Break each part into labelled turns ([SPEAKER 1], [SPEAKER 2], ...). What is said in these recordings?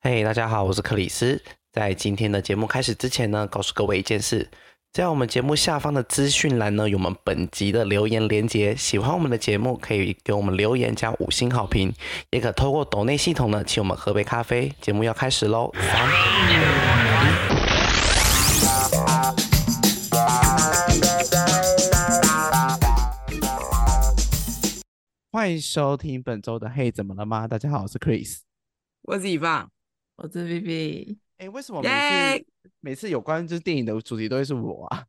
[SPEAKER 1] 嘿大家好，我是克里斯。在今天的节目开始之前呢，告诉各位一件事，在我们节目下方的资讯栏呢，有我们本集的留言连接。喜欢我们的节目，可以给我们留言加五星好评，也可透过抖内系统呢，请我们喝杯咖啡。节目要开始喽！三欢迎收听本周的《嘿，怎么了吗》？大家好，我是 Chris。
[SPEAKER 2] 我自己放，
[SPEAKER 3] 我是 B B，
[SPEAKER 1] 哎，为什么每
[SPEAKER 2] 耶
[SPEAKER 1] 次每次有关就是电影的主题都会是我 啊？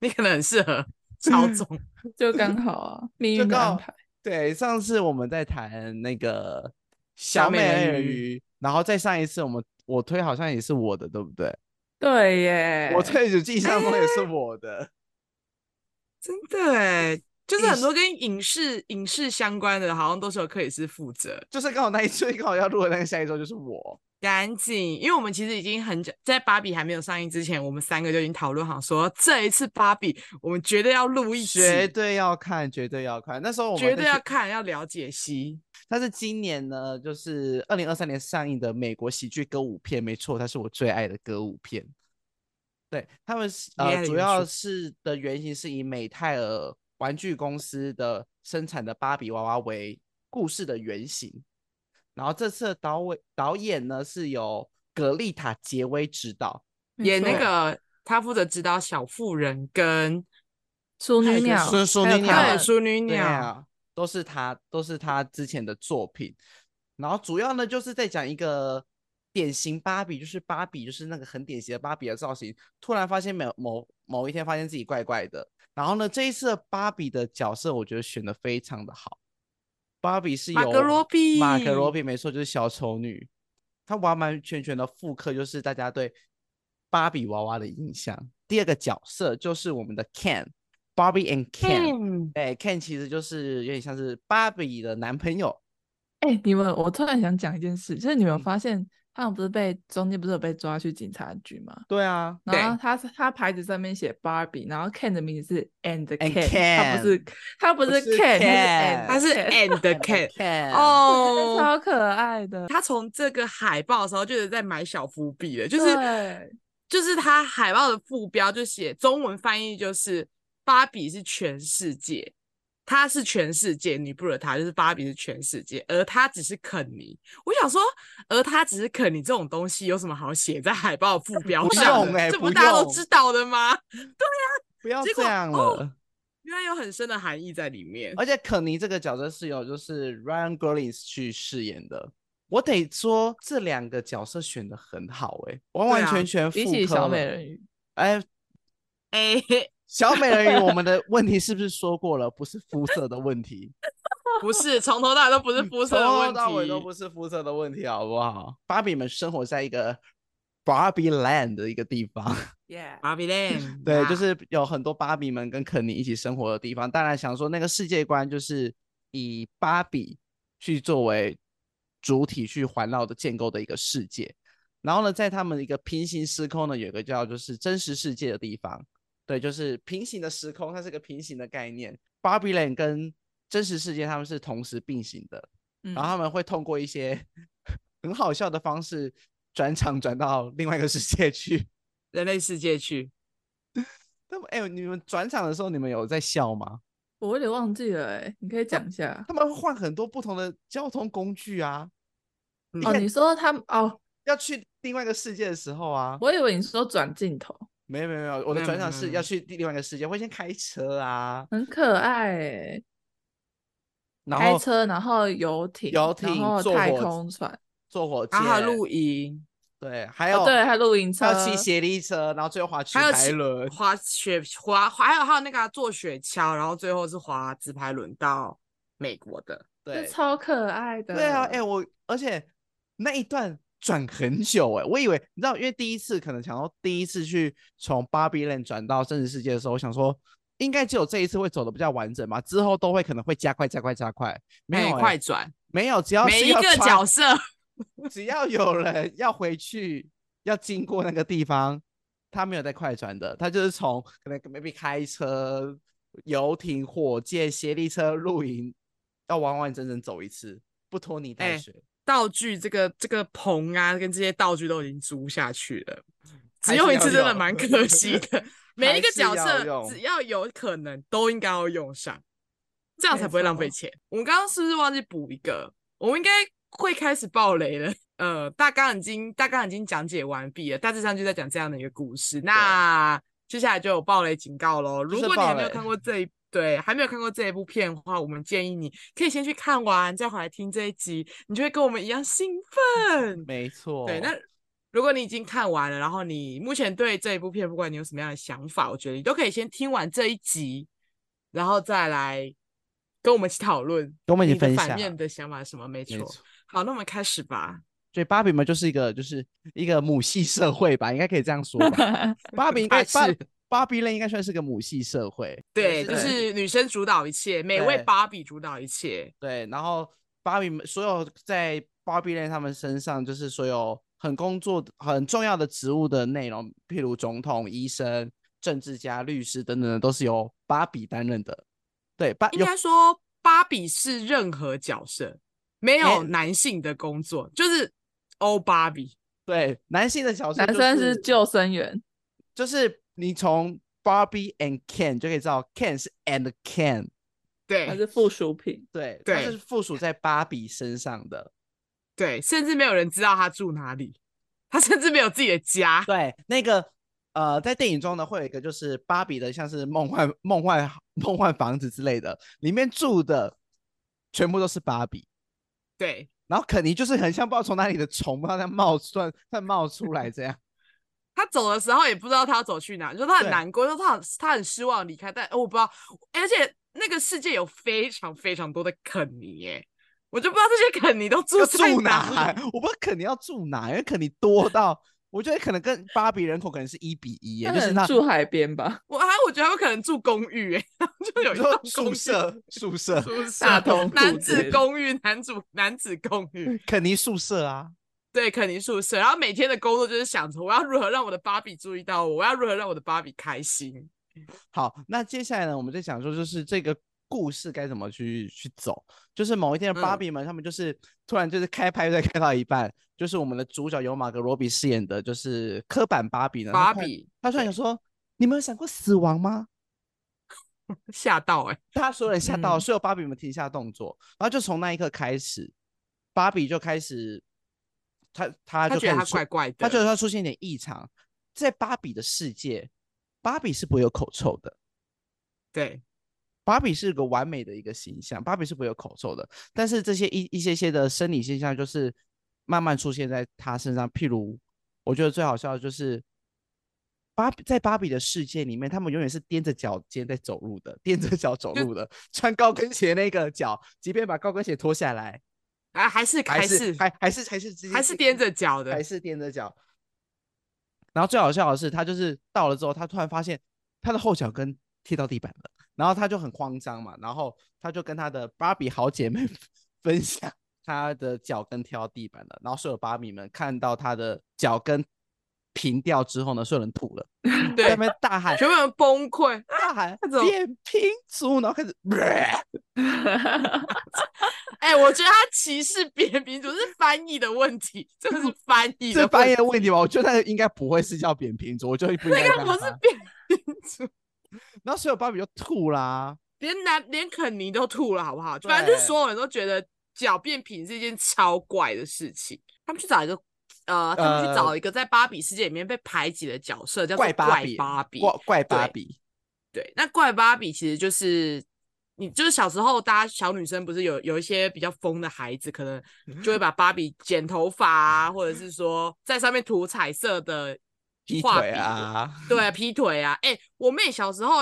[SPEAKER 2] 你可能很适合 超重，
[SPEAKER 3] 就刚好啊，命
[SPEAKER 1] 就
[SPEAKER 3] 运的
[SPEAKER 1] 刚
[SPEAKER 3] 安
[SPEAKER 1] 好
[SPEAKER 3] 排。
[SPEAKER 1] 对，上次我们在谈那个
[SPEAKER 2] 小
[SPEAKER 1] 美
[SPEAKER 2] 美人
[SPEAKER 1] 人
[SPEAKER 2] 鱼
[SPEAKER 1] 鱼，然后再上一次我们我推好像也是我的，对不对？
[SPEAKER 3] 对耶，
[SPEAKER 1] 我推主记忆上说也是我 的，
[SPEAKER 2] 真的哎，就是
[SPEAKER 1] 影
[SPEAKER 2] 很多跟影视影视相关的，好像都是由克里斯负责。
[SPEAKER 1] 就是刚好那一周刚好要录的那个下一周就是我。
[SPEAKER 2] 赶紧，因为我们其实已经很久，在芭比还没有上映之前，我们三个就已经讨论好说，这一次芭比我们绝对要录一集，
[SPEAKER 1] 绝对要看，绝对要看。那时候我们
[SPEAKER 2] 绝
[SPEAKER 1] 在
[SPEAKER 2] 对要
[SPEAKER 1] 学，
[SPEAKER 2] 看，要了解析。
[SPEAKER 1] 但是今年呢，就是二零二三年上映的美国喜剧歌舞片，没错，它是我最爱的歌舞片。对，他们是
[SPEAKER 2] 恋爱
[SPEAKER 1] 呃
[SPEAKER 2] 的
[SPEAKER 1] 主
[SPEAKER 2] 元
[SPEAKER 1] 要
[SPEAKER 2] 素
[SPEAKER 1] 是的原型是以美泰尔玩具公司的生产的芭比娃娃为故事的原型，然后这次的导尾导演呢是由格丽塔·杰威执导，
[SPEAKER 3] 没
[SPEAKER 2] 演那
[SPEAKER 3] 错
[SPEAKER 2] 个他负责指导小妇人跟
[SPEAKER 3] 淑
[SPEAKER 2] 还有
[SPEAKER 3] 女
[SPEAKER 2] 一个
[SPEAKER 3] 鸟，
[SPEAKER 1] 孙淑
[SPEAKER 3] 还有
[SPEAKER 1] 女
[SPEAKER 3] 他
[SPEAKER 1] 鸟
[SPEAKER 2] 对
[SPEAKER 3] 们
[SPEAKER 2] 淑女
[SPEAKER 1] 对
[SPEAKER 2] 鸟，
[SPEAKER 1] 啊，都是他，都是他之前的作品。然后主要呢，就是在讲一个典型芭比，就是芭比，就是那个很典型的芭比的造型。突然发现某某某一天发现自己怪怪的。然后呢，这一次的芭比的角色，我觉得选的非常的好。芭比是
[SPEAKER 2] 马
[SPEAKER 1] 由
[SPEAKER 2] 格罗比，
[SPEAKER 1] 马格罗比没错，就是小丑女，她完完全全的复刻就是大家对芭比娃娃的印象。第二个角色就是我们的 Ken，Barbie and Ken。
[SPEAKER 2] 嗯
[SPEAKER 1] 对，Ken 其实就是有点像是芭比的男朋友，
[SPEAKER 3] 哎、你们，我突然想讲一件事，就是你们有
[SPEAKER 1] 嗯
[SPEAKER 3] 发现他们不是被中间不是有被抓去警察局吗？
[SPEAKER 1] 对啊，
[SPEAKER 3] 然后
[SPEAKER 2] 对
[SPEAKER 3] 他是他牌子上面写 Barbie，然后 Ken 的名字是 And
[SPEAKER 1] And
[SPEAKER 3] Ken，他不是他不
[SPEAKER 1] 不
[SPEAKER 3] 是
[SPEAKER 1] 是
[SPEAKER 3] Ken，
[SPEAKER 1] Ken
[SPEAKER 3] 他
[SPEAKER 2] 他
[SPEAKER 3] 是
[SPEAKER 2] 是
[SPEAKER 3] And Ken
[SPEAKER 2] and the cat，
[SPEAKER 1] Ken
[SPEAKER 2] 哦，
[SPEAKER 3] 超可爱的，
[SPEAKER 2] 他从这个海报的时候就是在埋小伏笔了，就是
[SPEAKER 3] 对
[SPEAKER 2] 就是他海报的副标就写中文翻译就是“芭比是全世界”，她是全世界，你不惹她，就是芭比是全世界，而她只是肯尼。我想说，而她只是肯尼这种东西有什么好写在海报副标
[SPEAKER 1] 不
[SPEAKER 2] 上
[SPEAKER 1] 用
[SPEAKER 2] 的？
[SPEAKER 1] 欸
[SPEAKER 2] 这
[SPEAKER 1] 不
[SPEAKER 2] 不大家都
[SPEAKER 1] 用
[SPEAKER 2] 知道的吗？
[SPEAKER 1] 不要
[SPEAKER 2] 结
[SPEAKER 1] 这
[SPEAKER 2] 果
[SPEAKER 1] 样
[SPEAKER 2] 哦
[SPEAKER 1] 了。
[SPEAKER 2] 原来有很深的含义在里面。
[SPEAKER 1] 而且肯尼这个角色是由就是 Ryan Gosling 去饰演的，我得说这两个角色选的很好诶、完
[SPEAKER 2] 对
[SPEAKER 1] 完
[SPEAKER 2] 啊
[SPEAKER 1] 全全复
[SPEAKER 3] 比起
[SPEAKER 1] 刻
[SPEAKER 3] 小美
[SPEAKER 1] 了
[SPEAKER 3] 人鱼，
[SPEAKER 1] 哎，
[SPEAKER 2] 哎、
[SPEAKER 1] 小美人鱼，我们 的问题是不是说过了，不是肤色的问题？
[SPEAKER 2] 不是，从头到尾都不是肤色 的
[SPEAKER 1] 从
[SPEAKER 2] 问
[SPEAKER 1] 头
[SPEAKER 2] 题，
[SPEAKER 1] 到尾都不是肤色的问题，好不好？芭比们生活在一个 Barbie Land 的一个地方，
[SPEAKER 3] 耶、
[SPEAKER 2] 芭比 land，
[SPEAKER 1] 对，就
[SPEAKER 2] 啊
[SPEAKER 1] 是有很多芭比们跟肯尼一起生活的地方。当然，想说那个世界观就是以芭比去作为主体去环绕的建构的一个世界。然后呢，在他们的一个平行时空呢，有一个叫就是真实世界的地方，对，就是平行的时空，它是个平行的概念。Barbie Land 跟真实世界他们是同时并行的，
[SPEAKER 3] 嗯
[SPEAKER 1] 然后他们会通过一些 很好笑的方式转场转到另外一个世界去。
[SPEAKER 2] 人类世界去。
[SPEAKER 1] 那么，哎、你们转场的时候，你们有在笑吗？
[SPEAKER 3] 我有点忘记了、哎，你可以讲 一下。
[SPEAKER 1] 他们会换很多不同的交通工具啊，
[SPEAKER 2] 你
[SPEAKER 3] 哦，
[SPEAKER 1] 看
[SPEAKER 3] 你说他们哦，
[SPEAKER 1] 要去另外一个世界的时候啊，
[SPEAKER 3] 我以为你说转镜头，
[SPEAKER 1] 没有没有没有，我
[SPEAKER 2] 没
[SPEAKER 1] 的
[SPEAKER 2] 有
[SPEAKER 1] 转
[SPEAKER 2] 没
[SPEAKER 1] 场
[SPEAKER 2] 有没有
[SPEAKER 1] 是
[SPEAKER 2] 没
[SPEAKER 1] 要
[SPEAKER 2] 有
[SPEAKER 1] 去第另外一个世界，会先开车啊，
[SPEAKER 3] 很可爱欸，
[SPEAKER 1] 然
[SPEAKER 3] 开
[SPEAKER 1] 后
[SPEAKER 3] 车，然后游艇，
[SPEAKER 1] 游
[SPEAKER 3] 然
[SPEAKER 1] 艇
[SPEAKER 3] 后
[SPEAKER 1] 坐
[SPEAKER 3] 太
[SPEAKER 1] 火
[SPEAKER 3] 空船，啊
[SPEAKER 1] 坐火箭，
[SPEAKER 2] 然后还有露营，
[SPEAKER 1] 对，还有、
[SPEAKER 3] 哦，对，还有露营车，
[SPEAKER 1] 还有骑斜力车，然后最后滑直
[SPEAKER 2] 还有
[SPEAKER 1] 排
[SPEAKER 2] 骑
[SPEAKER 1] 轮，
[SPEAKER 2] 滑雪滑，还有还有那个啊、坐雪橇，然后最后是滑直排轮到美国的。
[SPEAKER 3] 这
[SPEAKER 1] 对，
[SPEAKER 3] 超可爱的。
[SPEAKER 1] 对啊， 哎、我而且那一段转很久哎、我以为你知道，因为第一次可能想要第一次去从芭比 land 转到真实世界的时候，我想说应该只有这一次会走的比较完整嘛，之后都会可能会加快加快加快，没
[SPEAKER 2] 哎
[SPEAKER 1] 有、欸、
[SPEAKER 2] 快转，
[SPEAKER 1] 没有，只要
[SPEAKER 2] 每
[SPEAKER 1] 是
[SPEAKER 2] 一
[SPEAKER 1] 要
[SPEAKER 2] 个
[SPEAKER 1] 穿
[SPEAKER 2] 角色
[SPEAKER 1] 只要有人要回去要经过那个地方，他没有在快转的，他就是从可能 maybe 开车、游艇、火箭、斜力车、露营，要完完整整走一次，不拖泥带
[SPEAKER 2] 哎
[SPEAKER 1] 水。
[SPEAKER 2] 道具这个这个棚啊，跟这些道具都已经租下去了，只
[SPEAKER 1] 还是
[SPEAKER 2] 用一
[SPEAKER 1] 要
[SPEAKER 2] 次真的
[SPEAKER 1] 用
[SPEAKER 2] 蛮可惜的。每一个
[SPEAKER 1] 还是
[SPEAKER 2] 角
[SPEAKER 1] 要
[SPEAKER 2] 色
[SPEAKER 1] 用
[SPEAKER 2] 只要有可能都应该要用上，这样才
[SPEAKER 3] 没
[SPEAKER 2] 不会浪费
[SPEAKER 3] 错
[SPEAKER 2] 钱。我们刚刚是不是忘记补一个？我们应该会开始爆雷了。呃，大纲已经大纲已经讲解完毕了，大致上就在讲这样的一个故事。那接下来就有爆雷警告喽。如
[SPEAKER 1] 是
[SPEAKER 2] 果你
[SPEAKER 1] 爆
[SPEAKER 2] 还没有
[SPEAKER 1] 雷
[SPEAKER 2] 看过这一对还没有看过这一部片的话，我们建议你可以先去看完，再回来听这一集，你就会跟我们一样兴
[SPEAKER 1] 嗯
[SPEAKER 2] 奋。
[SPEAKER 1] 没错。
[SPEAKER 2] 对，那如果你已经看完了，然后你目前对这一部片，不管你有什么样的想法，我觉得你都可以先听完这一集，然后再来跟我们一起讨论
[SPEAKER 1] 跟我们一
[SPEAKER 2] 你
[SPEAKER 1] 起分
[SPEAKER 2] 的
[SPEAKER 1] 享
[SPEAKER 2] 反。面的想法是什么。没
[SPEAKER 1] 没
[SPEAKER 2] 错
[SPEAKER 1] 错。
[SPEAKER 2] 好，那我们开始吧。
[SPEAKER 1] 所以芭比们就是一个就是一个母系社会吧，应该可以这样说 吧。芭比应该芭
[SPEAKER 2] 大致
[SPEAKER 1] 芭比类应该算是个母系社会，
[SPEAKER 2] 对，就
[SPEAKER 1] 对
[SPEAKER 2] 是女生主导一切，每位
[SPEAKER 1] 对
[SPEAKER 2] 芭比主导一切。
[SPEAKER 1] 对。然后芭比们所有在芭比类他们身上，就是所有很工作很重要的职务的内容，譬如总统、医生、政治家、律师等等的，都是由芭比担任的。对，芭
[SPEAKER 2] 应
[SPEAKER 1] 有
[SPEAKER 2] 该说，芭比是任何角色，没有
[SPEAKER 1] 哎
[SPEAKER 2] 男性的工作，就是欧芭比。
[SPEAKER 1] 对男性的角色、
[SPEAKER 3] 男
[SPEAKER 1] 就
[SPEAKER 3] 生
[SPEAKER 1] 是
[SPEAKER 3] 是救生员，
[SPEAKER 1] 就是你从 Barbie and Ken 就可以知道 Ken 是 and Ken，哎
[SPEAKER 2] 对，
[SPEAKER 1] 哦
[SPEAKER 3] 他是附属品。
[SPEAKER 1] 对，它
[SPEAKER 2] 对
[SPEAKER 1] 是附属在芭比身上的。
[SPEAKER 2] 对，甚至没有人知道他住哪里，他甚至没有自己的家。
[SPEAKER 1] 对，那个呃，在电影中呢，会有一个就是芭比的，像是梦幻梦幻梦幻房子之类的，里面住的全部都是芭比。
[SPEAKER 2] 对
[SPEAKER 1] 然后肯尼就是很像不知道从哪里的虫，不知道它冒出来，它冒出来这样。
[SPEAKER 2] 他走的时候也不知道他要走去哪，就他很
[SPEAKER 1] 对
[SPEAKER 2] 难过，就他很他很失望离开，但、哦我不知道，而且那个世界有非常非常多的肯尼耶，我就不知道这些肯尼都住
[SPEAKER 1] 要
[SPEAKER 2] 在
[SPEAKER 1] 住
[SPEAKER 2] 哪
[SPEAKER 1] 哪？我不知道肯尼要住哪，因为肯尼多到我觉得可能跟芭比人口可能是一比一，也
[SPEAKER 3] 他
[SPEAKER 1] 就
[SPEAKER 3] 可
[SPEAKER 1] 是
[SPEAKER 3] 能
[SPEAKER 1] 那
[SPEAKER 3] 住海边吧，
[SPEAKER 2] 我还我觉得他们可能住公寓耶，就有一
[SPEAKER 1] 你
[SPEAKER 2] 栋
[SPEAKER 1] 说
[SPEAKER 2] 公
[SPEAKER 1] 宿
[SPEAKER 2] 寓
[SPEAKER 1] 舍宿舍
[SPEAKER 2] 宿舍
[SPEAKER 3] 大通铺
[SPEAKER 2] 男
[SPEAKER 3] 之类
[SPEAKER 2] 子
[SPEAKER 3] 的
[SPEAKER 2] 公寓，男主男子公寓，
[SPEAKER 1] 肯尼宿舍啊。
[SPEAKER 2] 对肯尼宿舍，然后每天的工作就是想着我要如何让我的芭比注意到我，我要如何让我的芭比开心。
[SPEAKER 1] 好，那接下来呢，我们再讲说，就是这个故事该怎么去去走。就是某一天的芭
[SPEAKER 2] 嗯
[SPEAKER 1] 比们，他们就是突然就是开派对开到一半，就是我们的主角由马格罗比饰演的，就是刻板芭比呢，他
[SPEAKER 2] 芭
[SPEAKER 1] 突然
[SPEAKER 2] 比
[SPEAKER 1] 他突然想说：“你们有想过死亡吗
[SPEAKER 2] 吓到哎、？”
[SPEAKER 1] 大家所有人吓到了，
[SPEAKER 3] 嗯
[SPEAKER 1] 所有芭比们停下动作，然后就从那一刻开始，芭比就开始，他他
[SPEAKER 2] 他
[SPEAKER 1] 就
[SPEAKER 2] 觉得
[SPEAKER 1] 开
[SPEAKER 2] 他
[SPEAKER 1] 始出
[SPEAKER 2] 怪，怪的，
[SPEAKER 1] 他觉得他出现一点异常。在芭比的世界，芭比是不会有口臭的。
[SPEAKER 2] 对
[SPEAKER 1] 芭比是个完美的一个形象，芭比是不会有口臭的，但是这些一一些些的生理现象就是慢慢出现在她身上，譬如我觉得最好笑的就是芭比在芭比的世界里面，他们永远是踮着脚尖在走路的，踮着脚走
[SPEAKER 2] 就
[SPEAKER 1] 路的，穿高跟鞋那个脚，即便把高跟鞋脱下来，
[SPEAKER 2] 啊，还是
[SPEAKER 1] 还
[SPEAKER 2] 是
[SPEAKER 1] 还还是还是直接
[SPEAKER 2] 还是踮着脚的
[SPEAKER 1] 还，是踮着脚。然后最好笑的是，他就是到了之后，他突然发现他的后脚跟贴到地板了，然后他就很慌张嘛，然后他就跟他的芭比好姐妹 分享他的脚跟贴到地板了，然后所有芭比们看到他的脚跟平掉之后呢，所有人 吐了，在
[SPEAKER 2] 对
[SPEAKER 1] 那，边大 喊
[SPEAKER 2] 全部人崩溃。
[SPEAKER 1] 大喊
[SPEAKER 2] 那种
[SPEAKER 1] 扁平足，然后 开始，
[SPEAKER 2] 哎、我觉得他歧视扁平足是翻译的问题，这 个是翻译的
[SPEAKER 1] 这翻译
[SPEAKER 2] 问
[SPEAKER 1] 的问题吧，我觉得那个应该不会是叫扁平足，我觉得不应该
[SPEAKER 2] 题，
[SPEAKER 1] 叫
[SPEAKER 2] 那个不
[SPEAKER 1] 它
[SPEAKER 2] 是扁平足，
[SPEAKER 1] 然后所有芭比就吐啦，
[SPEAKER 2] 连男连肯尼都吐了，好不好？反正
[SPEAKER 1] 对
[SPEAKER 2] 就是所有人都觉得脚变平是一件超怪的事情。他们去找一个。呃，他们去
[SPEAKER 1] 呃
[SPEAKER 2] 找一个在芭比世界里面被排挤的角色，叫做
[SPEAKER 1] 怪芭比，
[SPEAKER 2] 芭比。
[SPEAKER 1] 怪怪芭
[SPEAKER 2] 对
[SPEAKER 1] 比，
[SPEAKER 2] 对，那怪芭比其实就是你，就是小时候大家小女生不是有有一些比较疯的孩子，可能就会把芭比剪头发啊，或者是说在上面涂彩色的
[SPEAKER 1] 劈
[SPEAKER 2] 画
[SPEAKER 1] 腿
[SPEAKER 2] 笔，
[SPEAKER 1] 啊，
[SPEAKER 2] 对，劈腿啊。哎、我妹小时候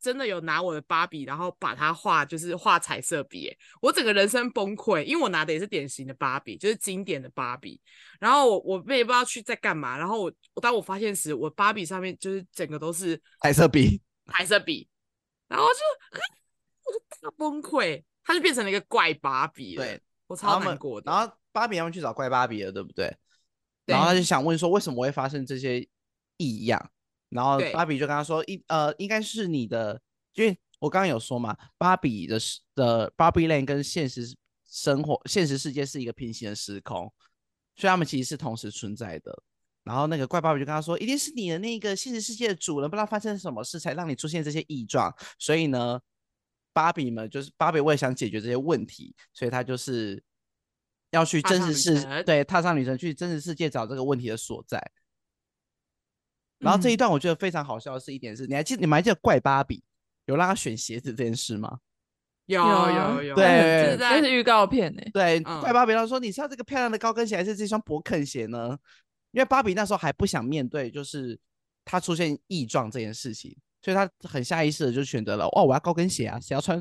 [SPEAKER 2] 真的有拿我的芭比，然后把它画，就是画彩色笔、欸，我整个人生崩溃，因为我拿的也是典型的芭比，就是经典的芭比。然后我我妹不知道去在干嘛，然后我我当我发现时，我芭比上面就是整个都是
[SPEAKER 1] 彩色笔，
[SPEAKER 2] 彩色笔，然后我就啊我就大崩溃，他就变成了一个怪芭比了，
[SPEAKER 1] 对，
[SPEAKER 2] 我
[SPEAKER 1] 然后 他
[SPEAKER 2] 超难
[SPEAKER 1] 们
[SPEAKER 2] 过，的。
[SPEAKER 1] 然后芭比他们去找怪芭比了，对不对？然后他就想问说，为什么会发生这些异样？然后
[SPEAKER 2] 对
[SPEAKER 1] 芭比就跟他说，一呃，应该是你的，因为我刚刚有说嘛，芭比的是的芭比 land 跟现实生活现实世界是一个平行的时空，所以他们其实是同时存在的。然后那个怪爸爸就跟他说，一定是你的那个现实世界的主人不知道发生什么事才让你出现这些异状，所以呢，芭比们就是芭比为了想解决这些问题，所以他就是要去
[SPEAKER 2] 踏
[SPEAKER 1] 真
[SPEAKER 2] 上
[SPEAKER 1] 实
[SPEAKER 2] 旅
[SPEAKER 1] 世
[SPEAKER 2] 程
[SPEAKER 1] 对踏上旅程去真实世界找这个问题的所在。然后这一
[SPEAKER 3] 嗯
[SPEAKER 1] 段我觉得非常好笑的是一点是，你还记你们还记得怪芭比有让他选鞋子这件事吗？
[SPEAKER 2] 有
[SPEAKER 3] 啊
[SPEAKER 2] 有有，
[SPEAKER 1] 对
[SPEAKER 2] 就是
[SPEAKER 3] 这
[SPEAKER 2] 在
[SPEAKER 3] 是预告片欸呢、
[SPEAKER 1] 对，
[SPEAKER 2] 嗯
[SPEAKER 1] 怪芭比他说你是要这个漂亮的高跟鞋还是这双勃肯鞋呢？因为芭比那时候还不想面对，就是她出现异状这件事情，所以她很下意识的就选择了哦，我要高跟鞋啊，谁要穿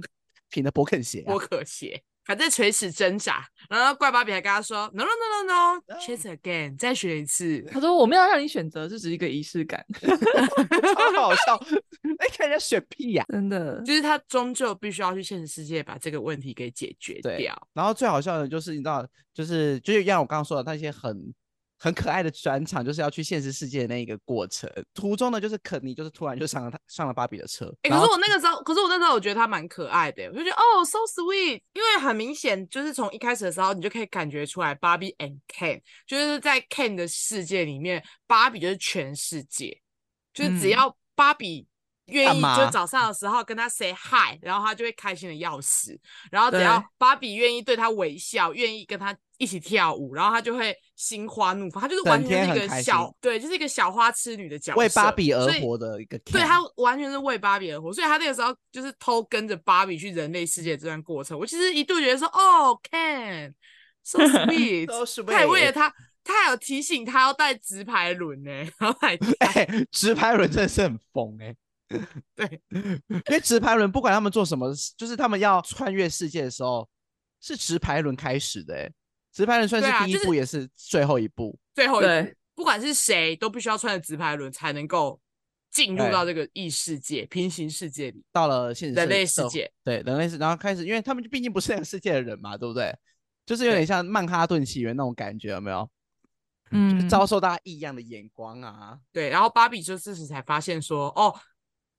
[SPEAKER 1] 平的勃肯鞋啊
[SPEAKER 2] 剥？壳鞋，还在垂死挣扎。然后怪芭比还跟他说：“No no no no no,
[SPEAKER 1] Oh.
[SPEAKER 2] chase again，再选一次。
[SPEAKER 3] 他说我没有让你选择，这只是一个仪式感，
[SPEAKER 1] 超好笑！哎，看人家选屁 呀、
[SPEAKER 3] 真的”。
[SPEAKER 2] 就是他终究必须要去现实世界把这个问题给解决
[SPEAKER 1] 对
[SPEAKER 2] 掉。
[SPEAKER 1] 然后最好笑的就是你知道，就是就是像我刚刚说的那些很很可爱的转场，就是要去现实世界的那一个过程。途中呢，就是肯尼就是突然就上了他上了芭比的车，
[SPEAKER 2] 哎、
[SPEAKER 1] 然后
[SPEAKER 2] 可是我那个时候，可是我那时候我觉得他蛮可爱的，我就觉得哦，so sweet，因为很明显就是从一开始的时候，你就可以感觉出来芭比 and Ken，就是在 Ken 的世界里面，芭比就是全世界，就是只
[SPEAKER 3] 嗯
[SPEAKER 2] 要芭比愿
[SPEAKER 1] 干
[SPEAKER 2] 意，
[SPEAKER 1] 嘛
[SPEAKER 2] 就早上的时候跟他 say hi，然后他就会开心的要死，然后只
[SPEAKER 3] 对
[SPEAKER 2] 要芭比愿意对他微笑，愿意跟他一起跳舞，然后他就会心花怒放，他就是
[SPEAKER 1] 整
[SPEAKER 2] 完全
[SPEAKER 1] 天
[SPEAKER 2] 是一
[SPEAKER 1] 很
[SPEAKER 2] 个
[SPEAKER 1] 开
[SPEAKER 2] 小
[SPEAKER 1] 心，
[SPEAKER 2] 对，就是一个小花痴女的角色，
[SPEAKER 1] 为芭比而
[SPEAKER 2] 所以
[SPEAKER 1] 活的一个 Ken，
[SPEAKER 2] 对他完全是为芭比而活，所以他那个时候就是偷跟着芭比去人类世界这段过程。我其实一度觉得说，哦，Ken so sweet，
[SPEAKER 1] 都是
[SPEAKER 2] 他也为了他，他还有提醒他要带直排轮呢、然后还
[SPEAKER 1] 哎、直排轮真的是很疯哎、
[SPEAKER 2] 对，
[SPEAKER 1] 因为直排轮不管他们做什么，就是他们要穿越世界的时候，是直排轮开始的哎、直排轮算
[SPEAKER 2] 对啊
[SPEAKER 1] 是第一
[SPEAKER 2] 就是
[SPEAKER 1] 步，也是最后一步。
[SPEAKER 2] 最后一
[SPEAKER 3] 对
[SPEAKER 2] 步，不管是谁都必须要穿着直排轮才能够进入
[SPEAKER 1] 对
[SPEAKER 2] 到这个异世界、平行世界里、
[SPEAKER 1] 到了现实
[SPEAKER 2] 人类
[SPEAKER 1] 社
[SPEAKER 2] 世
[SPEAKER 1] 会，
[SPEAKER 2] 界。
[SPEAKER 1] 对人类世，然后开始，因为他们毕竟不是那个世界的人嘛，对不对？就是有
[SPEAKER 2] 对
[SPEAKER 1] 点像曼哈顿起源那种感觉，有没有？就是
[SPEAKER 3] 嗯，
[SPEAKER 1] 遭受大家异样的眼光啊，
[SPEAKER 2] 对，然后芭比就这时才发现说，哦，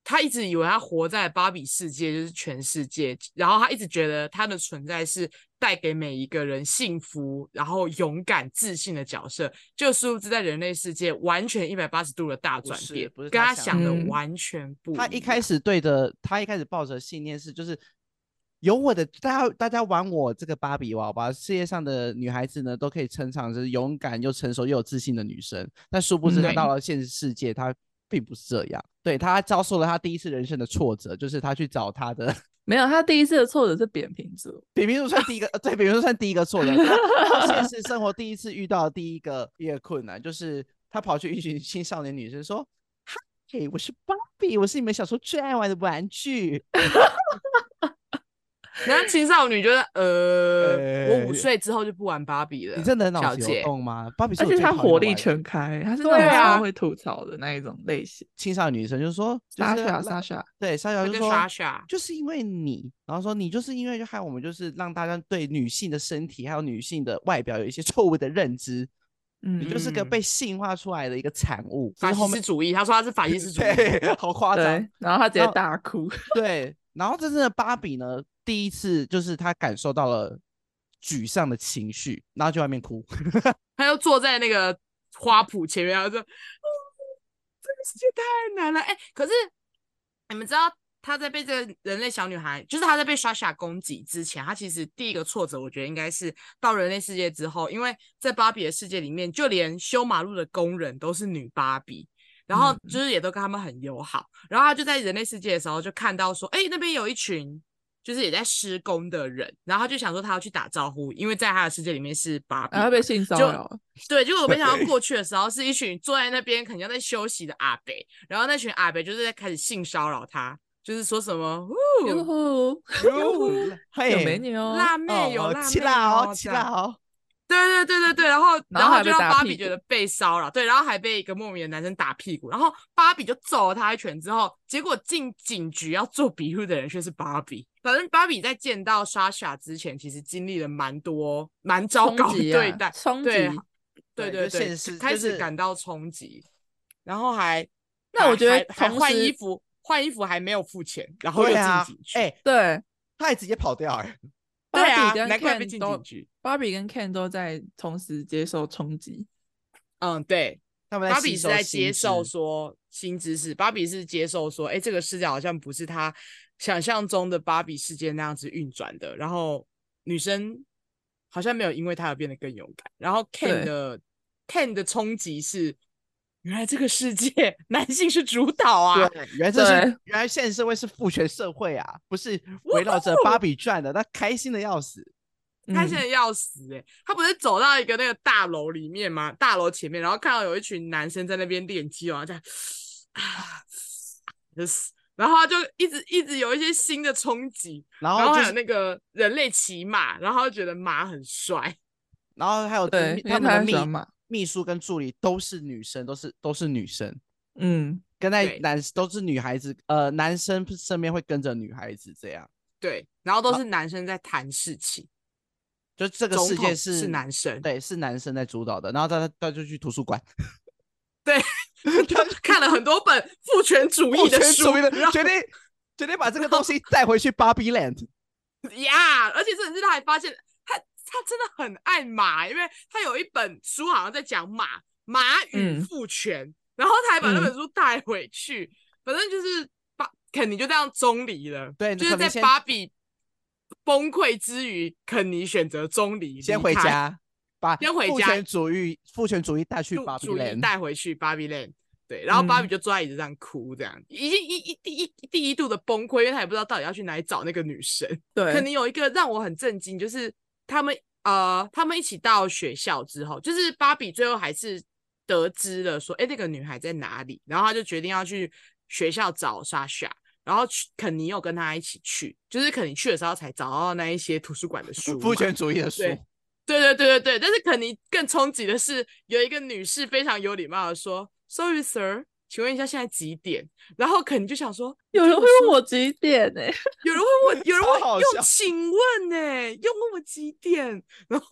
[SPEAKER 2] 他一直以为他活在芭比世界，就是全世界，然后他一直觉得他的存在是带给每一个人幸福，然后勇敢、自信的角色，就殊不知在人类世界完全一百八十度的大
[SPEAKER 1] 不
[SPEAKER 2] 转
[SPEAKER 1] 是
[SPEAKER 2] 变，
[SPEAKER 1] 不是
[SPEAKER 2] 跟
[SPEAKER 1] 他
[SPEAKER 2] 他
[SPEAKER 1] 想
[SPEAKER 2] 想的
[SPEAKER 3] 的
[SPEAKER 2] 完全
[SPEAKER 3] 嗯
[SPEAKER 2] 不
[SPEAKER 1] 他一开
[SPEAKER 2] 始
[SPEAKER 1] 始对的，他一开始抱着信念是，就是有我的，大家大家玩我这个芭比娃娃，世界上的女孩子呢都可以成长成勇敢又成熟又有自信的女生。但殊不知，
[SPEAKER 3] 嗯
[SPEAKER 1] 她
[SPEAKER 3] 对
[SPEAKER 1] 到了现实世界，她并不是这样。对她遭受了她第一次人生的挫折，就是她去找她的
[SPEAKER 3] 没有，他第一次的挫折是扁平足，
[SPEAKER 1] 扁平足算第一个，呃对，扁平足算第一个挫折。她现实生活第一次遇到的第一个第一个困难，就是她跑去一群青少年女生说：“嗨，我是芭比，我是你们小时候最爱玩的玩具。”
[SPEAKER 2] 然后青少女觉得，呃，我
[SPEAKER 1] 呃
[SPEAKER 2] 五岁之后就不玩芭比了，
[SPEAKER 1] 你真的脑
[SPEAKER 2] 小
[SPEAKER 1] 子有
[SPEAKER 2] 姐
[SPEAKER 1] 动吗？芭比是
[SPEAKER 3] 而
[SPEAKER 1] 我
[SPEAKER 3] 且
[SPEAKER 1] 最
[SPEAKER 3] 他
[SPEAKER 1] 讨厌
[SPEAKER 3] 火
[SPEAKER 1] 的
[SPEAKER 3] 力
[SPEAKER 1] 玩
[SPEAKER 3] 全开，他是
[SPEAKER 2] 对
[SPEAKER 3] 那种
[SPEAKER 2] 啊
[SPEAKER 3] 超会吐槽的那一种类型。
[SPEAKER 1] 青少年女生，就是说，就是
[SPEAKER 3] 莎莎
[SPEAKER 1] 让
[SPEAKER 3] 莎莎，
[SPEAKER 1] 对莎
[SPEAKER 2] 她
[SPEAKER 1] 莎就
[SPEAKER 2] 跟
[SPEAKER 1] 说，
[SPEAKER 2] 莎莎，
[SPEAKER 1] 就是因为你，然后说你就是因为就害我们就是让大家对女性的身体还有女性的外表有一些错误的认知，你
[SPEAKER 3] 嗯
[SPEAKER 1] 就是个
[SPEAKER 2] 嗯
[SPEAKER 1] 被性化出来的一个产物。只
[SPEAKER 2] 法
[SPEAKER 1] 是后
[SPEAKER 2] 西斯
[SPEAKER 1] 面
[SPEAKER 2] 主义，她说她是法西斯主义，
[SPEAKER 1] 对，好夸张，
[SPEAKER 3] 对，然后他直接
[SPEAKER 1] 那
[SPEAKER 3] 大哭，
[SPEAKER 1] 对，然后真正的芭比呢，第一次就是她感受到了沮丧的情绪，然后就在外面 哭。
[SPEAKER 2] 他就坐在那个花圃前面，然后说：“哦，这个世界太难了。哎，可是你们知道他在被这个人类小女孩，就是他在被莎莎攻击之前，他其实第一个挫折，我觉得应该是到人类世界之后，因为在芭比的世界里面，就连修马路的工人都是女芭比。然后
[SPEAKER 3] 嗯
[SPEAKER 2] 就是也都跟他们很友好，然后他就在人类世界的时候就看到说，哎，那边有一群就是也在施工的人，然后他就想说他要去打招呼，因为在他的世界里面是芭比
[SPEAKER 3] 然
[SPEAKER 2] 嘛，
[SPEAKER 3] 后呃被性骚
[SPEAKER 2] 就
[SPEAKER 3] 扰，
[SPEAKER 2] 对，结果我没想到
[SPEAKER 1] 对
[SPEAKER 2] 过去的时候是一群坐在那边肯定在休息的阿北，然后那群阿北就是在开始性骚扰他，就是说什么
[SPEAKER 3] 哟
[SPEAKER 2] 呜
[SPEAKER 3] 呼，
[SPEAKER 1] 嘿
[SPEAKER 3] 有美女哦，
[SPEAKER 2] 辣妹有
[SPEAKER 1] 哦
[SPEAKER 2] 辣妹
[SPEAKER 1] 起来哦，
[SPEAKER 2] 哦
[SPEAKER 1] 起
[SPEAKER 2] 这
[SPEAKER 1] 来
[SPEAKER 2] 样，
[SPEAKER 1] 哦。
[SPEAKER 2] 对对对对对，然后
[SPEAKER 3] 然后还
[SPEAKER 2] 就
[SPEAKER 3] 被
[SPEAKER 2] 让
[SPEAKER 3] 打
[SPEAKER 2] 芭
[SPEAKER 3] 屁
[SPEAKER 2] 比觉
[SPEAKER 3] 股
[SPEAKER 2] 得被骚扰，对，然后还被一个莫名的男生打屁股，然后芭比就揍了他一拳之后，结果进警局要做笔录的人却是芭比。反正芭比在见到莎莎之前，其实经历了蛮多蛮糟
[SPEAKER 3] 冲
[SPEAKER 2] 糕的
[SPEAKER 3] 击
[SPEAKER 2] 对
[SPEAKER 3] 啊
[SPEAKER 2] 待，
[SPEAKER 3] 冲击。
[SPEAKER 2] 对对
[SPEAKER 1] 对
[SPEAKER 2] 对
[SPEAKER 1] 就
[SPEAKER 2] 对，
[SPEAKER 1] 现实
[SPEAKER 2] 开
[SPEAKER 1] 就
[SPEAKER 2] 始
[SPEAKER 1] 是
[SPEAKER 2] 感到冲击，然后还
[SPEAKER 3] 那
[SPEAKER 2] 还
[SPEAKER 3] 我觉得
[SPEAKER 2] 还还
[SPEAKER 3] 同
[SPEAKER 2] 换
[SPEAKER 3] 时
[SPEAKER 2] 衣服，换衣服还没有付钱，然后又
[SPEAKER 1] 对
[SPEAKER 2] 进
[SPEAKER 1] 啊
[SPEAKER 2] 警，局。
[SPEAKER 1] 哎、
[SPEAKER 3] 对，
[SPEAKER 1] 他还直接跑掉哎、
[SPEAKER 2] 对
[SPEAKER 3] 芭
[SPEAKER 2] 啊
[SPEAKER 3] 比，跟
[SPEAKER 2] 难怪被
[SPEAKER 3] Ken
[SPEAKER 2] 进
[SPEAKER 3] 都
[SPEAKER 2] 警，局。
[SPEAKER 3] 芭比跟 Ken 都在同时接受冲击。
[SPEAKER 2] 嗯，对，
[SPEAKER 1] 他们
[SPEAKER 2] 芭
[SPEAKER 1] 在
[SPEAKER 2] 比
[SPEAKER 1] 吸
[SPEAKER 2] 是
[SPEAKER 1] 收
[SPEAKER 2] 在
[SPEAKER 1] 新
[SPEAKER 2] 接受
[SPEAKER 1] 知
[SPEAKER 2] 说新知识，芭比是接受说，哎、这个世界好像不是他想象中的芭比世界那样子运转的。然后女生好像没有因为她而变得更勇敢。然后 Ken
[SPEAKER 3] 对
[SPEAKER 2] 的 Ken 的冲击是，原来这个世界 男性是主导啊！
[SPEAKER 1] 对，原来这是
[SPEAKER 3] 对
[SPEAKER 1] 原来现实社会是父权社会啊，不是围绕着芭比转的，那开心的要死。
[SPEAKER 2] 开
[SPEAKER 3] 嗯
[SPEAKER 2] 心的要死哎、他不是走到一个那个大楼里面吗？大楼前面，然后看到有一群男生在那边练肌肉，然后这样，啊，就是，然后他就一直一直有一些新的冲击，
[SPEAKER 1] 然
[SPEAKER 2] 然后
[SPEAKER 1] 后就
[SPEAKER 2] 还有
[SPEAKER 1] 是，
[SPEAKER 2] 那个人类骑马，然后他就觉得马很帅，
[SPEAKER 1] 然后还有
[SPEAKER 3] 对，因
[SPEAKER 1] 他
[SPEAKER 3] 为
[SPEAKER 1] 们
[SPEAKER 3] 他
[SPEAKER 1] 的
[SPEAKER 3] 很喜欢
[SPEAKER 1] 秘
[SPEAKER 3] 嘛。
[SPEAKER 1] 秘书跟助理都是女生，都是都是女生，
[SPEAKER 3] 嗯，
[SPEAKER 1] 跟在
[SPEAKER 2] 对
[SPEAKER 1] 男都是女孩子，呃，男生身边会跟着女孩子这样。
[SPEAKER 2] 对，然后都是男生在谈事情，
[SPEAKER 1] 就这个
[SPEAKER 2] 总
[SPEAKER 1] 世界
[SPEAKER 2] 统
[SPEAKER 1] 是
[SPEAKER 2] 是男生
[SPEAKER 1] 对，是男生在主导的，然后他他就去图书馆，
[SPEAKER 2] 他看了很多本父权 主义的书，
[SPEAKER 1] 主义的
[SPEAKER 2] 然后
[SPEAKER 1] 决定决定把这个东西带回去 Barbie Land。
[SPEAKER 2] 呀而且甚至他还发现他他真的很爱马，因为他有一本书好像在讲马马与
[SPEAKER 3] 嗯
[SPEAKER 2] 父权，然后他还把那
[SPEAKER 3] 嗯
[SPEAKER 2] 本书带回去，反正就是把肯尼就这样中离了，
[SPEAKER 1] 对
[SPEAKER 2] 就是
[SPEAKER 1] 肯尼
[SPEAKER 2] 在
[SPEAKER 1] 先
[SPEAKER 2] 芭比崩溃之余，肯尼选择中离，
[SPEAKER 1] 先
[SPEAKER 2] 离
[SPEAKER 1] 回
[SPEAKER 2] 开
[SPEAKER 1] 家，把
[SPEAKER 2] 先回
[SPEAKER 1] 父
[SPEAKER 2] 家
[SPEAKER 1] 权主义父权主义带去
[SPEAKER 2] 主
[SPEAKER 1] Barbie
[SPEAKER 2] 主力
[SPEAKER 1] Land。
[SPEAKER 2] 带回去 Barbie Land。对，然后芭比
[SPEAKER 3] 嗯
[SPEAKER 2] 就坐在椅子上哭，这样已经一一第一第一度的崩溃，因为他也不知道到底要去哪里找那个女生。可能
[SPEAKER 3] 对，
[SPEAKER 2] 有一个让我很震惊，就是他们呃，他们一起到学校之后，就是芭比最后还是得知了说，哎、那个女孩在哪里？然后他就决定要去学校找莎莎，然后去肯尼又跟他一起去，就是肯尼去的时候才找到那一些图书馆的书嘛。
[SPEAKER 1] 父权主义的书，
[SPEAKER 2] 对对对对对对，但是肯尼更冲击的是，有一个女士非常有礼貌的说：“Sorry, sir，请问一下现在几点？”然后肯尼就想说，
[SPEAKER 3] 有人会
[SPEAKER 2] 我。
[SPEAKER 3] 问我几点欸呢、
[SPEAKER 2] 有人问我，有人问
[SPEAKER 1] 超好
[SPEAKER 2] 我用
[SPEAKER 1] 笑
[SPEAKER 2] 请问呢、用问我几点？ 然后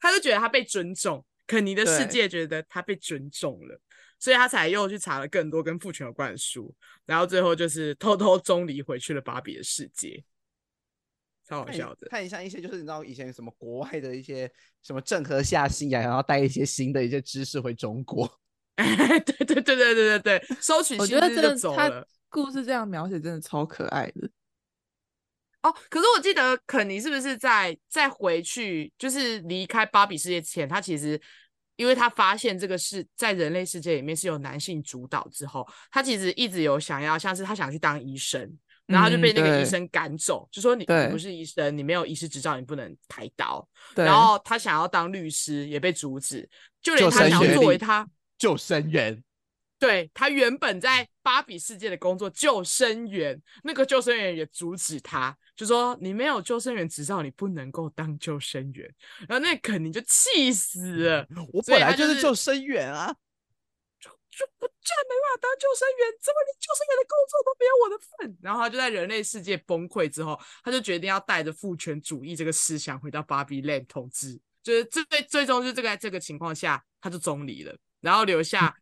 [SPEAKER 2] 他就觉得他被尊重，肯尼的世
[SPEAKER 3] 对
[SPEAKER 2] 界觉得他被尊重了，所以他才又去查了更多跟父权有关的书，然后最后就是偷偷钟离回去了芭比的世界，超
[SPEAKER 3] 哎
[SPEAKER 2] 好
[SPEAKER 1] 看
[SPEAKER 2] 笑的。
[SPEAKER 1] 看一下一些就是你知道以前什么国外的一些什么郑和下西洋，然后带一些新的一些知识回中国。
[SPEAKER 2] 对对对对对对对，收取
[SPEAKER 3] 我
[SPEAKER 2] 薪
[SPEAKER 3] 觉得
[SPEAKER 2] 资
[SPEAKER 3] 真
[SPEAKER 2] 就
[SPEAKER 3] 的
[SPEAKER 2] 走
[SPEAKER 3] 他
[SPEAKER 2] 了。
[SPEAKER 3] 故事这样描写真的超可爱的。
[SPEAKER 2] 哦，可是我记得肯尼是不是在在回去，就是离开芭比世界之前，他其实因为他发现这个是在人类世界里面是由男性主导之后，他其实一直有想要，像是他想去当医生，然后他就
[SPEAKER 3] 嗯
[SPEAKER 2] 被那个医
[SPEAKER 3] 对
[SPEAKER 2] 生赶走，就说你你不
[SPEAKER 3] 对
[SPEAKER 2] 是医生，你没有医师执照，你不能开刀。
[SPEAKER 3] 对，
[SPEAKER 2] 然后他想要当律师也被阻止，就连
[SPEAKER 1] 救
[SPEAKER 2] 他
[SPEAKER 1] 生
[SPEAKER 2] 想要
[SPEAKER 1] 员
[SPEAKER 2] 作为
[SPEAKER 1] 力
[SPEAKER 2] 他
[SPEAKER 1] 救生员，
[SPEAKER 2] 对他原本在芭比世界的工作救生员，那个救生员也阻止他，就说你没有救生员执照，你不能够当救生员。然后那肯尼就气死了，
[SPEAKER 1] 我
[SPEAKER 2] 所
[SPEAKER 1] 本
[SPEAKER 2] 以
[SPEAKER 1] 来
[SPEAKER 2] 他就
[SPEAKER 1] 就是
[SPEAKER 2] 是
[SPEAKER 1] 救生员啊。
[SPEAKER 2] 就不居然没办法当救生员，怎么连救生员的工作都没有我的份？然后他就在人类世界崩溃之后，他就决定要带着父权主义这个思想回到芭比 land 统治，就是最最最终就是这个这个情况下，他就中离了，然后留下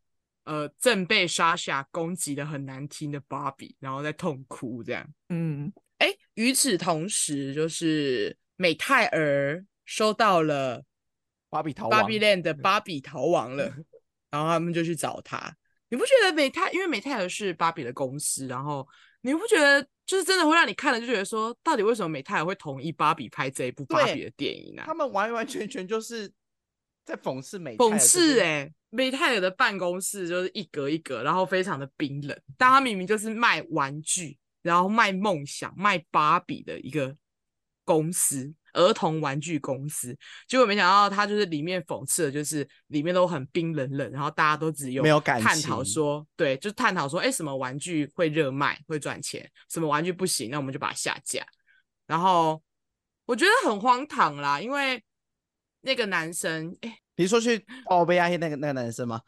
[SPEAKER 2] 呃正被莎莎攻击的很难听的芭比，然后在痛哭这样。
[SPEAKER 3] 嗯，
[SPEAKER 2] 哎，与此同时，就是美泰儿收到了
[SPEAKER 1] 芭比逃
[SPEAKER 2] 芭
[SPEAKER 1] 亡
[SPEAKER 2] 比 land 的芭比逃亡 了，然后他们就去找他。你不觉得美泰，因为美泰尔是芭比的公司，然后你不觉得就是真的会让你看了就觉得说，到底为什么美泰尔会同意芭比拍这一部芭
[SPEAKER 1] 对
[SPEAKER 2] 比的电影呢、啊
[SPEAKER 1] 他们完完全全就是在讽刺欸美泰尔
[SPEAKER 2] 讽
[SPEAKER 1] 这
[SPEAKER 2] 刺
[SPEAKER 1] 件
[SPEAKER 2] 哎、美泰尔的办公室就是一格一格，然后非常的冰冷，但他明明就是卖玩具，然后卖梦想、卖芭比的一个公司，儿童玩具公司。结果没想到他就是里面讽刺的，就是里面都很冰冷冷，然后大家都只有
[SPEAKER 1] 没有感
[SPEAKER 2] 探讨
[SPEAKER 1] 情
[SPEAKER 2] 说，对，就探讨说，哎、什么玩具会热卖、会赚钱，什么玩具不行，那我们就把它下架。然后我觉得很荒唐啦，因为那个男生，哎、
[SPEAKER 1] 你说去报贝亚那个那个男生吗？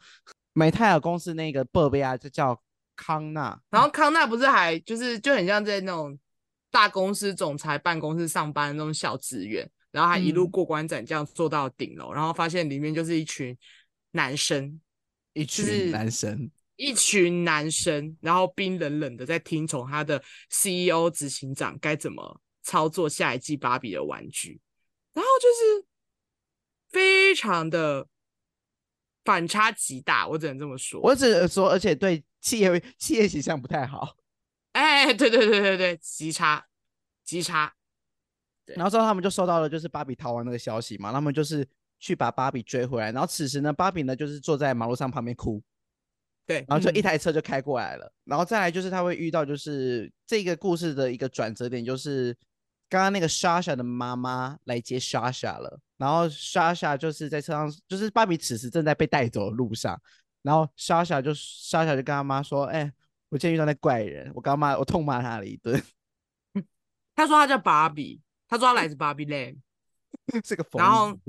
[SPEAKER 1] 美泰尔公司那个贝贝亚就叫康纳，
[SPEAKER 2] 然后康纳不是还就是就很像在那种大公司总裁办公室上班的那种小职员，然后还一路
[SPEAKER 3] 嗯
[SPEAKER 2] 过关斩将做到顶楼，然后发现里面就是一群男生，
[SPEAKER 1] 一
[SPEAKER 2] 是
[SPEAKER 1] 群男生，
[SPEAKER 2] 一群 E 男生，然后冰冷冷的在听从他的 CEO 执行长该怎么操作下一季芭比的玩具，然后就是非常的反差极大，我只能这么说。
[SPEAKER 1] 我只能说，而且对企业企业形象不太好。
[SPEAKER 2] 哎，对对对对对，极差，极差。对
[SPEAKER 1] 然后之后他们就收到了就是芭比逃亡那个消息嘛，他们就是去把芭比追回来。然后此时呢，芭比呢就是坐在马路上旁边哭，
[SPEAKER 2] 对，
[SPEAKER 1] 然后就一
[SPEAKER 2] 嗯
[SPEAKER 1] 台车就开过来了。然后再来就是他会遇到就是这个故事的一个转折点，就是刚刚那个莎莎的妈妈来接莎莎了。然后莎莎就是在车上，就是芭比此时正在被带走的路上。然后莎莎就莎莎就跟他妈说：“哎、我今天遇到那怪人，我刚骂我痛骂他了一顿，
[SPEAKER 2] 他说他叫芭比，他说他来自芭比 land，
[SPEAKER 1] 是个疯
[SPEAKER 2] 然后
[SPEAKER 1] 子。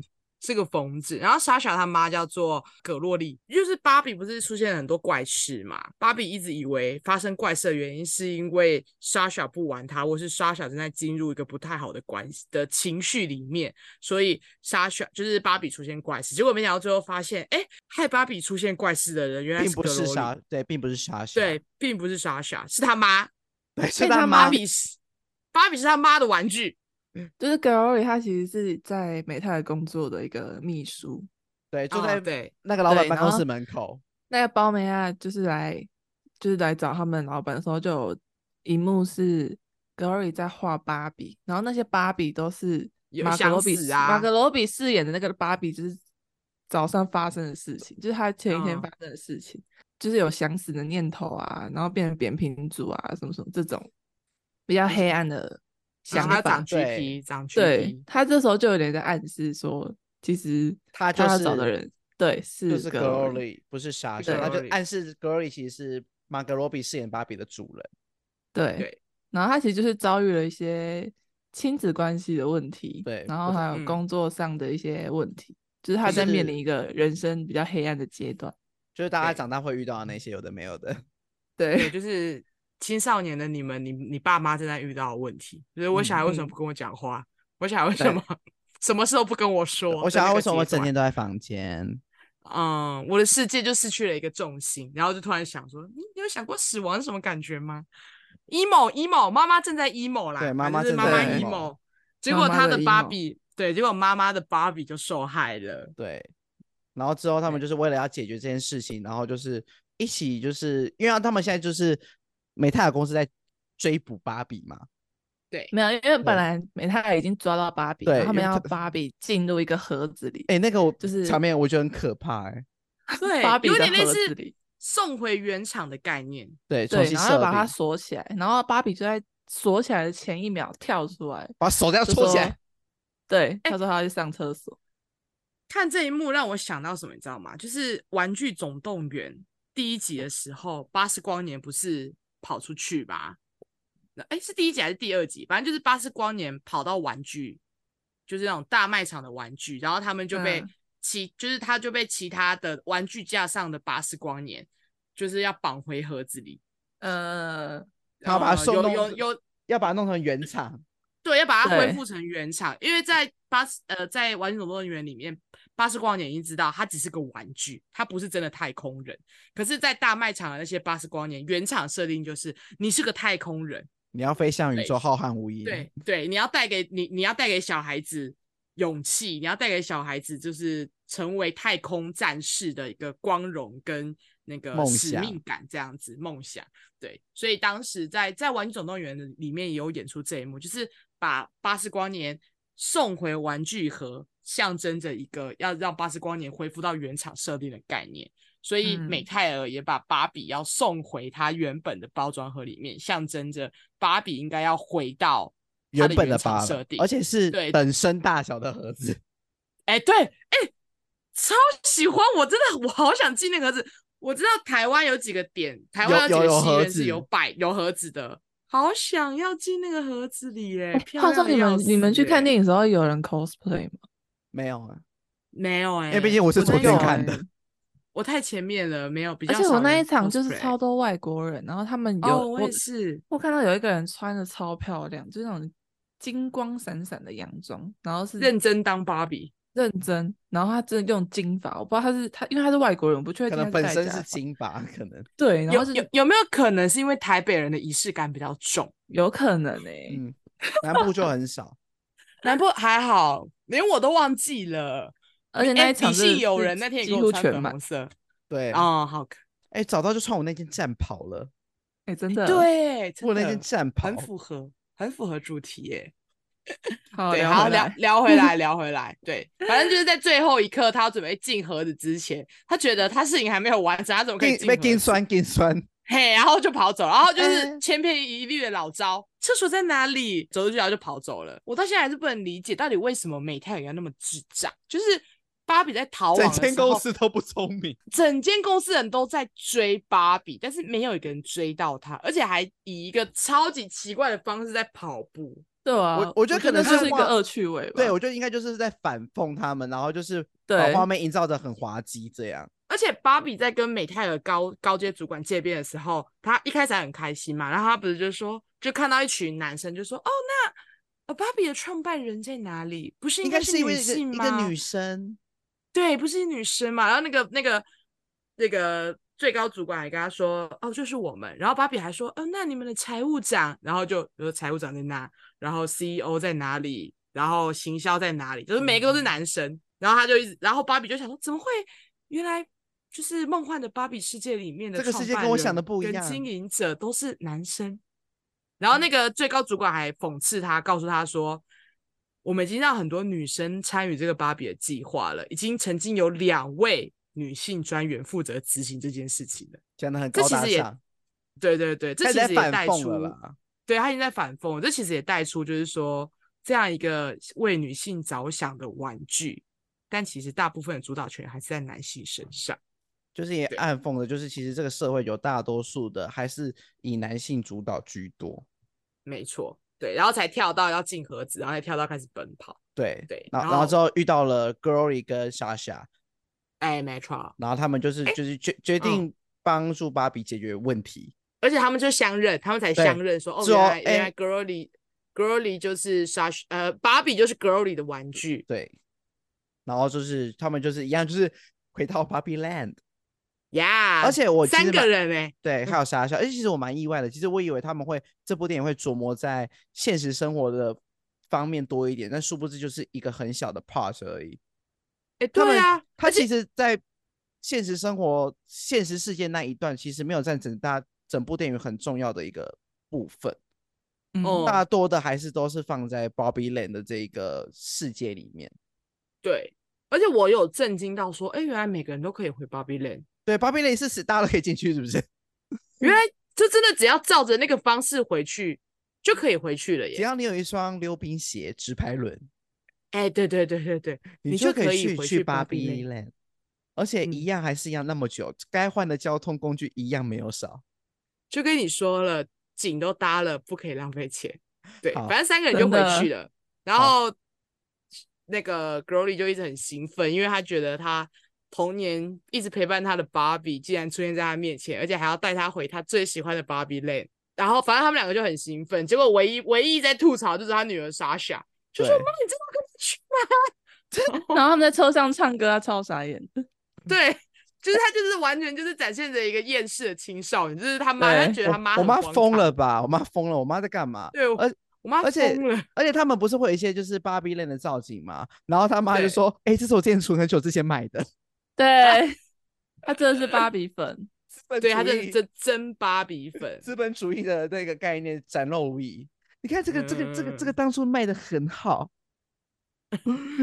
[SPEAKER 2] 是个疯子，然后莎莎他妈叫做葛洛丽，就是芭比不是出现了很多怪事嘛？芭比一直以为发生怪事的原因是因为莎莎不玩她，或是莎莎正在进入一个不太好的关系的情绪里面，所以莎莎就是芭比出现怪事，结果没想到最后发现，哎，害芭比出现怪事的人原来
[SPEAKER 1] 并
[SPEAKER 2] 是
[SPEAKER 1] 不
[SPEAKER 2] 葛
[SPEAKER 1] 是
[SPEAKER 2] 洛
[SPEAKER 1] 莎
[SPEAKER 2] 丽，，
[SPEAKER 1] 对，并不是莎莎，
[SPEAKER 2] 对，并不是莎莎，是他妈，
[SPEAKER 1] 对，是
[SPEAKER 3] 他
[SPEAKER 1] 他
[SPEAKER 3] 妈
[SPEAKER 1] 妈
[SPEAKER 2] 芭比是芭比是他妈的玩具。
[SPEAKER 3] 就是 Glory，他其实是在美泰工作的一个秘书。
[SPEAKER 1] 对，就
[SPEAKER 2] 哦
[SPEAKER 1] 在
[SPEAKER 2] 对
[SPEAKER 1] 那个老板
[SPEAKER 3] 对
[SPEAKER 1] 办
[SPEAKER 3] 然
[SPEAKER 1] 公
[SPEAKER 3] 后
[SPEAKER 1] 室门口，
[SPEAKER 3] 那个包梅亚就是来就是来找他们老板的时候，就有一幕是 Glory 在画芭比，然后那些芭比都是
[SPEAKER 2] 有
[SPEAKER 3] 马格
[SPEAKER 2] 想
[SPEAKER 3] 罗比
[SPEAKER 2] 死
[SPEAKER 3] 饰
[SPEAKER 2] 啊
[SPEAKER 3] 马格罗比饰演的那个芭比，就是早上发生的事情，就是他前一天
[SPEAKER 2] 嗯
[SPEAKER 3] 发生的事情，就是有想死的念头啊，然后变成扁平足啊，什么什么这种比较黑暗的
[SPEAKER 2] 然
[SPEAKER 3] 想
[SPEAKER 2] 后
[SPEAKER 3] 法。
[SPEAKER 2] 他长
[SPEAKER 1] 对
[SPEAKER 2] GP，长 GP，
[SPEAKER 3] 对他这时候就有点在暗示说，其实
[SPEAKER 1] 他就
[SPEAKER 3] 他要找的
[SPEAKER 1] 是
[SPEAKER 3] 人对是
[SPEAKER 1] 就是
[SPEAKER 3] Glory
[SPEAKER 1] Glory，不是莎
[SPEAKER 2] 是
[SPEAKER 1] 莎，他就
[SPEAKER 2] Glory
[SPEAKER 1] 暗示 Glory 其实是马格罗比饰演芭比的主人。
[SPEAKER 3] 对，
[SPEAKER 2] 对
[SPEAKER 3] 然后他其实就是遭遇了一些亲子关系的问题，
[SPEAKER 1] 对
[SPEAKER 3] 然后
[SPEAKER 1] 我
[SPEAKER 3] 还有
[SPEAKER 2] 嗯
[SPEAKER 3] 工作上的一些问题，就是他在面临一个人生比较黑暗的阶段。
[SPEAKER 1] 就是大家
[SPEAKER 2] 对
[SPEAKER 1] 长大会遇到的那些有的没有的，
[SPEAKER 2] 对，
[SPEAKER 3] 对，
[SPEAKER 2] 就是青少年的你们，你你爸妈正在遇到的问题，就是我小孩为什么
[SPEAKER 3] 嗯
[SPEAKER 2] 不跟我讲话？我小孩为什
[SPEAKER 1] 对
[SPEAKER 2] 么什么事都不跟我说？
[SPEAKER 1] 我
[SPEAKER 2] 的
[SPEAKER 1] 想
[SPEAKER 2] 那
[SPEAKER 1] 要
[SPEAKER 2] 个
[SPEAKER 1] 为什么我
[SPEAKER 2] 阶
[SPEAKER 1] 整
[SPEAKER 2] 段
[SPEAKER 1] 天都在房间？
[SPEAKER 2] 嗯，我的世界就失去了一个重心，然后就突然想说，你你有想过死亡是什么感觉吗？emo emo，妈妈正在 emo 啦，
[SPEAKER 1] 对
[SPEAKER 2] 反
[SPEAKER 1] 妈妈
[SPEAKER 2] 正就
[SPEAKER 1] 正
[SPEAKER 2] 是妈妈
[SPEAKER 3] 在
[SPEAKER 1] emo
[SPEAKER 2] emo，结
[SPEAKER 3] 妈
[SPEAKER 2] 果
[SPEAKER 3] 妈
[SPEAKER 2] 她
[SPEAKER 3] 的
[SPEAKER 2] 的芭
[SPEAKER 3] emo
[SPEAKER 2] 比，对，结果妈妈的芭比就受害了。
[SPEAKER 1] 对，然后之后他们
[SPEAKER 2] 对
[SPEAKER 1] 就是为了要解决这件事情，然后就是一起就是因为他们现在就是美泰尔公司在追捕芭比嘛，
[SPEAKER 2] 对，
[SPEAKER 3] 没有，因为
[SPEAKER 1] 对
[SPEAKER 3] 本来美泰已经抓到芭比，
[SPEAKER 1] 对
[SPEAKER 3] 然后他们
[SPEAKER 1] 因为
[SPEAKER 3] 要
[SPEAKER 1] 他
[SPEAKER 3] 芭比进入一个盒子里，
[SPEAKER 1] 哎、那个我
[SPEAKER 3] 就是
[SPEAKER 1] 场面我觉得很可怕哎、
[SPEAKER 2] 对，
[SPEAKER 3] 芭比
[SPEAKER 2] 有
[SPEAKER 3] 的
[SPEAKER 2] 点类
[SPEAKER 3] 盒
[SPEAKER 2] 似
[SPEAKER 3] 子里
[SPEAKER 2] 送回原厂的概念。
[SPEAKER 1] 对，重
[SPEAKER 3] 对，
[SPEAKER 1] 新
[SPEAKER 3] 然后要
[SPEAKER 1] 设
[SPEAKER 3] 把它
[SPEAKER 1] 定，
[SPEAKER 3] 锁起来，然后芭比就在锁起来的前一秒跳出来，
[SPEAKER 1] 把手这样
[SPEAKER 3] 就
[SPEAKER 1] 抽起
[SPEAKER 3] 说
[SPEAKER 1] 来，哎
[SPEAKER 3] 对，他说他要去上厕所，
[SPEAKER 2] 看这一幕让我想到什么，你知道吗？就是《玩具总动员》第一集的时候，巴斯光年不是跑出去吧？那哎，是第一集还是第二集？反正就是巴斯光年跑到玩具，就是那种大卖场的玩具，然后他们就被
[SPEAKER 3] 嗯
[SPEAKER 2] 其、就是他就被其他的玩具架上的巴斯光年，就是要绑回盒子里，
[SPEAKER 3] 呃，
[SPEAKER 1] 他要把它
[SPEAKER 2] 呃
[SPEAKER 1] 送
[SPEAKER 2] 有
[SPEAKER 1] 弄
[SPEAKER 2] 有
[SPEAKER 1] 成
[SPEAKER 2] 有
[SPEAKER 1] 要把它弄成原厂。
[SPEAKER 2] 对，要把它恢
[SPEAKER 3] 对
[SPEAKER 2] 复成原厂，因为在巴斯呃，在《玩具总动员》里面，巴斯光年已经知道他只是个玩具，他不是真的太空人。可是，在大卖场的那些巴斯光年，原厂设定就是你是个太空人，
[SPEAKER 1] 你要飞向宇
[SPEAKER 2] 对
[SPEAKER 1] 宙，浩瀚无垠。
[SPEAKER 2] 对对，你要带给你你要带给小孩子勇气，你要带给小孩子就是成为太空战士的一个光荣跟那个
[SPEAKER 1] 梦
[SPEAKER 2] 使
[SPEAKER 1] 想
[SPEAKER 2] 命感这样子梦想。对，所以当时在在《玩具总动员》的里面也有演出这一幕，就是把巴斯光年送回玩具盒，象征着一个要让巴斯光年恢复到原厂设定的概念。所以美
[SPEAKER 3] 嗯
[SPEAKER 2] 泰尔也把芭比要送回它原本的包装盒里面，象征着芭比应该要回到它
[SPEAKER 1] 原本
[SPEAKER 2] 原
[SPEAKER 1] 的
[SPEAKER 2] 厂
[SPEAKER 1] 芭
[SPEAKER 2] 设
[SPEAKER 1] 比，
[SPEAKER 2] 定。
[SPEAKER 1] 而，且是
[SPEAKER 2] 对
[SPEAKER 1] 等身大小的盒子。
[SPEAKER 2] 哎、对，哎、超喜欢！我真的，我好想进那个盒子。我知道台湾有几个点，台
[SPEAKER 1] 有
[SPEAKER 2] 湾几
[SPEAKER 1] 有
[SPEAKER 2] 个
[SPEAKER 1] 有
[SPEAKER 2] 戏
[SPEAKER 1] 盒
[SPEAKER 2] 院是有
[SPEAKER 1] 子
[SPEAKER 2] 摆有盒子的，好想要进那个盒子里
[SPEAKER 1] 哎
[SPEAKER 2] 耶！漂
[SPEAKER 3] 话说
[SPEAKER 2] 亮的
[SPEAKER 3] 哎你们
[SPEAKER 2] 要
[SPEAKER 3] 你们
[SPEAKER 2] 死
[SPEAKER 3] 去
[SPEAKER 1] 欸
[SPEAKER 3] 看
[SPEAKER 2] 耶
[SPEAKER 3] 电影的时候有人 cosplay 吗？
[SPEAKER 1] 没有啊，
[SPEAKER 2] 没有哎、
[SPEAKER 1] 因为毕竟我是
[SPEAKER 2] 我
[SPEAKER 1] 昨
[SPEAKER 2] 在
[SPEAKER 1] 天
[SPEAKER 3] 有
[SPEAKER 1] 看
[SPEAKER 3] 欸
[SPEAKER 1] 的。
[SPEAKER 2] 我太前面了，没有比较
[SPEAKER 3] 而
[SPEAKER 2] 少
[SPEAKER 3] 且
[SPEAKER 2] 人 cosplay。
[SPEAKER 3] 我那一场就是超多外国人，然后他们有、
[SPEAKER 2] 哦，我
[SPEAKER 3] 我
[SPEAKER 2] 也是，
[SPEAKER 3] 我看到有一个人穿的超漂亮，就是那种金光闪闪的洋装，然后是
[SPEAKER 2] 认真当芭比。
[SPEAKER 3] 认真，然后他真的用金发，我不知道他是他，因为他是外国人，我不确
[SPEAKER 1] 可
[SPEAKER 3] 定
[SPEAKER 1] 能
[SPEAKER 3] 他
[SPEAKER 1] 本
[SPEAKER 3] 戴
[SPEAKER 1] 身
[SPEAKER 3] 假
[SPEAKER 1] 是
[SPEAKER 3] 发
[SPEAKER 1] 金吧，可能。
[SPEAKER 3] 嗯对，然
[SPEAKER 2] 有
[SPEAKER 3] 后是
[SPEAKER 2] 有有没有可能是因为台北人的仪式感比较重？
[SPEAKER 3] 有可能哎、
[SPEAKER 1] 嗯，南部就很少。
[SPEAKER 2] 南部还好，连我都忘记了。
[SPEAKER 3] 而且那
[SPEAKER 2] 哎
[SPEAKER 3] 一场
[SPEAKER 2] 底
[SPEAKER 3] 真的
[SPEAKER 2] 细有
[SPEAKER 3] 是
[SPEAKER 2] 人那天也
[SPEAKER 3] 几
[SPEAKER 2] 给我
[SPEAKER 3] 乎
[SPEAKER 2] 穿
[SPEAKER 3] 全
[SPEAKER 2] 粉
[SPEAKER 3] 满
[SPEAKER 2] 红，色，
[SPEAKER 1] 对，哎、
[SPEAKER 2] 哦，好看，
[SPEAKER 1] 找到就穿我那件战袍了，
[SPEAKER 3] 哎、真的，，
[SPEAKER 2] 对，
[SPEAKER 1] 我
[SPEAKER 2] 真
[SPEAKER 1] 那
[SPEAKER 2] 的
[SPEAKER 1] 件战袍
[SPEAKER 2] 很符合，很符合主题耶。
[SPEAKER 3] 好
[SPEAKER 2] 对，
[SPEAKER 3] 聊
[SPEAKER 2] 好
[SPEAKER 3] 回
[SPEAKER 2] 哦聊
[SPEAKER 3] 来
[SPEAKER 2] 聊回 来，聊回来。对，反正就是在最后一刻，他要准备进盒子之前，他觉得他事情还没有完成，他怎么可以
[SPEAKER 1] 被
[SPEAKER 2] 进
[SPEAKER 1] 被
[SPEAKER 2] 盒
[SPEAKER 1] 金
[SPEAKER 2] 子
[SPEAKER 1] 酸金酸，
[SPEAKER 2] 嘿，然后就跑走，然后就是
[SPEAKER 1] 哎
[SPEAKER 2] 千篇一律的老招，厕所在哪里？走出去然后就跑走了。我到现在还是不能理解，到底为什么美泰尔要那么智障？就是芭比在逃亡
[SPEAKER 1] 整
[SPEAKER 2] 的
[SPEAKER 1] 间
[SPEAKER 2] 时
[SPEAKER 1] 公
[SPEAKER 2] 候，
[SPEAKER 1] 司都不聪明。
[SPEAKER 2] 整间公司人都在追芭比，但是没有一个人追到她，而且还以一个超级奇怪的方式在跑步。
[SPEAKER 3] 对啊，
[SPEAKER 1] 我
[SPEAKER 3] 我
[SPEAKER 1] 觉得可能
[SPEAKER 3] 能就是是一
[SPEAKER 1] 画
[SPEAKER 3] 个恶趣味吧，
[SPEAKER 1] 对，我觉得应该就是在反讽他们，然后就是把
[SPEAKER 3] 对
[SPEAKER 1] 画面营造的很滑稽这样。
[SPEAKER 2] 而且芭比在跟美泰尔高高阶主管见面的时候，她一开始还很开心嘛，然后她不是就说，就看到一群男生就说，哦，那呃芭比的创办人在哪里？不是
[SPEAKER 1] 应
[SPEAKER 2] 该
[SPEAKER 1] 该
[SPEAKER 2] 是
[SPEAKER 1] 是因为
[SPEAKER 2] 女
[SPEAKER 1] 一个
[SPEAKER 2] 性
[SPEAKER 1] 一
[SPEAKER 2] 吗？
[SPEAKER 1] 个女生，
[SPEAKER 2] 对，不是女生嘛。然后那个那个那个最高主管还跟他说，哦，就是我们。然后芭比还说，嗯、那你们的财务长，然后就比如说财务长在哪，然后 CEO 在哪里，然后行销在哪里，就是每个都
[SPEAKER 1] 嗯
[SPEAKER 2] 是男生。然后他就一直，然后芭比就想说，怎么会？原来就是梦幻的芭比世界里面的
[SPEAKER 1] 这个
[SPEAKER 2] 创
[SPEAKER 1] 世界跟
[SPEAKER 2] 办
[SPEAKER 1] 我想
[SPEAKER 2] 人
[SPEAKER 1] 的不一
[SPEAKER 2] 跟
[SPEAKER 1] 样嗯
[SPEAKER 2] 经营者都是男生。然后那个最高主管还讽刺他，告诉他说：“我们已经让很多女生参与这个芭比的计划了，已经曾经有两位女性专员负责执行这件事情了。
[SPEAKER 1] 讲的很
[SPEAKER 2] 这
[SPEAKER 1] 高
[SPEAKER 2] 其
[SPEAKER 1] 大
[SPEAKER 2] 实也
[SPEAKER 1] 上，
[SPEAKER 2] 对对对，这
[SPEAKER 1] 开
[SPEAKER 2] 其
[SPEAKER 1] 始在
[SPEAKER 2] 实也
[SPEAKER 1] 反
[SPEAKER 2] 带
[SPEAKER 1] 讽
[SPEAKER 2] 出
[SPEAKER 1] 了，啦。
[SPEAKER 2] 对他已经在反讽了，这其实也带出就是说这样一个为女性着想的玩具，但其实大部分的主导权还是在男性身上。
[SPEAKER 1] 就是也
[SPEAKER 2] 对
[SPEAKER 1] 暗讽的，就是其实这个社会有大多数的还是以男性主导居多。
[SPEAKER 2] 没错，对，然后才跳到要进盒子，然后再跳到开始奔跑。
[SPEAKER 1] 对
[SPEAKER 2] 对
[SPEAKER 1] 然
[SPEAKER 2] 然
[SPEAKER 1] 后然后之
[SPEAKER 2] 后
[SPEAKER 1] 后遇到了 Glory 跟 Sasha，
[SPEAKER 2] 哎，没错，
[SPEAKER 1] 然后他们就是就是决决
[SPEAKER 2] 嗯
[SPEAKER 1] 定帮助芭比解决问题。
[SPEAKER 2] 而且他们就相认，他们才
[SPEAKER 1] 对
[SPEAKER 2] 相认说，哦，
[SPEAKER 1] 之
[SPEAKER 2] 原
[SPEAKER 1] 后
[SPEAKER 2] 来原
[SPEAKER 1] 哎
[SPEAKER 2] 来 Girly Girly 就是 Sash，呃，芭比就是 Girly 的玩具，
[SPEAKER 1] 对，然后就是他们就是一样，就是回到 Barbie Land。
[SPEAKER 2] 呀、
[SPEAKER 1] 而且我其
[SPEAKER 2] 啊三
[SPEAKER 1] 实
[SPEAKER 2] 个
[SPEAKER 1] 蛮
[SPEAKER 2] 人哎、
[SPEAKER 1] 对，还有沙笑。而且其实我蛮意外的，其实我以为他们会这部电影会琢磨在现实生活的方面多一点，但殊不知就是一个很小的 part 而已。
[SPEAKER 2] 哎、
[SPEAKER 1] 他
[SPEAKER 2] 对
[SPEAKER 1] 们
[SPEAKER 2] 啊，
[SPEAKER 1] 他其实，在现实生活、现实世界那一段，其实没有占整大整部电影很重要的一个部分，
[SPEAKER 3] 嗯
[SPEAKER 2] 哦
[SPEAKER 1] 大多的还是都是放在 Bobby Land 的这一个世界里面。
[SPEAKER 2] 对，而且我有震惊到说，哎、原来每个人都可以回 Barbie Land，
[SPEAKER 1] 对，Bobby Land 是死大家都可以进去，是不是？
[SPEAKER 2] 原来就真的只要照着那个方式回去就可以回去了
[SPEAKER 1] 只
[SPEAKER 2] 耶，
[SPEAKER 1] 要你有一双溜冰鞋、直排轮，
[SPEAKER 2] 哎、对对对对对，你
[SPEAKER 1] 就
[SPEAKER 2] 就可以
[SPEAKER 1] 去
[SPEAKER 2] 回
[SPEAKER 1] 去
[SPEAKER 2] 去 Barbie
[SPEAKER 1] Barbie Land，而且一
[SPEAKER 2] 嗯
[SPEAKER 1] 样还是一样那么久，该换的交通工具一样没有少。
[SPEAKER 2] 就跟你说了，景都搭了，不可以浪费钱。对，
[SPEAKER 1] 好
[SPEAKER 2] 反正三个人就
[SPEAKER 3] 真
[SPEAKER 2] 回
[SPEAKER 3] 的
[SPEAKER 2] 去了。然
[SPEAKER 1] 好
[SPEAKER 2] 后那个 Grody 就一直很兴奋，因为他觉得他童年一直陪伴他的芭比，竟然出现在他面前，而且还要带他回他最喜欢的芭比 land。然后反正他们两个就很兴奋，结果唯一唯一在吐槽就是他女儿 Sasha，就说
[SPEAKER 1] 对
[SPEAKER 2] 妈，你真的要跟他去吗？
[SPEAKER 3] 然后他们在车上唱歌啊，超傻眼 的，
[SPEAKER 2] 对。就是他，就是完全就是展现着一个厌世的青少年，就是他妈，他
[SPEAKER 3] 对
[SPEAKER 2] 觉得
[SPEAKER 1] 我
[SPEAKER 2] 他妈
[SPEAKER 1] 我
[SPEAKER 2] 很
[SPEAKER 1] 妈
[SPEAKER 2] 荒
[SPEAKER 1] 疯
[SPEAKER 2] 唐，
[SPEAKER 1] 了吧？我妈疯了，我妈在干嘛？
[SPEAKER 2] 对，我
[SPEAKER 1] 而
[SPEAKER 2] 我妈
[SPEAKER 1] 而且
[SPEAKER 2] 疯了，
[SPEAKER 1] 而且他们不是会有一些就是芭比 land 的造景嘛？然后他妈就
[SPEAKER 2] 对
[SPEAKER 1] 说：“哎、这是我之前存很久之前买的。
[SPEAKER 3] 对，他真的是芭比粉，，
[SPEAKER 1] 资本
[SPEAKER 2] 对他
[SPEAKER 1] 主
[SPEAKER 2] 真的
[SPEAKER 1] 义
[SPEAKER 2] 是真真芭比粉，
[SPEAKER 1] 资本主义的那个概念展露无遗。你看这个这个这个这个
[SPEAKER 2] 嗯
[SPEAKER 1] 当初卖的很好，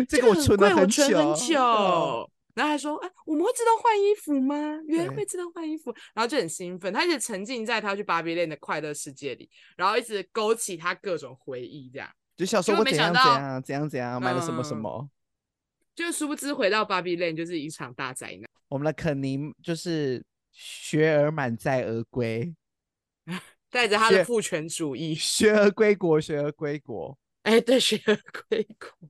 [SPEAKER 1] 这
[SPEAKER 2] 这
[SPEAKER 1] 个我
[SPEAKER 2] 很
[SPEAKER 1] 存了
[SPEAKER 2] 贵我
[SPEAKER 1] 久，
[SPEAKER 2] 存
[SPEAKER 1] 真
[SPEAKER 2] 很
[SPEAKER 1] 的
[SPEAKER 2] 久。然后还说，哎、我们会自动换衣服吗？原来
[SPEAKER 1] 对
[SPEAKER 2] 会自动换衣服，然后就很兴奋，他一直沉浸在他去芭比 land 的快乐世界里，然后一直勾起他各种回忆，这样。
[SPEAKER 1] 就小时
[SPEAKER 2] 结
[SPEAKER 1] 候我
[SPEAKER 2] 果
[SPEAKER 1] 怎
[SPEAKER 2] 没
[SPEAKER 1] 样
[SPEAKER 2] 想
[SPEAKER 1] 怎
[SPEAKER 2] 到
[SPEAKER 1] 样怎样怎样买了什么什
[SPEAKER 2] 嗯
[SPEAKER 1] 么。
[SPEAKER 2] 就殊不知回到芭比 land 就是一场大灾难。
[SPEAKER 1] 我们的肯尼就是学而满载而归，
[SPEAKER 2] 带着他的
[SPEAKER 1] 学
[SPEAKER 2] 父权主义，
[SPEAKER 1] 学而归国，学而归国。
[SPEAKER 2] 哎、对，学而 归 国，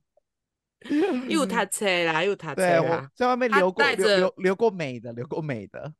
[SPEAKER 2] 又他车啦，又他车
[SPEAKER 1] 对我
[SPEAKER 2] 啦，
[SPEAKER 1] 在外面
[SPEAKER 2] 啊他
[SPEAKER 1] 留过
[SPEAKER 2] 带
[SPEAKER 1] 留
[SPEAKER 2] 着
[SPEAKER 1] 留留过美的，留过美的。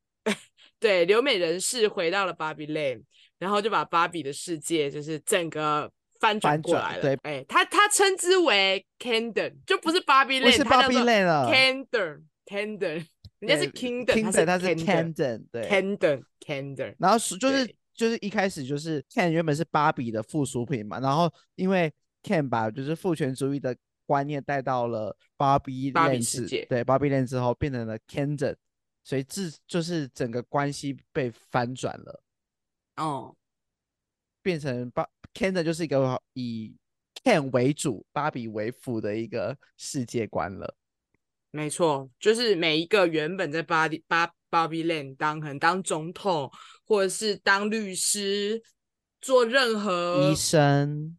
[SPEAKER 2] 对，留美人士回到了芭比 land，然后就把芭比的世界就是整个翻转
[SPEAKER 1] 翻
[SPEAKER 2] 过
[SPEAKER 1] 转
[SPEAKER 2] 来了。
[SPEAKER 1] 对
[SPEAKER 2] 哎、他他称之为 Candon，就不是芭比
[SPEAKER 1] 我
[SPEAKER 2] land，
[SPEAKER 1] 是
[SPEAKER 2] 它叫
[SPEAKER 1] Bobby
[SPEAKER 2] 做
[SPEAKER 1] Lane 了
[SPEAKER 2] Candon，Candon，人家是
[SPEAKER 1] 对
[SPEAKER 2] Kingdom，
[SPEAKER 1] Kingdom，他是
[SPEAKER 2] Candon，
[SPEAKER 1] Camden，对。
[SPEAKER 2] Candon，Candon，
[SPEAKER 1] 然后是就是
[SPEAKER 2] 对
[SPEAKER 1] 就是一开始就是 Ken 原本是芭比的附属品嘛，然后因为 Ken 把就是父权主义的观念带到了芭比
[SPEAKER 2] 芭比
[SPEAKER 1] 链
[SPEAKER 2] 世
[SPEAKER 1] 之
[SPEAKER 2] 界
[SPEAKER 1] 对芭比链之后变成了 Kendon，所以自就是整个关系被翻转了，
[SPEAKER 2] 哦，
[SPEAKER 1] 变成芭 Kendon 就是一个以 Ken 为主、芭比为辅的一个世界观了。
[SPEAKER 2] 没错，就是每一个原本在巴迪巴巴比 land 当可能当总统，或者是当律师，做任何
[SPEAKER 1] 医生，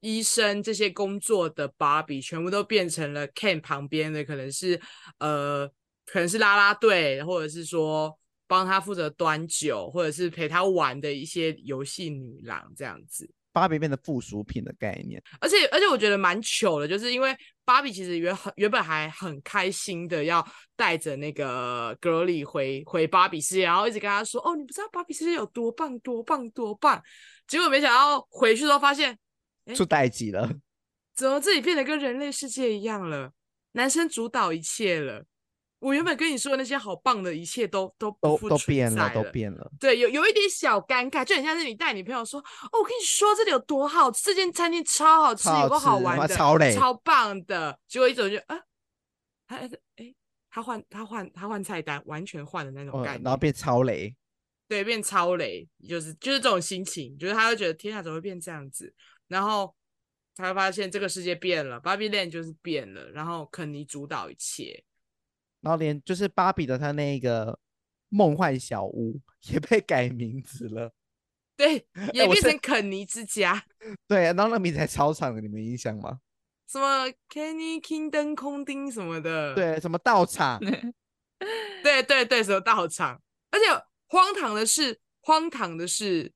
[SPEAKER 2] 医生这些工作的芭比，全部都变成了 Ken 旁边的，可能是呃，可能是啦啦队，或者是说帮他负责端酒，或者是陪他玩的一些游戏女郎这样子。
[SPEAKER 1] 芭比变成附属品的概念。
[SPEAKER 2] 而且而且我觉得蛮糗的，就是因为芭比其实原很原本还很开心的要带着那个格里回回芭比世界，然后一直跟他说哦，你不知道芭比世界有多棒多棒多棒，结果没想到回去之后发现诶
[SPEAKER 1] 出代级了，
[SPEAKER 2] 怎么自己变得跟人类世界一样了，男生主导一切了。我原本跟你说的那些好棒的一切都都不
[SPEAKER 1] 都
[SPEAKER 2] 复
[SPEAKER 1] 都
[SPEAKER 2] 存
[SPEAKER 1] 变了，
[SPEAKER 2] 在
[SPEAKER 1] 都
[SPEAKER 2] 了
[SPEAKER 1] 变了。
[SPEAKER 2] 对，有有一点小尴尬，就很像是你带你朋友说：“哦，我跟你说这里有多好吃，这间餐厅超好吃，
[SPEAKER 1] 超
[SPEAKER 2] 有
[SPEAKER 1] 好
[SPEAKER 2] 多好
[SPEAKER 1] 吃
[SPEAKER 2] 玩
[SPEAKER 1] 哇
[SPEAKER 2] 的，
[SPEAKER 1] 超累
[SPEAKER 2] 棒的。”结果一走就啊，他哎哎，他换他换他换菜单，完全换的那种
[SPEAKER 1] 嗯
[SPEAKER 2] 概念，
[SPEAKER 1] 然后变超雷，
[SPEAKER 2] 对变超雷，就是就是这种心情，就是他会觉得天啊，怎么会变这样子？然后他会发现这个世界变了，Barbie Land 就是变了，然后肯尼主导一切。
[SPEAKER 1] 然后连就是芭比的她那个梦幻小屋也被改名字了。
[SPEAKER 2] 对，也
[SPEAKER 1] 哎我
[SPEAKER 2] 变
[SPEAKER 1] 是
[SPEAKER 2] 成肯尼之家，
[SPEAKER 1] 对，啊然后那名字还超长的，你们印象吗？
[SPEAKER 2] 什么 Kenny Kingdom 空丁什么的，
[SPEAKER 1] 对，什么道场
[SPEAKER 2] 对对对，什么道场？而且荒唐的是，荒唐的是，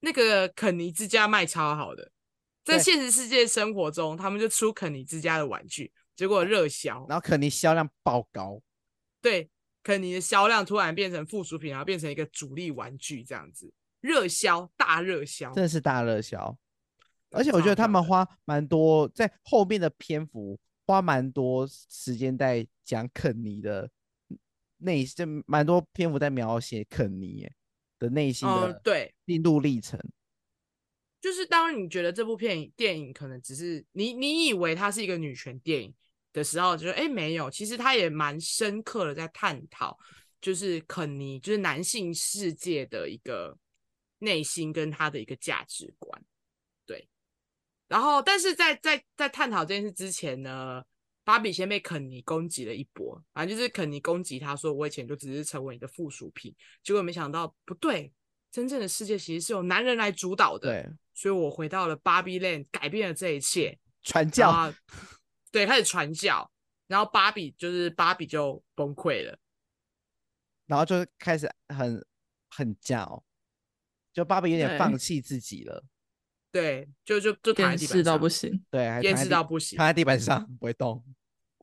[SPEAKER 2] 那个肯尼之家卖超好的，在
[SPEAKER 1] 对
[SPEAKER 2] 现实世界生活中，他们就出肯尼之家的玩具，结果热销，
[SPEAKER 1] 然后肯尼销量爆高，
[SPEAKER 2] 对肯尼的销量突然变成附属品，然后变成一个主力玩具这样子，热销大热销，
[SPEAKER 1] 真的是大热销。而且
[SPEAKER 2] 超
[SPEAKER 1] 我觉得他
[SPEAKER 2] 屌
[SPEAKER 1] 们
[SPEAKER 2] 的
[SPEAKER 1] 花蛮多在后面的篇幅，花蛮多时间在讲肯尼的内，就蛮多篇幅在描写肯尼耶的内心
[SPEAKER 2] 嗯，
[SPEAKER 1] 的
[SPEAKER 2] 对。
[SPEAKER 1] 心路历程。
[SPEAKER 2] 就是当你觉得这部片影电影可能只是你你以为它是一个女权电影的时候，就说哎、诶没有，其实它也蛮深刻的在探讨，就是肯尼就是男性世界的一个内心跟他的一个价值观，对。然后，但是在在在探讨这件事之前呢，芭比先被肯尼攻击了一波，反正就是肯尼攻击他说我以前就只是成为你的附属品，结果没想到不对，真正的世界其实是由男人来主导的。
[SPEAKER 1] 对，
[SPEAKER 2] 所以我回到了 Barbie Land，改变了这一切。
[SPEAKER 1] 传
[SPEAKER 2] 然
[SPEAKER 1] 教。
[SPEAKER 2] 后，对，开始传教，然后芭比就是芭比就崩溃了。
[SPEAKER 1] 然后就开始很很叫，就芭比有点
[SPEAKER 3] 对
[SPEAKER 1] 放弃自己了，
[SPEAKER 2] 对，就就就躺在
[SPEAKER 3] 厌
[SPEAKER 2] 地板
[SPEAKER 3] 世到
[SPEAKER 2] 上
[SPEAKER 3] 不，行，
[SPEAKER 1] 对，还
[SPEAKER 2] 厌
[SPEAKER 1] 躺在
[SPEAKER 2] 世
[SPEAKER 1] 地
[SPEAKER 2] 到不行
[SPEAKER 1] 躺，在地板上不会动，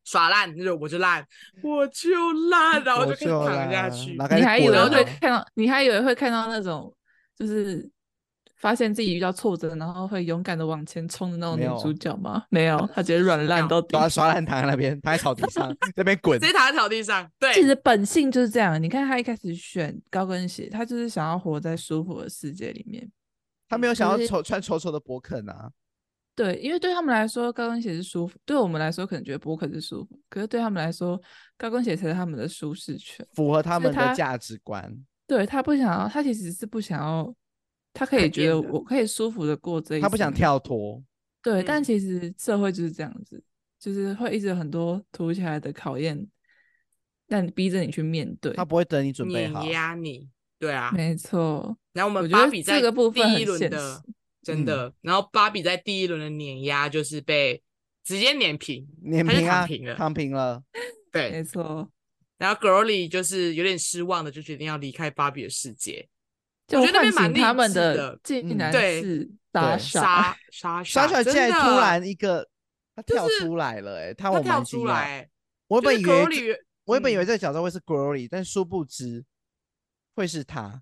[SPEAKER 2] 耍烂，就我就烂，我就烂，然后
[SPEAKER 1] 我
[SPEAKER 2] 就开始躺下
[SPEAKER 1] 啦
[SPEAKER 2] 去。
[SPEAKER 1] 然后
[SPEAKER 3] 你还
[SPEAKER 1] 开始
[SPEAKER 3] 以
[SPEAKER 1] 滚
[SPEAKER 3] 为
[SPEAKER 1] 啊
[SPEAKER 3] 会看到，你还以为会看到那种，就是发现自己遇到挫折，然后会勇敢的往前冲的那种
[SPEAKER 1] 没
[SPEAKER 3] 女
[SPEAKER 1] 有
[SPEAKER 3] 主角吗？没有，她直接软烂到底
[SPEAKER 1] 然。后耍烂躺在那边，躺在草地 上那边滚
[SPEAKER 2] 直，接躺在草地上，对，
[SPEAKER 3] 其实本性就是这样。你看她一开始选高跟鞋，她就是想要活在舒服的世界里面。
[SPEAKER 1] 他没有想
[SPEAKER 3] 就
[SPEAKER 1] 要
[SPEAKER 3] 是
[SPEAKER 1] 丑穿丑丑的勃肯啊，
[SPEAKER 3] 对，因为对他们来说，高跟鞋是舒服；对我们来说，可能觉得勃肯是舒服，可是对他们来说，高跟鞋才是他们的舒适圈。
[SPEAKER 1] 符合他
[SPEAKER 3] 所以
[SPEAKER 1] 们的
[SPEAKER 3] 他
[SPEAKER 1] 价值观。
[SPEAKER 3] 对他不想要，他其实是不想要，他可
[SPEAKER 2] 改
[SPEAKER 3] 以觉
[SPEAKER 2] 变
[SPEAKER 3] 得
[SPEAKER 2] 的
[SPEAKER 3] 我可以舒服的过这一生。
[SPEAKER 1] 他不想跳脱，
[SPEAKER 3] 对，但
[SPEAKER 2] 嗯
[SPEAKER 3] 其实社会就是这样子，就是会一直有很多突如其来的考验，但逼着你去面对。
[SPEAKER 1] 他不会等你准备
[SPEAKER 2] 碾
[SPEAKER 1] 好。
[SPEAKER 2] 压你，对啊。
[SPEAKER 3] 没错，
[SPEAKER 2] 然后我
[SPEAKER 3] 我
[SPEAKER 2] 们
[SPEAKER 3] 觉
[SPEAKER 2] 芭
[SPEAKER 3] 得
[SPEAKER 2] 比
[SPEAKER 3] 这
[SPEAKER 2] 在
[SPEAKER 3] 个部
[SPEAKER 2] 第
[SPEAKER 3] 分
[SPEAKER 2] 一
[SPEAKER 3] 很
[SPEAKER 2] 轮
[SPEAKER 3] 现
[SPEAKER 2] 的
[SPEAKER 3] 实，嗯
[SPEAKER 2] 真的，然后芭比在第一轮的碾压就是被直接碾平，
[SPEAKER 1] 碾
[SPEAKER 2] 他就
[SPEAKER 1] 平
[SPEAKER 2] 躺
[SPEAKER 1] 啊
[SPEAKER 2] 平，了，
[SPEAKER 1] 躺平了，
[SPEAKER 2] 对，
[SPEAKER 3] 没错。
[SPEAKER 2] 然后 Girly 就是有点失望的，就决定要离开芭比的世界。
[SPEAKER 3] 就
[SPEAKER 2] 觉得那
[SPEAKER 3] 唤
[SPEAKER 2] 边蛮
[SPEAKER 3] 醒
[SPEAKER 2] 励
[SPEAKER 3] 他们
[SPEAKER 2] 志的
[SPEAKER 3] 竟
[SPEAKER 1] 嗯
[SPEAKER 3] 然
[SPEAKER 2] 对
[SPEAKER 3] 是打
[SPEAKER 1] 对
[SPEAKER 3] 傻
[SPEAKER 2] 莎，莎
[SPEAKER 1] 莎莎
[SPEAKER 2] 真
[SPEAKER 1] 竟然
[SPEAKER 2] 的
[SPEAKER 1] 突然一个，他跳
[SPEAKER 2] 就是
[SPEAKER 1] 出来了，哎，他
[SPEAKER 2] 她
[SPEAKER 1] 我
[SPEAKER 2] 跳
[SPEAKER 1] 蛮惊
[SPEAKER 2] 出
[SPEAKER 1] 讶。
[SPEAKER 2] 来，
[SPEAKER 1] 我
[SPEAKER 2] 就
[SPEAKER 1] 本
[SPEAKER 2] 是
[SPEAKER 1] 以为这
[SPEAKER 2] Girly
[SPEAKER 1] 我原本以为
[SPEAKER 2] 嗯
[SPEAKER 1] 这个角色会是 Glory，但殊不知会是他，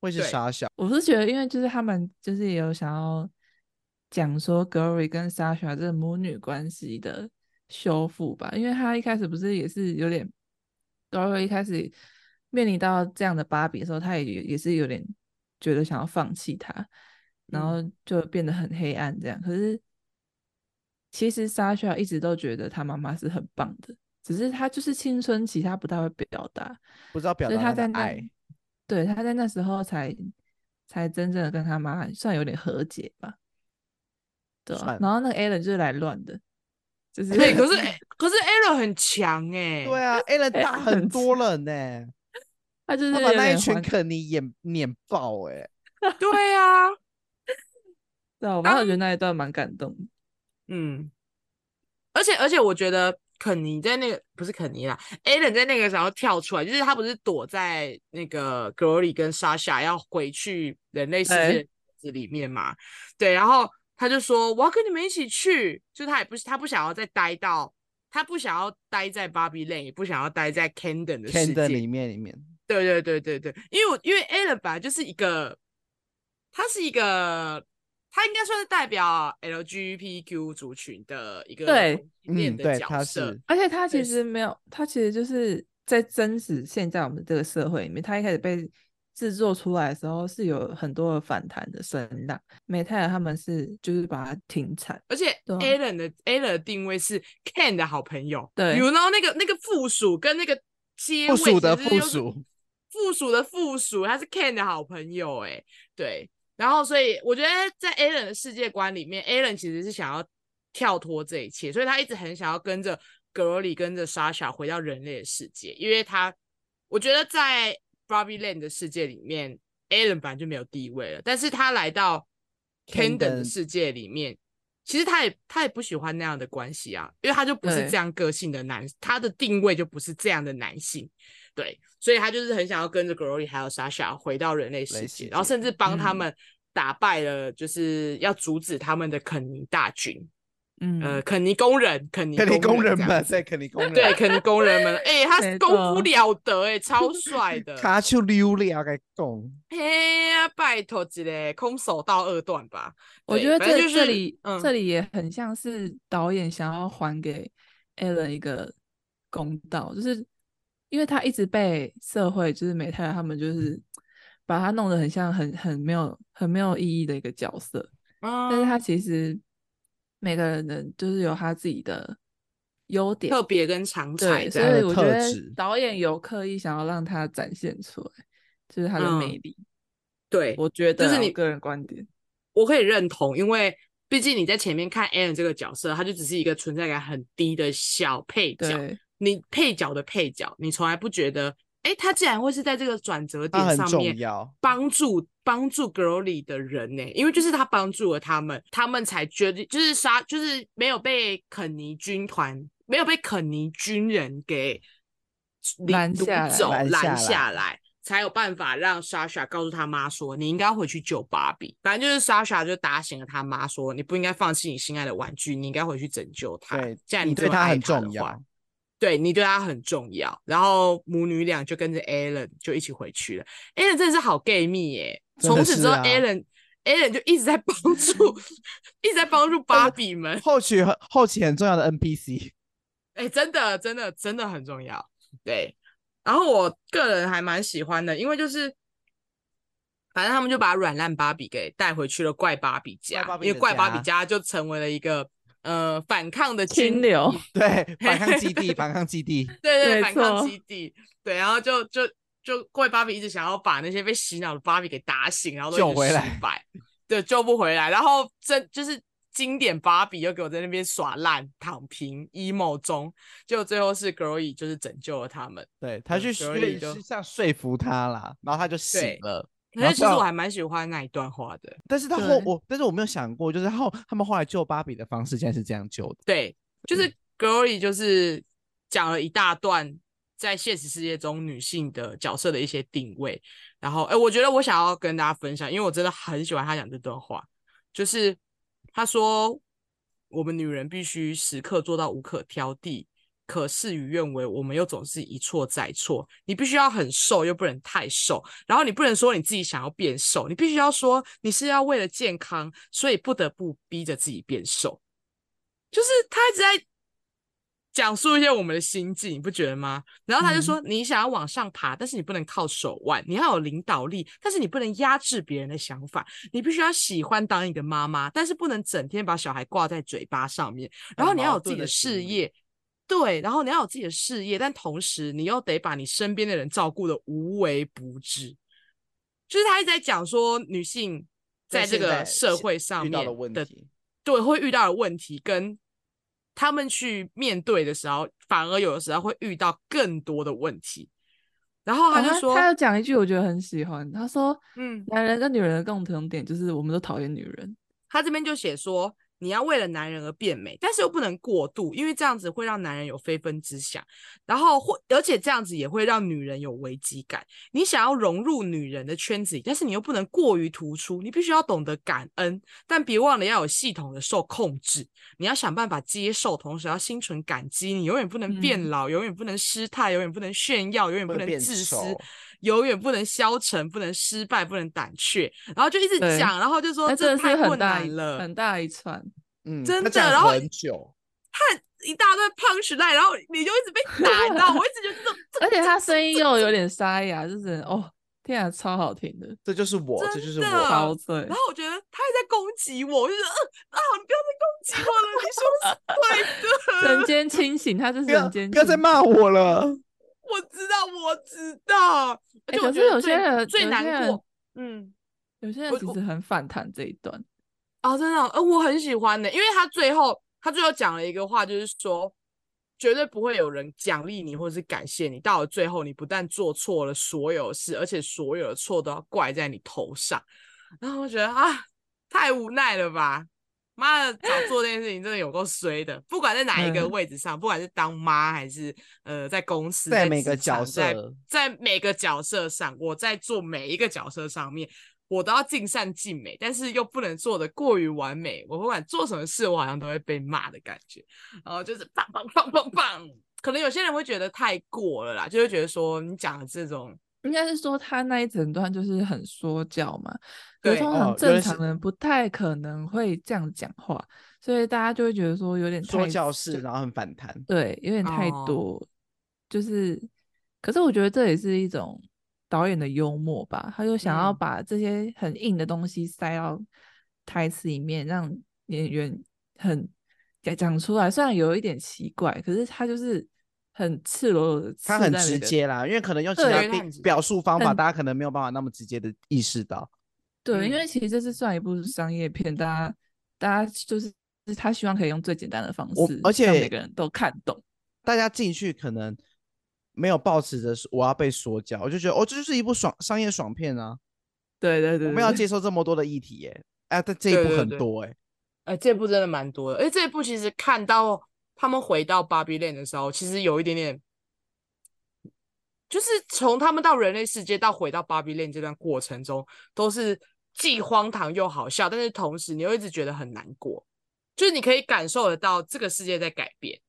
[SPEAKER 1] 会是
[SPEAKER 2] 对
[SPEAKER 1] 傻小。
[SPEAKER 3] 我是觉得，因为就是他们就是也有想要讲说 Glory 跟 Sasha 这母女关系的修复吧，因为她一开始不是也是有点 Glory 一开始面临到这样的芭比的时候，她也也是有点觉得想要放弃他，然后就变得很黑暗这样。可是其实莎莎一直都觉得她妈妈是很棒的，只是她就是青春期她不太会表达，
[SPEAKER 1] 不知道表
[SPEAKER 3] 所以
[SPEAKER 1] 达
[SPEAKER 3] 她
[SPEAKER 1] 他
[SPEAKER 3] 在
[SPEAKER 1] 的
[SPEAKER 3] 那
[SPEAKER 1] 爱。，
[SPEAKER 3] 对，她在那时候才才真正的跟她妈算有点和解吧。对啊、
[SPEAKER 1] 算
[SPEAKER 3] 然后那个 a l a n 就是来乱的，就是
[SPEAKER 2] 对，可是可是 a l 很强哎、
[SPEAKER 1] 对啊 a l a n
[SPEAKER 3] 哎
[SPEAKER 1] 大
[SPEAKER 3] 很
[SPEAKER 1] 很多了呢、
[SPEAKER 3] 他就是
[SPEAKER 1] 他把
[SPEAKER 3] 有
[SPEAKER 1] 那一
[SPEAKER 3] 点
[SPEAKER 1] 群
[SPEAKER 3] 还
[SPEAKER 1] 肯尼演碾爆哎、
[SPEAKER 2] 对啊，
[SPEAKER 3] 对啊，我妈我觉得那一段蛮感动的。
[SPEAKER 2] 嗯，而且而且我觉得肯尼在那个不是肯尼啦 a l a n 在那个时候跳出来，就是他不是躲在那个 Glory 跟 Sasha 要回去人类世
[SPEAKER 3] 哎
[SPEAKER 2] 界的子里面嘛，对，然后他就说我要跟你们一起去，就他也不他不想要再待到。他不想要待在 Barbie Lane，也不想要待在 Candon 的
[SPEAKER 1] c a
[SPEAKER 2] 世
[SPEAKER 1] n d o
[SPEAKER 2] 界
[SPEAKER 1] n 里面里面，
[SPEAKER 2] 对对对对对，因为我因为 a l a n 本来就是一个，他是一个，他应该算是代表 LGBTQ 族群的一个
[SPEAKER 3] 对
[SPEAKER 2] 同性恋
[SPEAKER 1] 嗯，
[SPEAKER 2] 的
[SPEAKER 1] 对，
[SPEAKER 2] 角
[SPEAKER 1] 他
[SPEAKER 2] 色
[SPEAKER 1] 是，
[SPEAKER 3] 而且他
[SPEAKER 2] 对
[SPEAKER 3] 其实没有，他其实就是在真实现在我们这个社会里面，他一开始被制作出来的时候是有很多的反弹的声浪。美泰尔他们是就是把它停产，
[SPEAKER 2] 而且
[SPEAKER 3] 对啊
[SPEAKER 2] a l a n 的 a l a n 的定位是 Ken 的好朋友，
[SPEAKER 3] 对
[SPEAKER 2] ，you know 那个那个附属跟那个接
[SPEAKER 1] 附
[SPEAKER 2] 位
[SPEAKER 1] 属的
[SPEAKER 2] 其实
[SPEAKER 1] 附
[SPEAKER 2] 又是
[SPEAKER 1] 属，
[SPEAKER 2] 附属的附属，他是 Ken 的好朋友、欸，对。然后，所以我觉得在 Alan 的世界观里面，Alan 其实是想要跳脱这一切，所以他一直很想要跟着 Girly、跟着 Sasha 回到人类的世界，因为他我觉得在 Barbie Land 的世界里面，Alan 本来就没有地位了，但是他来到 Candon
[SPEAKER 1] Candon
[SPEAKER 2] 的世界里面，其实他也他也不喜欢那样的关系啊，因为他就不是
[SPEAKER 3] 对
[SPEAKER 2] 这样个性的男，他的定位就不是这样的男性，对，所以他就是很想要跟着 Glory 还有 Sasha 回到人类
[SPEAKER 1] 类
[SPEAKER 2] 世界，
[SPEAKER 1] 世
[SPEAKER 2] 然后
[SPEAKER 1] 界
[SPEAKER 2] 甚至帮他
[SPEAKER 3] 嗯
[SPEAKER 2] 们打败了，就是要阻止他们的肯尼大军，
[SPEAKER 3] 嗯，
[SPEAKER 2] 呃，肯尼工人，肯尼
[SPEAKER 1] 肯尼工人
[SPEAKER 2] 这样
[SPEAKER 1] 们，
[SPEAKER 2] 子
[SPEAKER 1] 在肯尼工人，
[SPEAKER 2] 对，肯尼工人 们，哎、他
[SPEAKER 3] 没
[SPEAKER 2] 功夫
[SPEAKER 3] 错
[SPEAKER 2] 了得、哎， 超帅的，
[SPEAKER 1] 卡丘溜了啊该拱，
[SPEAKER 2] 嘿呀、拜托一个空手道二段吧。
[SPEAKER 3] 我
[SPEAKER 2] 对
[SPEAKER 3] 觉得
[SPEAKER 2] 反正
[SPEAKER 3] 这、
[SPEAKER 2] 就是
[SPEAKER 3] 这里、
[SPEAKER 2] 嗯
[SPEAKER 3] 这里也很像是导演想要还给 Alan 一个公道，就是因为他一直被社会就是美泰他们就是把他弄得很像很很没有很没有意义的一个角色，但
[SPEAKER 2] 嗯
[SPEAKER 3] 是他其实每个人的就是有他自己的优点，
[SPEAKER 2] 嗯特别跟常才
[SPEAKER 3] 对，
[SPEAKER 2] 这
[SPEAKER 3] 所
[SPEAKER 1] 他
[SPEAKER 2] 样，
[SPEAKER 1] 的特
[SPEAKER 3] 以我觉得
[SPEAKER 1] 质
[SPEAKER 3] 导演有刻意想要让他展现出来，就是他的魅
[SPEAKER 2] 嗯
[SPEAKER 3] 力，
[SPEAKER 2] 对
[SPEAKER 3] 我觉得
[SPEAKER 2] 是
[SPEAKER 3] 啊
[SPEAKER 2] 你
[SPEAKER 3] 我个人观点，
[SPEAKER 2] 我可以认同，因为毕竟你在前面看 Alan 这个角色，他就只是一个存在感很低的小配角，
[SPEAKER 3] 对。
[SPEAKER 2] 你配角的配角，你从来不觉得，哎，他竟然会是在这个转折
[SPEAKER 1] 他
[SPEAKER 2] 点
[SPEAKER 1] 很
[SPEAKER 2] 上面
[SPEAKER 1] 重要，
[SPEAKER 2] 帮助帮助 Girly 的人呢、因为就是他帮助了他们，他们才决定就是杀，就是没有被肯尼军团没有被肯尼军人给领
[SPEAKER 3] 拦
[SPEAKER 2] 掳
[SPEAKER 3] 下来
[SPEAKER 2] 走
[SPEAKER 1] 拦下
[SPEAKER 2] 拦
[SPEAKER 1] 来
[SPEAKER 2] 下来。才有办法让莎莎告诉他妈说，你应该回去救芭比。反正就是莎莎就打醒了他妈说，你不应该放弃你心爱的玩具，你应该回去拯救他。
[SPEAKER 1] 对
[SPEAKER 2] 既然
[SPEAKER 1] 你
[SPEAKER 2] 这
[SPEAKER 1] 对
[SPEAKER 2] 么
[SPEAKER 1] 他
[SPEAKER 2] 爱
[SPEAKER 1] 很
[SPEAKER 2] 他的
[SPEAKER 1] 重
[SPEAKER 2] 话
[SPEAKER 1] 要，
[SPEAKER 2] 对你对他很重要。然后母女俩就跟着 Alan 就一起回去了。Alan 真的是好 gay 蜜耶、
[SPEAKER 1] 真的
[SPEAKER 2] 从此之后
[SPEAKER 1] 是啊
[SPEAKER 2] Alan、Alan 就一直在帮助， 一直在帮助芭比们。
[SPEAKER 1] 后期很后期很重要的 NPC，
[SPEAKER 2] 哎、真的，真的，真的很重要。对，然后我个人还蛮喜欢的，因为就是，反正他们就把软烂芭比给带回去了怪芭比家，
[SPEAKER 1] 怪芭比
[SPEAKER 2] 因为
[SPEAKER 1] 的
[SPEAKER 2] 怪芭比
[SPEAKER 1] 家
[SPEAKER 2] 家就成为了一个呃反抗的
[SPEAKER 3] 清
[SPEAKER 2] 军
[SPEAKER 3] 流
[SPEAKER 2] 地
[SPEAKER 1] 对，反抗基地，反抗基 地，
[SPEAKER 2] 对对，
[SPEAKER 3] 没
[SPEAKER 2] 反抗
[SPEAKER 3] 错
[SPEAKER 2] 基地，对，然后就就就怪芭比一直想要把那些被洗脑的芭比给打醒，然后都一
[SPEAKER 1] 救
[SPEAKER 2] 直
[SPEAKER 1] 回
[SPEAKER 2] 失
[SPEAKER 1] 来
[SPEAKER 2] 败，对，救不回来。然后这就是经典芭比又给我在那边耍烂、躺平、emo 中，结果最后是 Girly 就是拯救了他们。
[SPEAKER 1] 对他
[SPEAKER 2] 嗯
[SPEAKER 1] 去
[SPEAKER 2] 所
[SPEAKER 1] 说
[SPEAKER 2] 以就是
[SPEAKER 1] 像说服他啦，然后他就醒
[SPEAKER 2] 对
[SPEAKER 1] 了。
[SPEAKER 2] 可
[SPEAKER 1] 然
[SPEAKER 2] 是其实
[SPEAKER 1] 后
[SPEAKER 2] 我还蛮喜欢那一段话的，
[SPEAKER 1] 但是他后
[SPEAKER 3] 对
[SPEAKER 1] 我，但是我没有想过，就是后他们后来救芭比的方式，竟然是这样救的。
[SPEAKER 2] 对，就是
[SPEAKER 1] 嗯
[SPEAKER 2] Girly 就是讲了一大段在现实世界中女性的角色的一些定位，然后，哎，我觉得我想要跟大家分享，因为我真的很喜欢他讲这段话，就是他说我们女人必须时刻做到无可挑剔，可事与愿违，我们又总是一错再错。你必须要很瘦，又不能太瘦，然后你不能说你自己想要变瘦，你必须要说你是要为了健康，所以不得不逼着自己变瘦。就是他一直在讲述一些我们的心境，你不觉得吗？然后他就说，你想要往上爬，但是你不能靠手腕，你要有领导力，但是你不能压制别人的想法，你必须要喜欢当一个妈妈，但是不能整天把小孩挂在嘴巴上面，然后
[SPEAKER 1] 很
[SPEAKER 2] 你要
[SPEAKER 1] 矛
[SPEAKER 2] 有自己
[SPEAKER 1] 盾的
[SPEAKER 2] 的
[SPEAKER 1] 行
[SPEAKER 2] 事
[SPEAKER 1] 为
[SPEAKER 2] 业。对，然后你要有自己的事业，但同时你又得把你身边的人照顾的无微不至。就是他一直在讲说女性在这
[SPEAKER 1] 现
[SPEAKER 2] 个
[SPEAKER 1] 在
[SPEAKER 2] 社
[SPEAKER 1] 现
[SPEAKER 2] 会上
[SPEAKER 1] 遇
[SPEAKER 2] 面
[SPEAKER 1] 到的问题，
[SPEAKER 2] 对，会遇到的问题跟他们去面对的时候，反而有的时候会遇到更多的问题。然后
[SPEAKER 3] 哦
[SPEAKER 2] 他就说，
[SPEAKER 3] 他有讲一句我觉得很喜欢，他说
[SPEAKER 2] 嗯，
[SPEAKER 3] 男人跟女人的共同点就是我们都讨厌女人。
[SPEAKER 2] 他这边就写说，你要为了男人而变美，但是又不能过度，因为这样子会让男人有非分之想，然后会，而且这样子也会让女人有危机感。你想要融入女人的圈子里，但是你又不能过于突出，你必须要懂得感恩，但别忘了要有系统的受控制。你要想办法接受，同时要心存感激。你永远不能变
[SPEAKER 3] 嗯
[SPEAKER 2] 老，永远不能失态，永远不能炫耀，永远不
[SPEAKER 1] 会
[SPEAKER 2] 能
[SPEAKER 1] 变
[SPEAKER 2] 自私。
[SPEAKER 1] 丑
[SPEAKER 2] 永远不能消沉，不能失败，不能胆怯，然后就一直
[SPEAKER 3] 对
[SPEAKER 2] 讲，然后就说
[SPEAKER 3] 那
[SPEAKER 2] 这
[SPEAKER 3] 真的
[SPEAKER 2] 太
[SPEAKER 3] 是
[SPEAKER 2] 困
[SPEAKER 3] 很大
[SPEAKER 2] 难
[SPEAKER 3] 一
[SPEAKER 2] 了，
[SPEAKER 3] 很大一串，
[SPEAKER 1] 嗯，
[SPEAKER 2] 真
[SPEAKER 1] 他
[SPEAKER 2] 的
[SPEAKER 1] 讲
[SPEAKER 2] 然后
[SPEAKER 1] 很久，
[SPEAKER 2] 一大段 punch line，然后你就一直 被打，你知道，我一直觉得这种
[SPEAKER 3] 而且他声音又有点沙哑，就是哦天啊，超好听的，
[SPEAKER 1] 这就是我，这就是
[SPEAKER 2] 真
[SPEAKER 1] 我
[SPEAKER 2] 的。
[SPEAKER 3] 超醉
[SPEAKER 2] 然。后我觉得他也在攻击我，我就觉得，呃啊，你不要再攻击我了，你说是 对的，
[SPEAKER 3] 人间清醒，他就是
[SPEAKER 1] 不要
[SPEAKER 3] 人间
[SPEAKER 1] 不要再
[SPEAKER 3] 清
[SPEAKER 1] 骂我 了，
[SPEAKER 2] 我知道，我知道。而且
[SPEAKER 3] 欸
[SPEAKER 2] 我
[SPEAKER 3] 可
[SPEAKER 2] 觉
[SPEAKER 3] 是
[SPEAKER 2] 得
[SPEAKER 3] 有
[SPEAKER 2] 最
[SPEAKER 3] 些人
[SPEAKER 2] 最
[SPEAKER 3] 有些
[SPEAKER 2] 难
[SPEAKER 3] 人
[SPEAKER 2] 过，嗯，
[SPEAKER 3] 有些
[SPEAKER 2] 我
[SPEAKER 3] 人其
[SPEAKER 2] 我
[SPEAKER 3] 实很反弹这一段，
[SPEAKER 2] 啊，真的哦，呃，我很喜欢的，因为他最后他最后讲了一个话，就是说绝对不会有人奖励你或是感谢你，到了最后你不但做错了所有事，而且所有的错都要怪在你头上。然后我觉得啊，太无奈了吧。妈的，早做这件事情真的有够衰的，不管在哪一个
[SPEAKER 3] 嗯
[SPEAKER 2] 位置上，不管是当妈还是呃在公司，
[SPEAKER 1] 在
[SPEAKER 2] 在
[SPEAKER 1] 每个
[SPEAKER 2] 职场
[SPEAKER 1] 角
[SPEAKER 2] 在
[SPEAKER 1] 色，
[SPEAKER 2] 在每个角色上，我在做每一个角色上面，我都要尽善尽美，但是又不能做的过于完美。我不管做什么事，我好像都会被骂的感觉。然后就是棒棒棒棒棒， 可能有些人会觉得太过了啦，就会觉得说你讲的这种，
[SPEAKER 3] 应该是说他那一整段就是很说教嘛，可
[SPEAKER 2] 对
[SPEAKER 3] 是通
[SPEAKER 1] 哦
[SPEAKER 3] 常
[SPEAKER 1] 有
[SPEAKER 3] 正
[SPEAKER 1] 的是
[SPEAKER 3] 常人不太可能会这样讲话，所以大家就会觉得说有点
[SPEAKER 1] 说
[SPEAKER 3] 太
[SPEAKER 1] 教
[SPEAKER 3] 就
[SPEAKER 1] 式，然后很反弹，
[SPEAKER 3] 对，有点太
[SPEAKER 2] 哦
[SPEAKER 3] 多，就是，可是我觉得这也是一种导演的幽默吧，他就想要
[SPEAKER 2] 嗯
[SPEAKER 3] 把这些很硬的东西塞到台词里面，让演员很讲讲出来。虽然有一点奇怪，可是他就是很赤裸裸的，
[SPEAKER 1] 他很直，接啦，因为可能用其
[SPEAKER 3] 对
[SPEAKER 1] 他
[SPEAKER 2] 因为他
[SPEAKER 1] 地
[SPEAKER 2] 很直接
[SPEAKER 1] 表述方法，
[SPEAKER 3] 很
[SPEAKER 1] 大家可能没有办法那么直接的意识到。
[SPEAKER 3] 对，因为
[SPEAKER 2] 嗯
[SPEAKER 3] 其实这是算一部商业片，大家大家就是他希望可以用最简单的方
[SPEAKER 1] 我
[SPEAKER 3] 式，
[SPEAKER 1] 而
[SPEAKER 3] 让
[SPEAKER 1] 且
[SPEAKER 3] 每个人都看懂。
[SPEAKER 1] 大家进去可能没有抱持着是我要被说教，我就觉得哦，这就是一部爽商业爽片啊，
[SPEAKER 3] 对对对，
[SPEAKER 1] 我们
[SPEAKER 3] 对
[SPEAKER 1] 要
[SPEAKER 3] 对
[SPEAKER 1] 接受这么多的议题耶、哎、但这一
[SPEAKER 2] 对
[SPEAKER 1] 部
[SPEAKER 2] 对
[SPEAKER 1] 很
[SPEAKER 2] 对
[SPEAKER 1] 多哎、
[SPEAKER 2] 哎，这部真的蛮多的。而且这部其实看到他们回到 b 比 b Land 的时候，其实有一点点，就是从他们到人类世界到回到 b 比 b Land 这段过程中，都是既荒唐又好笑，但是同时你又一直觉得很难过，就是你可以感受得到这个世界在改变。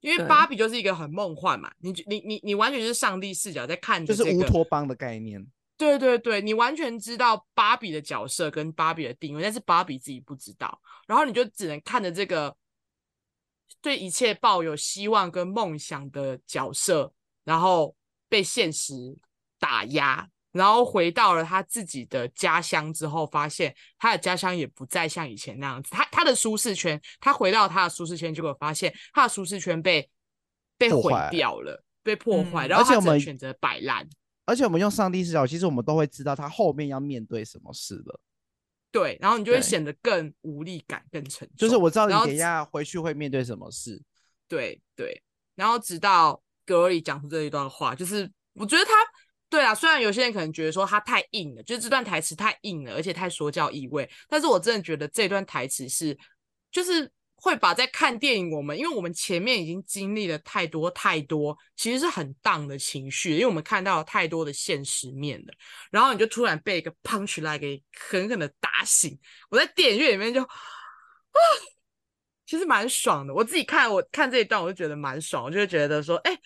[SPEAKER 2] 因为
[SPEAKER 3] 对
[SPEAKER 2] 芭比就是一个很梦幻嘛，你你你你完全就是上帝视角在看
[SPEAKER 1] 就
[SPEAKER 2] 着
[SPEAKER 1] 是
[SPEAKER 2] 这
[SPEAKER 1] 乌
[SPEAKER 2] 个
[SPEAKER 1] 托邦的概念。
[SPEAKER 2] 对对对，你完全知道芭比的角色跟芭比的定位，但是芭比自己不知道，然后你就只能看着这个对一切抱有希望跟梦想的角色，然后被现实打压，然后回到了他自己的家乡之后，发现他的家乡也不再像以前那样子，他他的舒适圈，他回到他的舒适圈，结果发现他的舒适圈被被
[SPEAKER 1] 破
[SPEAKER 2] 毁
[SPEAKER 1] 坏
[SPEAKER 2] 掉了，被破
[SPEAKER 3] 嗯
[SPEAKER 2] 坏，
[SPEAKER 3] 而
[SPEAKER 2] 然后
[SPEAKER 1] 且
[SPEAKER 2] 他
[SPEAKER 1] 我
[SPEAKER 2] 只能
[SPEAKER 1] 们
[SPEAKER 2] 选择摆烂。
[SPEAKER 1] 而且我们用上帝视角，其实我们都会知道他后面要面对什么事了。
[SPEAKER 2] 对，然后你就会
[SPEAKER 3] 对
[SPEAKER 2] 显得更无力感、更沉重。
[SPEAKER 1] 就是我知道你
[SPEAKER 2] 然后
[SPEAKER 1] 等一
[SPEAKER 2] 直
[SPEAKER 1] 下回去会面对什么事，
[SPEAKER 2] 对对，然后直到格里讲出这一段话，就是我觉得他对啊，虽然有些人可能觉得说他太硬了，就是这段台词太硬了，而且太说教意味，但是我真的觉得这段台词是就是。会把在看电影，我们因为我们前面已经经历了太多太多，其实是很荡的情绪，因为我们看到了太多的现实面了，然后你就突然被一个 punch line 给狠狠的打醒。我在电影院里面就啊其实蛮爽的。我自己看，我看这一段，我就觉得蛮爽，我就会觉得说，哎、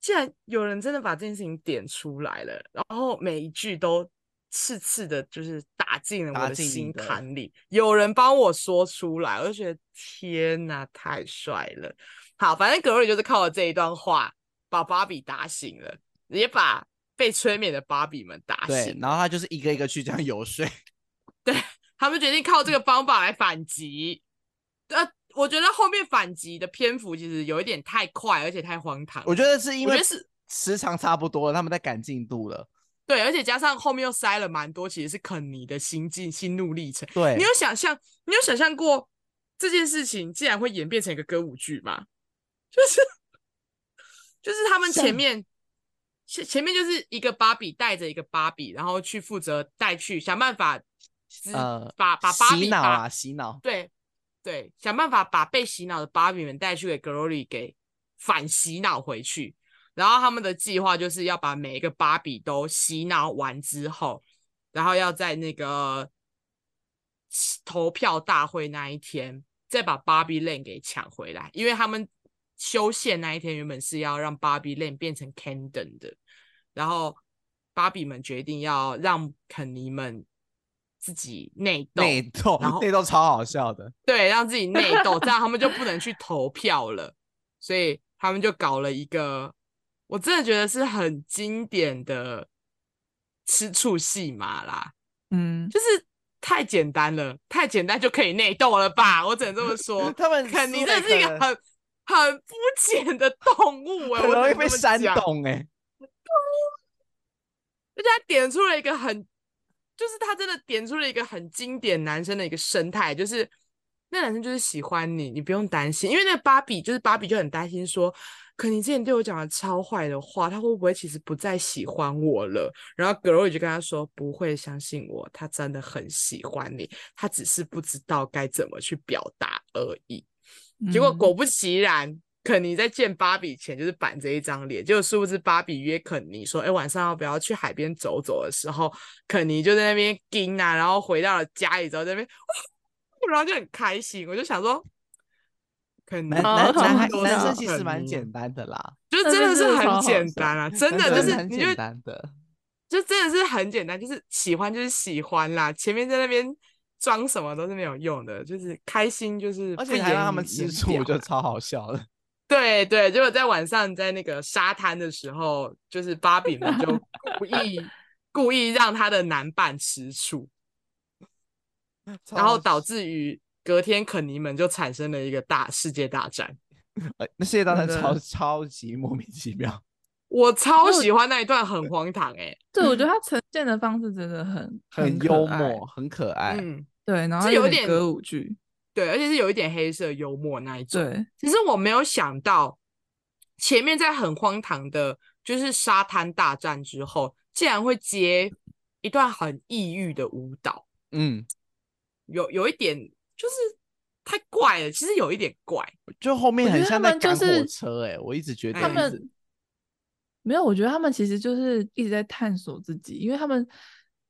[SPEAKER 2] 既然有人真的把这件事情点出来了，然后每一句都刺刺的，就是打进了我
[SPEAKER 1] 打
[SPEAKER 2] 的
[SPEAKER 1] 进你
[SPEAKER 2] 心
[SPEAKER 1] 的
[SPEAKER 2] 坎里，有人帮我说出来，我就觉得天哪，太帅了。好，反正格瑞就是靠了这一段话把芭比打醒了，也把被催眠的芭比们打
[SPEAKER 1] 对
[SPEAKER 2] 醒，。
[SPEAKER 1] 然后他就是一个一个去这样游说，
[SPEAKER 2] 他们决定靠这个方法来反击。呃，我觉得后面反击的篇幅其实有一点太快，而且太荒唐了。
[SPEAKER 1] 我觉得是因
[SPEAKER 2] 我觉
[SPEAKER 1] 为
[SPEAKER 2] 得是
[SPEAKER 1] 时长差不多了，他们在赶进度了。
[SPEAKER 2] 对，而且加上后面又塞了蛮多，其实是肯尼的心境、心路历程。
[SPEAKER 1] 对
[SPEAKER 2] 你，有想象，你有想象过这件事情竟然会演变成一个歌舞剧吗？ 就是就是他们前
[SPEAKER 3] 像
[SPEAKER 2] 面前前面就是一个芭比带着一个芭比，然后去负责带去想办法知，
[SPEAKER 1] 呃
[SPEAKER 2] 把把芭
[SPEAKER 1] 洗
[SPEAKER 2] 比
[SPEAKER 1] 脑
[SPEAKER 2] 把
[SPEAKER 1] 啊，洗脑。
[SPEAKER 2] 对对，想办法把被洗脑的芭比们带去给 Glory 给反洗脑回去。然后他们的计划就是要把每一个芭比都洗脑完之后，然后要在那个投票大会那一天再把芭比 Lane 给抢回来，因为他们修宪那一天原本是要让芭比 Lane 变成 Candon 的，然后芭比们决定要让肯尼们自己内斗，
[SPEAKER 1] 内斗
[SPEAKER 2] 然后，
[SPEAKER 1] 内斗超好笑的。。
[SPEAKER 2] 对，让自己内斗，这样他们就不能去投票了。所以他们就搞了一个，我真的觉得是很经典的吃醋戏码啦，
[SPEAKER 3] 嗯，
[SPEAKER 2] 就是太简单了，太简单就可以内斗了吧？我只能这么说
[SPEAKER 1] 他们
[SPEAKER 2] 肯尼
[SPEAKER 1] 输得
[SPEAKER 2] 真的是一个
[SPEAKER 1] 可能
[SPEAKER 2] 很很肤浅的动物哎、
[SPEAKER 1] 很
[SPEAKER 2] 我
[SPEAKER 1] 容
[SPEAKER 2] 只
[SPEAKER 1] 易
[SPEAKER 2] 能
[SPEAKER 1] 被
[SPEAKER 2] 这么
[SPEAKER 1] 煽
[SPEAKER 2] 讲
[SPEAKER 1] 动哎、
[SPEAKER 2] 而且他点出了一个很，就是他真的点出了一个很经典男生的一个生态，就是那男生就是喜欢你，你不用担心，因为那个芭比就是芭比就很担心说，可你之前对我讲的超坏的话，他会不会其实不再喜欢我了？然后 Glory 就跟他说不会，相信我，他真的很喜欢你，他只是不知道该怎么去表达而已。结果
[SPEAKER 3] 嗯
[SPEAKER 2] 果不其然，肯尼在见芭比前就是板着一张脸，结果殊不知芭比约肯尼说：“哎，晚上要不要去海边走走？”的时候，肯尼就在那边盯啊，然后回到了家里之后，在那边，然后就很开心。我就想说，肯尼
[SPEAKER 1] 男
[SPEAKER 3] 哦
[SPEAKER 1] 男男 孩
[SPEAKER 3] 好
[SPEAKER 1] 男
[SPEAKER 3] 笑
[SPEAKER 1] 生其实蛮
[SPEAKER 2] 单，
[SPEAKER 1] 简单的啦，
[SPEAKER 2] 就
[SPEAKER 3] 但
[SPEAKER 2] 真的
[SPEAKER 3] 是
[SPEAKER 2] 是
[SPEAKER 3] 真的超
[SPEAKER 2] 很
[SPEAKER 3] 好
[SPEAKER 2] 简
[SPEAKER 3] 笑
[SPEAKER 2] 单啊，真
[SPEAKER 1] 男
[SPEAKER 2] 的就
[SPEAKER 1] 生
[SPEAKER 2] 是
[SPEAKER 1] 很
[SPEAKER 2] 你就
[SPEAKER 1] 简单的。
[SPEAKER 2] 就真的是很简单，就是喜欢就是喜欢啦，前面在那边装什么都是没有用的，就是开心就是
[SPEAKER 1] 而
[SPEAKER 2] 不
[SPEAKER 1] 且还让
[SPEAKER 2] 言
[SPEAKER 1] 他们
[SPEAKER 2] 语
[SPEAKER 1] 吃
[SPEAKER 2] 言
[SPEAKER 1] 醋，
[SPEAKER 2] 表
[SPEAKER 1] 我觉得
[SPEAKER 2] 啦
[SPEAKER 1] 超好笑 的。
[SPEAKER 2] 对对，结果在晚上在那个沙滩的时候，就是芭比们 就故意故意让她的男伴吃醋，
[SPEAKER 1] 超
[SPEAKER 2] 然后
[SPEAKER 1] 好笑
[SPEAKER 2] 导致于隔天肯尼们就产生了一个大世界大战。
[SPEAKER 1] 呃那世界大战
[SPEAKER 3] 真
[SPEAKER 1] 超
[SPEAKER 3] 的
[SPEAKER 1] 超级莫名其妙。
[SPEAKER 2] 我超
[SPEAKER 1] 哦
[SPEAKER 3] 我
[SPEAKER 2] 喜欢那一段，很荒唐哎、
[SPEAKER 3] 对，我觉得他呈现的方式真的很
[SPEAKER 1] 嗯很
[SPEAKER 3] 可
[SPEAKER 1] 幽
[SPEAKER 3] 爱
[SPEAKER 1] 默，很可爱。
[SPEAKER 2] 嗯，
[SPEAKER 3] 对，然
[SPEAKER 2] 是
[SPEAKER 3] 后
[SPEAKER 2] 有
[SPEAKER 3] 点
[SPEAKER 2] 点
[SPEAKER 3] 歌舞剧，
[SPEAKER 2] 对，而且是有一点黑色幽默那一种。
[SPEAKER 3] 对，
[SPEAKER 2] 其实我没有想到，前面在很荒唐的，就是沙滩大战之后，竟然会接一段很抑郁的舞蹈。
[SPEAKER 1] 嗯，
[SPEAKER 2] 有有一点就是太怪了，其实有一点怪，
[SPEAKER 1] 就后面
[SPEAKER 3] 我
[SPEAKER 1] 很
[SPEAKER 3] 觉得他
[SPEAKER 1] 像在
[SPEAKER 3] 们就
[SPEAKER 1] 赶火
[SPEAKER 3] 是
[SPEAKER 1] 车哎、我一直觉得
[SPEAKER 2] 他
[SPEAKER 1] 一
[SPEAKER 2] 们
[SPEAKER 1] 直
[SPEAKER 3] 没有，我觉得他们其实就是一直在探索自己，因为他们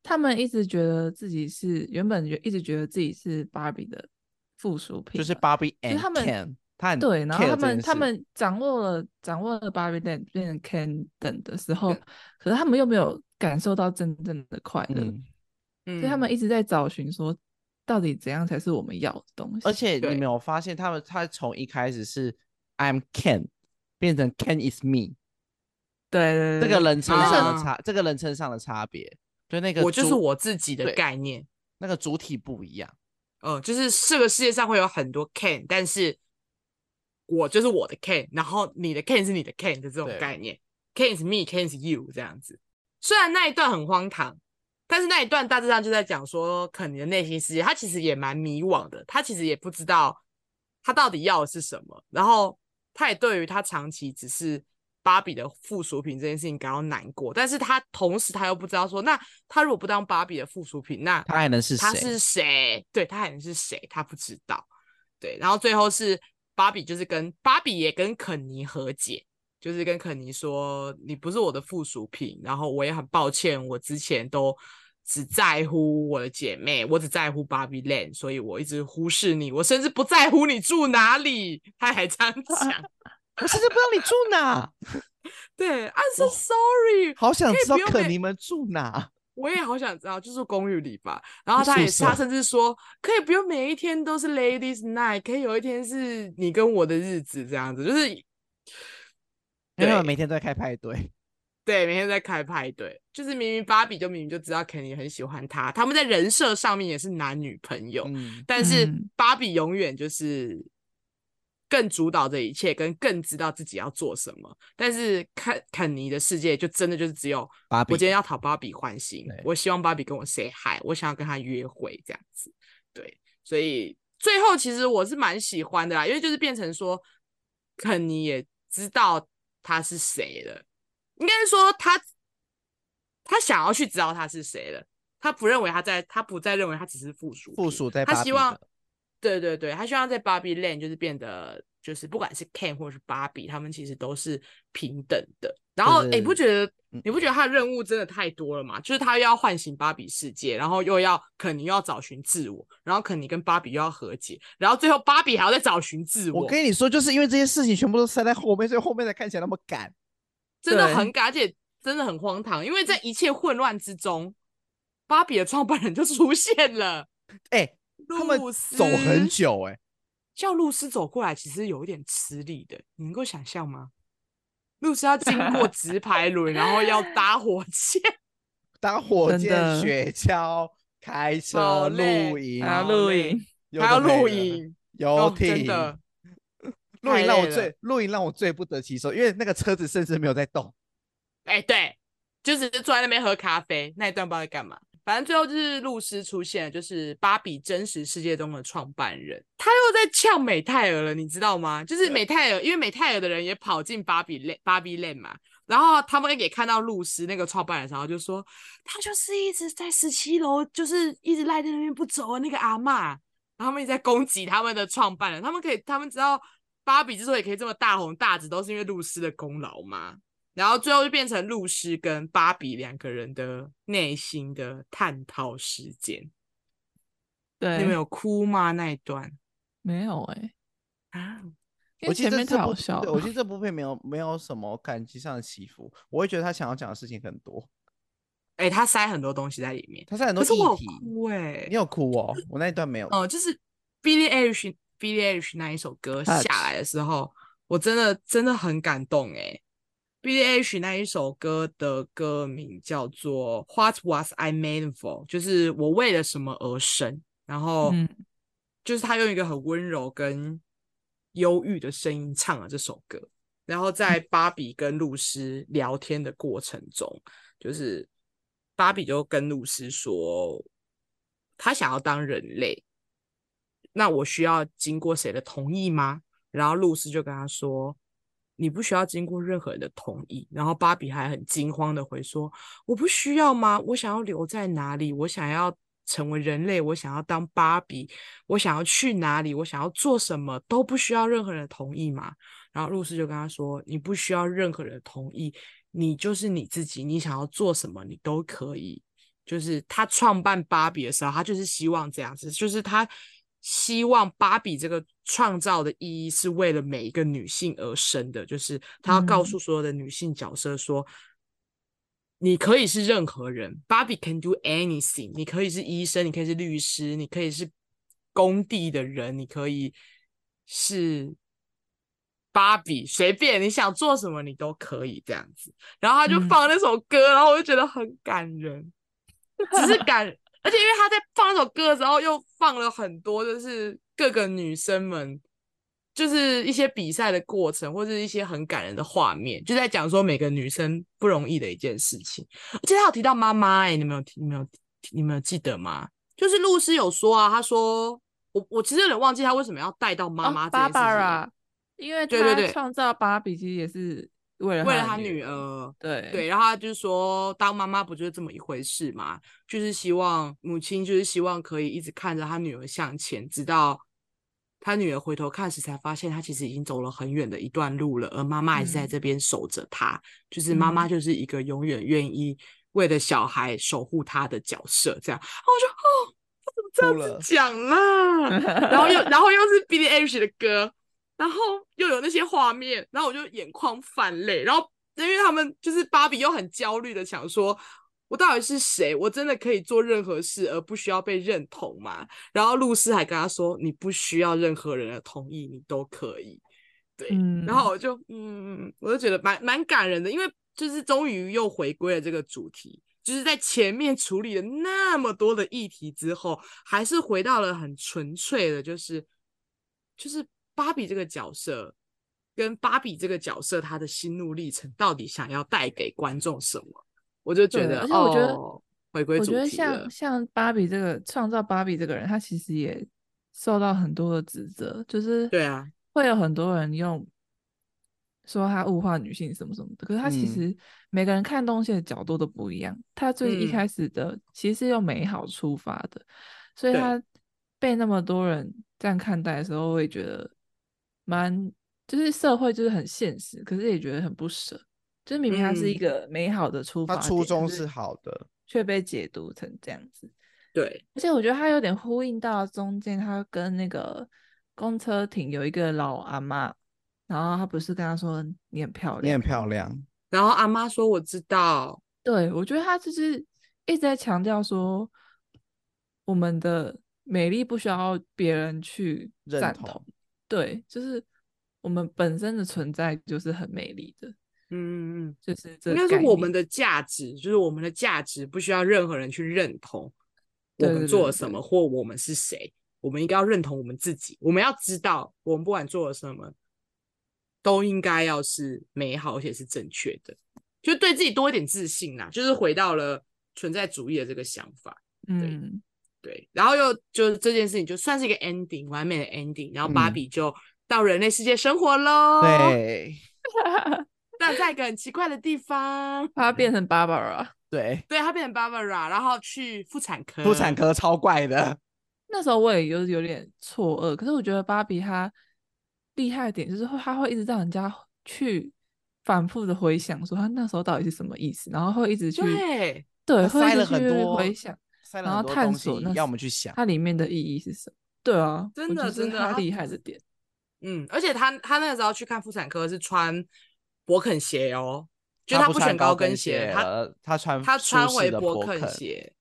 [SPEAKER 3] 他们一直觉得自己是原本就一直觉得自己是芭比的附属品
[SPEAKER 1] 就
[SPEAKER 3] 嘛，
[SPEAKER 1] 是 Barbie
[SPEAKER 3] 就是
[SPEAKER 1] and
[SPEAKER 3] 他们
[SPEAKER 1] Ken，他很
[SPEAKER 3] 对，然后
[SPEAKER 1] care
[SPEAKER 3] 他
[SPEAKER 1] 这
[SPEAKER 3] 们
[SPEAKER 1] 件
[SPEAKER 3] 他
[SPEAKER 1] 事
[SPEAKER 3] 们掌握了掌握了 Barbie Land 变成 Ken 等的时候，可是他们又没有感受到真正的快乐，
[SPEAKER 1] 嗯，
[SPEAKER 2] 嗯，
[SPEAKER 3] 所以他们一直在找寻说到底怎样才是我们要的东西。
[SPEAKER 1] 而且你
[SPEAKER 2] 对
[SPEAKER 1] 没有发现他们他从一开始是 I'm Ken 变成 Ken is me，
[SPEAKER 3] 对
[SPEAKER 1] 这
[SPEAKER 3] 对对，
[SPEAKER 1] 个
[SPEAKER 3] 对
[SPEAKER 1] 人称上的
[SPEAKER 2] 啊
[SPEAKER 1] 差，这个人称上的差别，就那个
[SPEAKER 2] 我就是
[SPEAKER 1] 主
[SPEAKER 2] 我自己的
[SPEAKER 1] 对
[SPEAKER 2] 概念，
[SPEAKER 1] 那个主体不一样。
[SPEAKER 2] 呃，就是这个世界上会有很多 can，但是我就是我的 can，然后你的 can 是你的 can 的这种
[SPEAKER 1] 对
[SPEAKER 2] 概念，can is me，can is you 这样子。虽然那一段很荒唐，但是那一段大致上就在讲说肯尼的内心世界，他其实也蛮迷惘的，他其实也不知道他到底要的是什么，然后他也对于他长期只是芭比的附属品这件事情感到难过，但是他同时他又不知道说，那他如果不当芭比的附属品，那
[SPEAKER 1] 他还能是
[SPEAKER 2] 他
[SPEAKER 1] 谁
[SPEAKER 2] 是谁？对他还能是谁？他不知道。对，然后最后是芭比，就是跟芭比也跟肯尼和解，就是跟肯尼说，你不是我的附属品，然后我也很抱歉，我之前都只在乎我的姐妹，我只在乎 Barbie Land，所以我一直忽视你，我甚至不在乎你住哪里。他还这样讲，
[SPEAKER 1] 我甚至不知道你住哪，
[SPEAKER 2] 对，I'm so sorry，
[SPEAKER 1] 好想
[SPEAKER 2] 可以
[SPEAKER 1] 知道
[SPEAKER 2] 不用
[SPEAKER 1] 肯
[SPEAKER 2] 被
[SPEAKER 1] 尼们住哪。
[SPEAKER 2] 我也好想知道，就是公寓里吧。然后他也
[SPEAKER 1] 宿舍
[SPEAKER 2] 他甚至说，可以不用每一天都是 Ladies Night，可以有一天是你跟我的日子这样子，就是
[SPEAKER 1] 因为我
[SPEAKER 2] 对
[SPEAKER 1] 每天都在开派对，
[SPEAKER 2] 对，每天在开派对，就是明明芭比就明明就知道 Kenny 很喜欢他，他们在人设上面也是男女朋友，
[SPEAKER 1] 嗯，
[SPEAKER 2] 但是
[SPEAKER 3] 嗯
[SPEAKER 2] 芭比永远就是更主导这一切，跟更知道自己要做什么。但是肯肯尼的世界就真的就是只有
[SPEAKER 1] 芭
[SPEAKER 2] 我
[SPEAKER 1] 比
[SPEAKER 2] 今天要讨芭比欢心
[SPEAKER 1] 对，
[SPEAKER 2] 我希望芭比跟我 say hi，我想要跟她约会这样子。对，所以最后其实我是蛮喜欢的啦，因为就是变成说，肯尼也知道他是谁了，应该是说他他想要去知道他是谁了，他不认为他在，他不再认为他只是附属
[SPEAKER 1] 附
[SPEAKER 2] 品
[SPEAKER 1] 属在
[SPEAKER 2] 他
[SPEAKER 1] 芭
[SPEAKER 2] 希
[SPEAKER 1] 比
[SPEAKER 2] 望
[SPEAKER 1] 的，
[SPEAKER 2] 对对对，他希望在 Barbie Land 就是变得，就是不管是 Ken 或是芭比，他们其实都是平等的。然
[SPEAKER 1] 就
[SPEAKER 2] 后，诶你不
[SPEAKER 1] 是
[SPEAKER 2] 觉得
[SPEAKER 1] 嗯
[SPEAKER 2] 你不觉得他的任务真的太多了吗？就是他又要唤醒芭比世界，然后又要肯尼又要找寻自我，然后肯尼跟芭比又要和解，然后最后芭比还要再找寻自我，
[SPEAKER 1] 我跟你说，就是因为这些事情全部都塞在后面，所以后面才看起来那么赶。
[SPEAKER 2] 真的
[SPEAKER 3] 对
[SPEAKER 2] 很赶，而且真的很荒唐，因为
[SPEAKER 1] 嗯
[SPEAKER 2] 在一切混乱之中，芭比的创办人就出现了，
[SPEAKER 1] 哎、他们
[SPEAKER 2] 露丝
[SPEAKER 1] 走很久、哎，
[SPEAKER 2] 叫露丝走过来，其实有一点吃力的，你能够想象吗？露丝要经 过直排轮，然后要搭火 箭，
[SPEAKER 1] 搭火
[SPEAKER 3] 真
[SPEAKER 1] 箭、
[SPEAKER 3] 的
[SPEAKER 1] 雪橇、开车、
[SPEAKER 2] 好累
[SPEAKER 1] 露营
[SPEAKER 3] 还，要
[SPEAKER 2] 好
[SPEAKER 3] 露
[SPEAKER 2] 累
[SPEAKER 3] 营，
[SPEAKER 1] 有
[SPEAKER 2] 啊还
[SPEAKER 1] 的没的、游艇
[SPEAKER 2] 要露营，哦，真。的
[SPEAKER 1] 露营
[SPEAKER 2] 太
[SPEAKER 1] 让我
[SPEAKER 2] 累了
[SPEAKER 1] 最露营让我最不得其手，因为那个车子甚至没有在动。
[SPEAKER 2] 哎、对，就只是坐在那边喝咖啡，那一段不知道在干嘛。反正最后就是露丝出现了，就是芭比真实世界中的创办人，他又在呛美泰尔了，你知道吗？就是美泰尔，因为美泰尔的人也跑进芭比 l 芭比 land 嘛，然后他们也看到露丝那个创办人，然后就说他就是一直在十七楼，就是一直赖在那边不走啊，那个阿嬷。然后他们一直在攻击他们的创办人，他们可以，他们知道芭比之所以可以这么大红大紫，都是因为露丝的功劳吗？然后最后就变成露丝跟芭比两个人的内心的探讨时间。
[SPEAKER 3] 对，
[SPEAKER 2] 你们有哭吗？那一段
[SPEAKER 3] 没有哎、
[SPEAKER 2] 啊，
[SPEAKER 3] 因
[SPEAKER 1] 我
[SPEAKER 3] 为
[SPEAKER 1] 觉得
[SPEAKER 3] 前
[SPEAKER 1] 这
[SPEAKER 3] 面
[SPEAKER 1] 这
[SPEAKER 3] 太
[SPEAKER 1] 部
[SPEAKER 3] 好笑
[SPEAKER 1] 对，我
[SPEAKER 3] 了
[SPEAKER 1] 觉。得这部片没有没有什么感情上的起伏，我会觉得他想要讲的事情很多，
[SPEAKER 2] 哎、他塞很多东西在里面，
[SPEAKER 1] 他是很多
[SPEAKER 2] 可是我有
[SPEAKER 1] 议题。
[SPEAKER 2] 哭哎、
[SPEAKER 1] 你有哭哦？我那一段没有。
[SPEAKER 2] 哦、就是 Billie Eilish Billie Eilish 那一首歌
[SPEAKER 1] Touch
[SPEAKER 2] 下来的时候，我真的真的很感动哎、Billie Eilish 那一首歌的歌名叫做《What Was I Made For》，就是我为了什么而生。然后，
[SPEAKER 3] 嗯
[SPEAKER 2] 就是他用一个很温柔跟忧郁的声音唱了这首歌。然后在芭比跟露丝聊天的过程中，就是芭比就跟露丝说，她想要当人类，那我需要经过谁的同意吗？然后露丝就跟他说，你不需要经过任何人的同意。然后芭比还很惊慌的回说，我不需要吗？我想要留在哪里？我想要成为人类，我想要当芭比，我想要去哪里？我想要做什么都不需要任何人的同意吗？然后露丝就跟他说：“你不需要任何人的同意，你就是你自己，你想要做什么你都可以。”就是他创办芭比的时候，他就是希望这样子，就是他希望芭比这个创造的意义是为了每一个女性而生的，就是他要告
[SPEAKER 3] 嗯
[SPEAKER 2] 诉所有的女性角色说。你可以是任何人，Barbie can do anything。你可以是医生，你可以是律师，你可以是工地的人，你可以是芭比，随便你想做什么你都可以这样子。然后他就
[SPEAKER 3] 嗯
[SPEAKER 2] 放那首歌，然后我就觉得很感人，只是 感，而且因为他在放那首歌的时候又放了很多，就是各个女生们。就是一些比赛的过程，或是一些很感人的画面，就在讲说每个女生不容易的一件事情。而且他有提到妈妈、欸，你们有提你们有你们有记得吗？就是露丝有说啊，她说我我其实有点忘记她为什么要带到妈妈
[SPEAKER 3] 哦、
[SPEAKER 2] 这件事情了，
[SPEAKER 3] Barbara，因为
[SPEAKER 2] 对对
[SPEAKER 3] 她
[SPEAKER 2] 对
[SPEAKER 3] 创造芭比其实也是为了
[SPEAKER 2] 为了
[SPEAKER 3] 她
[SPEAKER 2] 她
[SPEAKER 3] 的
[SPEAKER 2] 女
[SPEAKER 3] 女儿，
[SPEAKER 2] 儿。
[SPEAKER 3] 对
[SPEAKER 2] 对， 然后她就是说，当妈妈不就是这么一回事嘛？就是希望母亲，就是希望可以一直看着她女儿向前，直到她女儿回头看时，才发现她其实已经走了很远的一段路了，而妈妈还是在
[SPEAKER 3] 嗯
[SPEAKER 2] 这边守着她。就是妈妈
[SPEAKER 3] 嗯
[SPEAKER 2] 就是一个永远愿意为了小孩守护她的角色，这样。然后
[SPEAKER 1] 哭
[SPEAKER 2] 我就哦，他怎么这
[SPEAKER 1] 了
[SPEAKER 2] 样子讲啦？ 然后又然后又是 Billie Eilish 的歌，然后又有那些画面，然后我就眼眶泛泪，然后因为他们就是芭比又很焦虑的想说，我到底是谁？我真的可以做任何事而不需要被认同吗？然后露丝还跟他说，你不需要任何人的同意，你都可以。对，
[SPEAKER 3] 嗯，
[SPEAKER 2] 然后我就嗯，我就觉得蛮蛮感人的，因为就是终于又回归了这个主题，就是在前面处理了那么多的议题之后，还是回到了很纯粹的，就是就是芭比这个角色跟芭比这个角色她的心路历程到底想要带给观众什么，我就觉
[SPEAKER 3] 对
[SPEAKER 2] 得，
[SPEAKER 3] 而且我觉得
[SPEAKER 2] 哦、回归
[SPEAKER 3] 我
[SPEAKER 2] 主
[SPEAKER 3] 觉得
[SPEAKER 2] 题了
[SPEAKER 3] 像，像芭比这个创造芭比这个人，他其实也受到很多的指责，就是
[SPEAKER 2] 对啊，
[SPEAKER 3] 会有很多人用说他物化女性什么什么的。可是他其
[SPEAKER 1] 嗯
[SPEAKER 3] 实每个人看东西的角度都不一样，他最一
[SPEAKER 2] 嗯
[SPEAKER 3] 开始的其实是用美好出发的，所以
[SPEAKER 2] 对
[SPEAKER 3] 他被那么多人这样看待的时候，我也觉得蛮就是社会就是很现实，可是也觉得很不舍。就是明明他是一
[SPEAKER 2] 嗯
[SPEAKER 3] 个美好的出发
[SPEAKER 1] 他
[SPEAKER 3] 点，
[SPEAKER 1] 初衷
[SPEAKER 3] 可
[SPEAKER 1] 是好的，
[SPEAKER 3] 却被解读成这样子。
[SPEAKER 2] 对，
[SPEAKER 3] 而且我觉得它有点呼应到中间，他跟那个公车亭有一个老阿嬷，然后他不是跟他说你很漂
[SPEAKER 1] 你
[SPEAKER 3] 亮，
[SPEAKER 1] 很漂亮，
[SPEAKER 2] 然后阿妈说我知道，
[SPEAKER 3] 对我觉得他就是一直在强调说我们的美丽不需要别人去
[SPEAKER 1] 认
[SPEAKER 3] 赞
[SPEAKER 1] 同
[SPEAKER 3] 对，就是我们本身的存在就是很美丽的，
[SPEAKER 2] 嗯嗯嗯。
[SPEAKER 3] 就是这
[SPEAKER 2] 应
[SPEAKER 3] 个
[SPEAKER 2] 该是
[SPEAKER 3] 概
[SPEAKER 2] 我
[SPEAKER 3] 念
[SPEAKER 2] 们的价值，就是我们的价值不需要任何人去认同我
[SPEAKER 3] 对
[SPEAKER 2] 们
[SPEAKER 3] 对
[SPEAKER 2] 做
[SPEAKER 3] 对
[SPEAKER 2] 了
[SPEAKER 3] 对
[SPEAKER 2] 什么或我们是谁，我们应该要认同我们自己，我们要知道我们不管做了什么，都应该要是美好而且是正确的，就对自己多一点自信啦，就是回到了存在主义的这个想法。
[SPEAKER 3] 嗯
[SPEAKER 2] 对，然后又就是这件事情就算是一个 ending，完美的 ending，然后芭
[SPEAKER 1] 嗯
[SPEAKER 2] 比就到人类世界生活喽，，
[SPEAKER 1] 对
[SPEAKER 2] 但在一个很奇怪的地方。
[SPEAKER 3] 他变成 Barbara。
[SPEAKER 1] 对，
[SPEAKER 2] 对，她变成 Barbara，然后去妇产科。
[SPEAKER 1] 妇产科超怪的，
[SPEAKER 3] 那时候我也有有点错愕，可是我觉得芭比她厉害的点就是会，她会一直让人家去反复的回想，说她那时候到底是什么意思，然后会一直去
[SPEAKER 2] 对
[SPEAKER 3] 对，
[SPEAKER 1] 他
[SPEAKER 3] 会
[SPEAKER 1] 塞
[SPEAKER 3] 一
[SPEAKER 1] 了
[SPEAKER 3] 直去
[SPEAKER 1] 很多
[SPEAKER 3] 回想，，
[SPEAKER 1] 塞了
[SPEAKER 3] 然后
[SPEAKER 1] 很多
[SPEAKER 3] 探
[SPEAKER 1] 东
[SPEAKER 3] 索
[SPEAKER 1] 西
[SPEAKER 3] 那
[SPEAKER 1] 要我
[SPEAKER 3] 是
[SPEAKER 1] 们去想，
[SPEAKER 3] 它里面的意义是什么。对啊，
[SPEAKER 2] 真
[SPEAKER 3] 我觉
[SPEAKER 2] 的
[SPEAKER 3] 得
[SPEAKER 2] 真
[SPEAKER 3] 这
[SPEAKER 2] 的
[SPEAKER 3] 是她
[SPEAKER 2] 她
[SPEAKER 3] 厉害的点。
[SPEAKER 2] 嗯，而且她她那个时候去看妇产科是穿勃肯鞋哦，就
[SPEAKER 1] 他
[SPEAKER 2] 她
[SPEAKER 1] 不
[SPEAKER 2] 选
[SPEAKER 1] 穿
[SPEAKER 2] 高
[SPEAKER 1] 跟
[SPEAKER 2] 鞋，
[SPEAKER 1] 了
[SPEAKER 2] 她
[SPEAKER 1] 他穿
[SPEAKER 2] 她
[SPEAKER 1] 舒
[SPEAKER 2] 穿
[SPEAKER 1] 适
[SPEAKER 2] 回
[SPEAKER 1] 的
[SPEAKER 2] 勃
[SPEAKER 1] 勃
[SPEAKER 2] 肯
[SPEAKER 1] 肯
[SPEAKER 2] 鞋。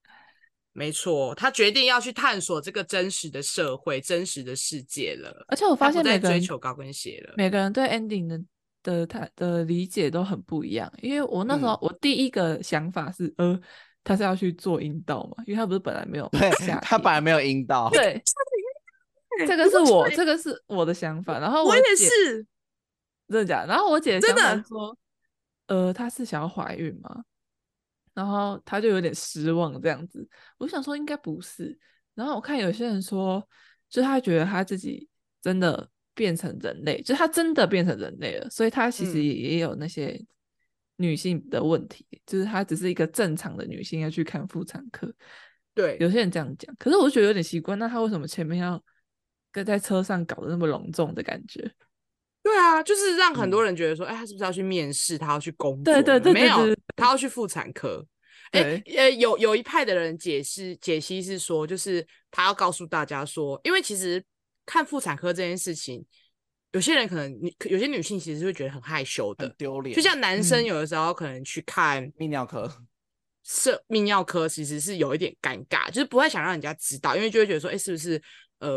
[SPEAKER 2] 没错，她决定要去探索这个真实的社会、真实的世界了。
[SPEAKER 3] 而且我
[SPEAKER 2] 她
[SPEAKER 3] 发
[SPEAKER 2] 不
[SPEAKER 3] 现
[SPEAKER 2] 再
[SPEAKER 3] 每个
[SPEAKER 2] 追
[SPEAKER 3] 人
[SPEAKER 2] 求高跟鞋了。
[SPEAKER 3] 每个人对 ending 的的他的理解都很不一样。因为我那时候、
[SPEAKER 2] 嗯
[SPEAKER 3] 我第一个想法是，呃，他是要去做阴道嘛，因为他不是本来没有
[SPEAKER 1] 对
[SPEAKER 3] 下，
[SPEAKER 1] 他
[SPEAKER 3] 体
[SPEAKER 1] 本来没有阴道，
[SPEAKER 3] 对，这个是我这个是我的想法。然后
[SPEAKER 2] 我也
[SPEAKER 3] 姐
[SPEAKER 2] 是，
[SPEAKER 3] 真的假的然后我姐
[SPEAKER 2] 真
[SPEAKER 3] 想法
[SPEAKER 2] 的
[SPEAKER 3] 是说，呃，她是想要怀孕吗？然后她就有点失望这样子。我想说应该不是。然后我看有些人说，就是她觉得她自己真的变成人类，就是她真的变成人类了，所以她其实
[SPEAKER 2] 嗯
[SPEAKER 3] 也也有那些女性的问题，就是她只是一个正常的女性要去看妇产科。
[SPEAKER 2] 对，
[SPEAKER 3] 有些人这样讲，可是我觉得有点奇怪，那她为什么前面要跟在车上搞得那么隆重的感觉？
[SPEAKER 2] 对啊，就是让很多
[SPEAKER 1] 嗯
[SPEAKER 2] 人觉得说，哎、他是不是要去面试？他要去工作
[SPEAKER 3] 对
[SPEAKER 2] 了？
[SPEAKER 3] 对对
[SPEAKER 2] 没
[SPEAKER 3] 对
[SPEAKER 2] 有
[SPEAKER 3] 对，
[SPEAKER 2] 他要去妇产科。哎、呃，有有一派的人解释解析是说，就是他要告诉大家说，因为其实看妇产科这件事情，有些人可能女有些女性其实是会觉得很害羞
[SPEAKER 1] 很
[SPEAKER 2] 的，
[SPEAKER 1] 丢脸，
[SPEAKER 2] 就像男生
[SPEAKER 3] 嗯
[SPEAKER 2] 有的时候可能去看
[SPEAKER 1] 泌尿科，
[SPEAKER 2] 社泌尿科其实是有一点尴尬，就是不太想让人家知道，因为就会觉得说，哎、是不是呃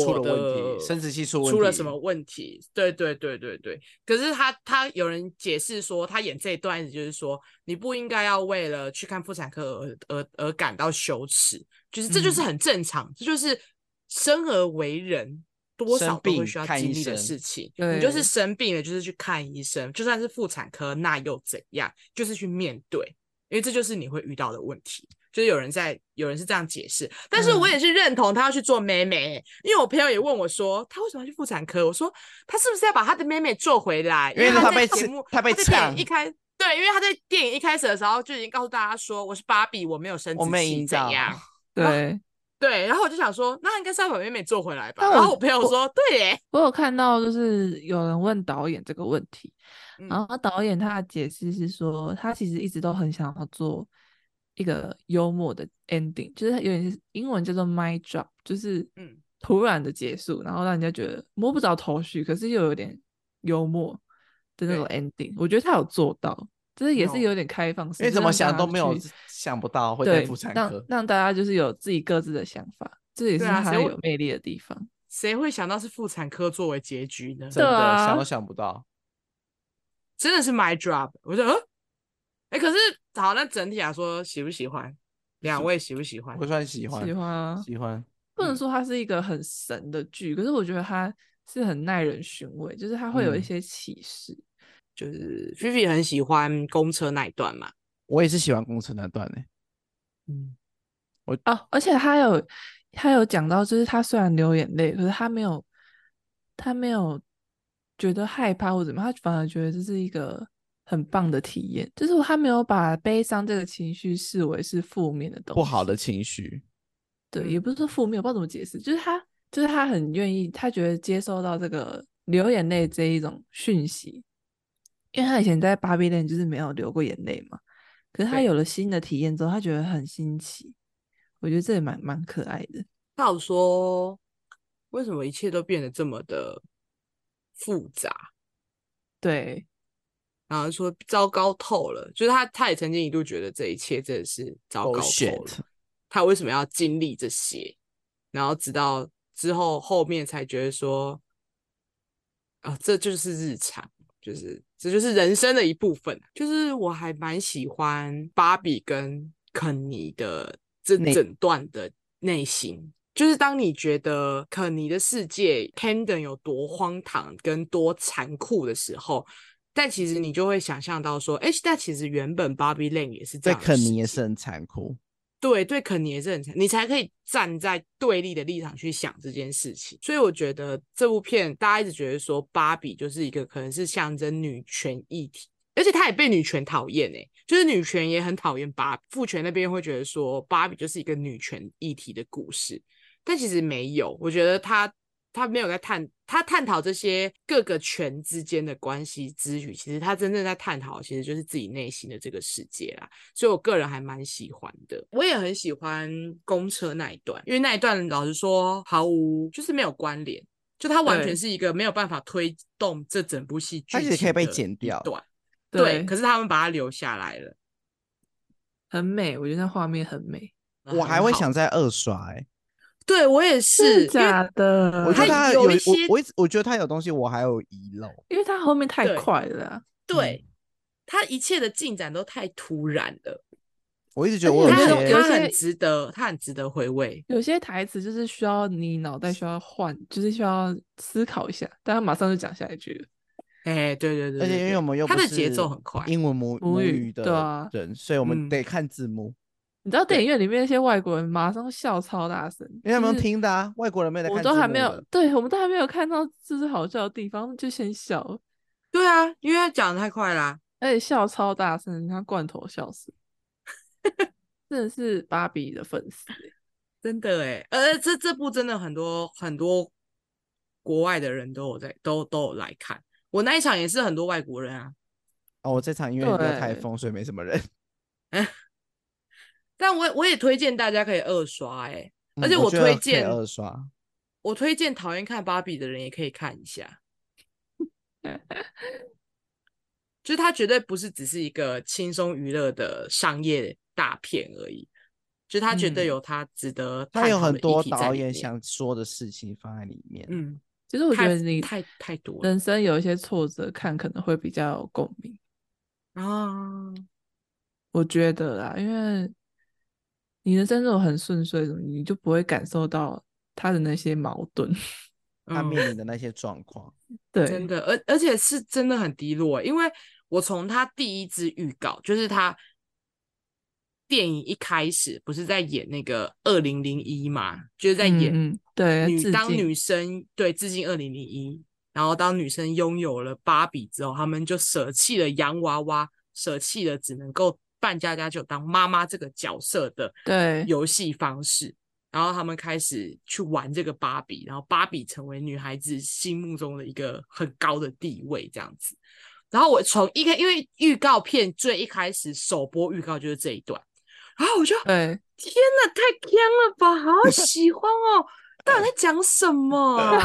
[SPEAKER 1] 出
[SPEAKER 2] 我
[SPEAKER 1] 了
[SPEAKER 2] 的
[SPEAKER 1] 问题生殖器出问
[SPEAKER 2] 出了
[SPEAKER 1] 题
[SPEAKER 2] 什么问题？对对对对对。可是他他有人解释说，他演这一段子就是说，你不应该要为了去看妇产科而而而感到羞耻，就是这就是
[SPEAKER 3] 嗯
[SPEAKER 2] 很正常，这就是生而为人。多
[SPEAKER 1] 生
[SPEAKER 2] 少都会
[SPEAKER 1] 病
[SPEAKER 2] 需要
[SPEAKER 1] 看
[SPEAKER 2] 经
[SPEAKER 1] 医
[SPEAKER 2] 历的
[SPEAKER 1] 生
[SPEAKER 2] 事情，你就是
[SPEAKER 3] 对
[SPEAKER 2] 生病了，就是去看医生，就算是妇产科，那又怎样？就是去面对。因为这就是你会遇到的问题。就是有人在，有人是这样解释，但是我
[SPEAKER 3] 嗯
[SPEAKER 2] 也是认同他要去做妹妹，因为我朋友也问我说，他为什么要去妇产科？我说他是不是要把他的妹妹救回来？
[SPEAKER 1] 因为
[SPEAKER 2] 他
[SPEAKER 1] 他
[SPEAKER 2] 在
[SPEAKER 1] 被
[SPEAKER 2] 节
[SPEAKER 1] 刺
[SPEAKER 2] 目，
[SPEAKER 1] 他被
[SPEAKER 2] 在电影
[SPEAKER 1] 呛
[SPEAKER 2] 一开，对，因为他在电影一开始的时候就已经告诉大家说我是芭比，我没有生
[SPEAKER 1] 我
[SPEAKER 2] 殖
[SPEAKER 1] 没
[SPEAKER 2] 器
[SPEAKER 1] 阴
[SPEAKER 2] 怎
[SPEAKER 1] 道
[SPEAKER 2] 样？
[SPEAKER 3] 对，
[SPEAKER 2] 对，然后我就想说，那应该是要把妹妹救回来吧。
[SPEAKER 3] 但
[SPEAKER 2] 然后
[SPEAKER 3] 我
[SPEAKER 2] 我朋友
[SPEAKER 3] 我
[SPEAKER 2] 说，对耶，
[SPEAKER 3] 我有看到就是有人问导演这个问题，然
[SPEAKER 1] 哦
[SPEAKER 2] 嗯
[SPEAKER 3] 后导演他的解释是说，他其实一直都很想要做一个幽默的 ending，就是有点是英文叫做 my drop，就是
[SPEAKER 2] 嗯
[SPEAKER 3] 突然的结束，然后让人家觉得摸不着头绪，可是又有点幽默的那种 ending。我觉得他有做到，就是也是
[SPEAKER 2] 有
[SPEAKER 3] 有点开放式，
[SPEAKER 1] 因为
[SPEAKER 3] 就
[SPEAKER 1] 怎么
[SPEAKER 3] 让
[SPEAKER 1] 想
[SPEAKER 3] 大
[SPEAKER 1] 都
[SPEAKER 3] 家
[SPEAKER 1] 没有
[SPEAKER 3] 去
[SPEAKER 1] 想不到会在
[SPEAKER 3] 对
[SPEAKER 1] 妇产，
[SPEAKER 3] 让
[SPEAKER 1] 科。
[SPEAKER 3] 让大家就是有自己各自的想法，这也是
[SPEAKER 2] 对啊
[SPEAKER 3] 它
[SPEAKER 2] 谁会
[SPEAKER 3] 有魅力的地方。
[SPEAKER 2] 谁会想到是妇产科作为结局呢？
[SPEAKER 1] 真的、
[SPEAKER 3] 啊
[SPEAKER 1] 想都想不到。
[SPEAKER 2] 真的是 my job。我说，嗯、哎、可是好，那整体来说喜不喜欢？两位喜不喜欢
[SPEAKER 1] 我？算喜欢，
[SPEAKER 3] 喜欢啊，
[SPEAKER 1] 喜欢
[SPEAKER 3] 不能
[SPEAKER 1] 嗯
[SPEAKER 3] 说它是一个很神的剧，可是我觉得它是很耐人寻味，就是它会有一
[SPEAKER 1] 嗯
[SPEAKER 3] 些启示。
[SPEAKER 2] 就是 Vivi 很喜欢公车那一段嘛。
[SPEAKER 1] 我也是喜欢工程那段呢、欸
[SPEAKER 2] 嗯，
[SPEAKER 3] 哦，而且他有他有讲到，就是他虽然流眼泪，可是他没有他没有觉得害怕或怎么样，他反而觉得这是一个很棒的体验，就是他没有把悲伤这个情绪视为是负面的东西，
[SPEAKER 1] 不好的情绪。
[SPEAKER 3] 对，
[SPEAKER 2] 嗯
[SPEAKER 3] 也不是说负面，我不知道怎么解释，就是他就是他很愿意，他觉得接收到这个流眼泪这一种讯息，因为他以前在芭比 land 就是没有流过眼泪嘛，可是他
[SPEAKER 2] 对
[SPEAKER 3] 有了新的体验之后，他觉得很新奇，我觉得这也蛮蛮可爱的。
[SPEAKER 2] 他有说，为什么一切都变得这么的复杂？
[SPEAKER 3] 对，
[SPEAKER 2] 然后说糟糕透了，就是他，他也曾经一度觉得这一切真的是糟糕透了。
[SPEAKER 1] Bullshit
[SPEAKER 2] 他为什么要经历这些？然后直到之后后面才觉得说，啊，这就是日常，就是这就是人生的一部分。啊就是我还蛮喜欢芭比跟肯尼的这
[SPEAKER 1] 内
[SPEAKER 2] 整段的内心。就是当你觉得肯尼的世界 Camden 有多荒唐跟多残酷的时候，但其实你就会想象到说，哎、但其实原本 Barbie Lane 也是这
[SPEAKER 1] 对
[SPEAKER 2] 样的
[SPEAKER 1] 肯
[SPEAKER 2] 世
[SPEAKER 1] 尼也
[SPEAKER 2] 界
[SPEAKER 1] 是很残酷，
[SPEAKER 2] 对对，肯尼也是很强，你才可以站在对立的立场去想这件事情。所以我觉得这部片大家一直觉得说芭比就是一个可能是象征女权议题，而且她也被女权讨厌诶、就是女权也很讨厌芭比，父权那边会觉得说芭比就是一个女权议题的故事，但其实没有，我觉得他他没有在探他探讨这些各个权之间的关系之余，其实他真正在探讨的其实就是自己内心的这个世界啦。所以我个人还蛮喜欢的。我也很喜欢公车那一段，因为那一段老实说毫无就是没有关联，就它完
[SPEAKER 3] 对
[SPEAKER 2] 全是一个没有办法推动这整部戏剧
[SPEAKER 1] 它其
[SPEAKER 2] 情
[SPEAKER 1] 实
[SPEAKER 2] 的
[SPEAKER 1] 可以被
[SPEAKER 2] 一
[SPEAKER 1] 剪掉
[SPEAKER 2] 段，对，
[SPEAKER 3] 对，
[SPEAKER 2] 可是他们把它留下来了。
[SPEAKER 3] 很美，我觉得那画面很美。
[SPEAKER 1] 我还
[SPEAKER 2] 很
[SPEAKER 1] 会
[SPEAKER 2] 好，
[SPEAKER 1] 想再二刷、欸。
[SPEAKER 2] 对我也是，因为
[SPEAKER 3] 假的？
[SPEAKER 1] 我觉得
[SPEAKER 2] 嗯它
[SPEAKER 1] 他
[SPEAKER 2] 有
[SPEAKER 1] 有
[SPEAKER 2] 一
[SPEAKER 1] 一我
[SPEAKER 2] 些
[SPEAKER 1] 我一直我觉得他有东西我还有遗漏，
[SPEAKER 3] 因为它后面太
[SPEAKER 2] 对
[SPEAKER 3] 快了啊，
[SPEAKER 2] 对他一切的进展都太突然了，
[SPEAKER 1] 我一直觉得
[SPEAKER 3] 而
[SPEAKER 1] 我
[SPEAKER 3] 且
[SPEAKER 1] 有
[SPEAKER 2] 他
[SPEAKER 3] 它
[SPEAKER 1] 一
[SPEAKER 2] 很他
[SPEAKER 1] 些
[SPEAKER 3] 有
[SPEAKER 2] 很
[SPEAKER 3] 些
[SPEAKER 2] 值得，他很值得回味。
[SPEAKER 3] 有些台词就是需要你脑袋需要换，就是需要思考一下，但他马上就讲下一句了。
[SPEAKER 2] 哎、对对对
[SPEAKER 1] 而且因为我们又
[SPEAKER 2] 他
[SPEAKER 1] 不
[SPEAKER 2] 的节
[SPEAKER 1] 是
[SPEAKER 2] 奏很快，
[SPEAKER 1] 英文母
[SPEAKER 3] 母语
[SPEAKER 1] 语
[SPEAKER 3] 对
[SPEAKER 1] 的
[SPEAKER 3] 啊
[SPEAKER 1] 人，所以我们
[SPEAKER 2] 嗯
[SPEAKER 1] 得看字幕，
[SPEAKER 3] 你知道电
[SPEAKER 2] 对
[SPEAKER 3] 影院里面那些外国人马上笑超大声，
[SPEAKER 1] 因为他们用
[SPEAKER 3] 就是
[SPEAKER 1] 听的啊，外国人没得看
[SPEAKER 3] 我
[SPEAKER 1] 字幕
[SPEAKER 3] 都
[SPEAKER 1] 的。
[SPEAKER 3] 还没有，对我们都还没有看到就是好笑的地方，就先笑了，
[SPEAKER 2] 对啊，因为他讲的太快啦、
[SPEAKER 3] 而且笑超大声，像罐头笑死。真的是芭比的粉丝欸、
[SPEAKER 2] 真的哎，呃，这这部真的很多很多国外的人都有在都都有来看，我那一场也是很多外国人啊，
[SPEAKER 1] 哦，我这场因为没有台
[SPEAKER 3] 对
[SPEAKER 1] 风，所以没什么人。
[SPEAKER 2] 但我我也推荐大家可以二刷哎，
[SPEAKER 1] 嗯
[SPEAKER 2] 而且
[SPEAKER 1] 我
[SPEAKER 2] 我
[SPEAKER 1] 觉得
[SPEAKER 2] 推
[SPEAKER 1] 可以
[SPEAKER 2] 荐
[SPEAKER 1] 二刷，
[SPEAKER 2] 我推荐讨厌看芭比的人也可以看一下，就是它绝对不是只是一个轻松娱乐的商业大片而已，就是它绝对
[SPEAKER 3] 嗯
[SPEAKER 2] 有它值得
[SPEAKER 1] 他
[SPEAKER 2] 探
[SPEAKER 1] 有
[SPEAKER 2] 讨
[SPEAKER 1] 很
[SPEAKER 2] 的议
[SPEAKER 1] 多
[SPEAKER 2] 题在
[SPEAKER 1] 导
[SPEAKER 2] 里
[SPEAKER 1] 演
[SPEAKER 2] 面，
[SPEAKER 1] 想说的事情放在里面。
[SPEAKER 2] 嗯，
[SPEAKER 3] 其实我觉
[SPEAKER 2] 太
[SPEAKER 3] 得你
[SPEAKER 2] 太太多了
[SPEAKER 3] 人生有一些挫折，看可能会比较有共鸣。
[SPEAKER 2] 啊，
[SPEAKER 3] 我觉得啦，因为你人生如果很顺遂，你就不会感受到他的那些矛盾。
[SPEAKER 1] 他
[SPEAKER 2] 嗯
[SPEAKER 1] 面临的那些状况，
[SPEAKER 3] 对，
[SPEAKER 2] 真的，而而且是真的很低落欸，因为我从他第一支预告，就是他电影一开始不是在演那个二零零一嘛，就是在演
[SPEAKER 3] 嗯嗯对
[SPEAKER 2] 女
[SPEAKER 3] 致
[SPEAKER 2] 当
[SPEAKER 3] 敬
[SPEAKER 2] 女生对致敬二零零一，然后当女生拥有了芭比之后，他们就舍弃了洋娃娃，舍弃了只能够扮家家酒当妈妈这个角色的
[SPEAKER 3] 对
[SPEAKER 2] 游戏方式。然后他们开始去玩这个芭比，然后芭比成为女孩子心目中的一个很高的地位，这样子。然后我从一开，因为预告片最一开始首播预告就是这一段，然后我就
[SPEAKER 3] 对，
[SPEAKER 2] 天 哪，太强了吧！好喜欢哦，到底在讲什么啊？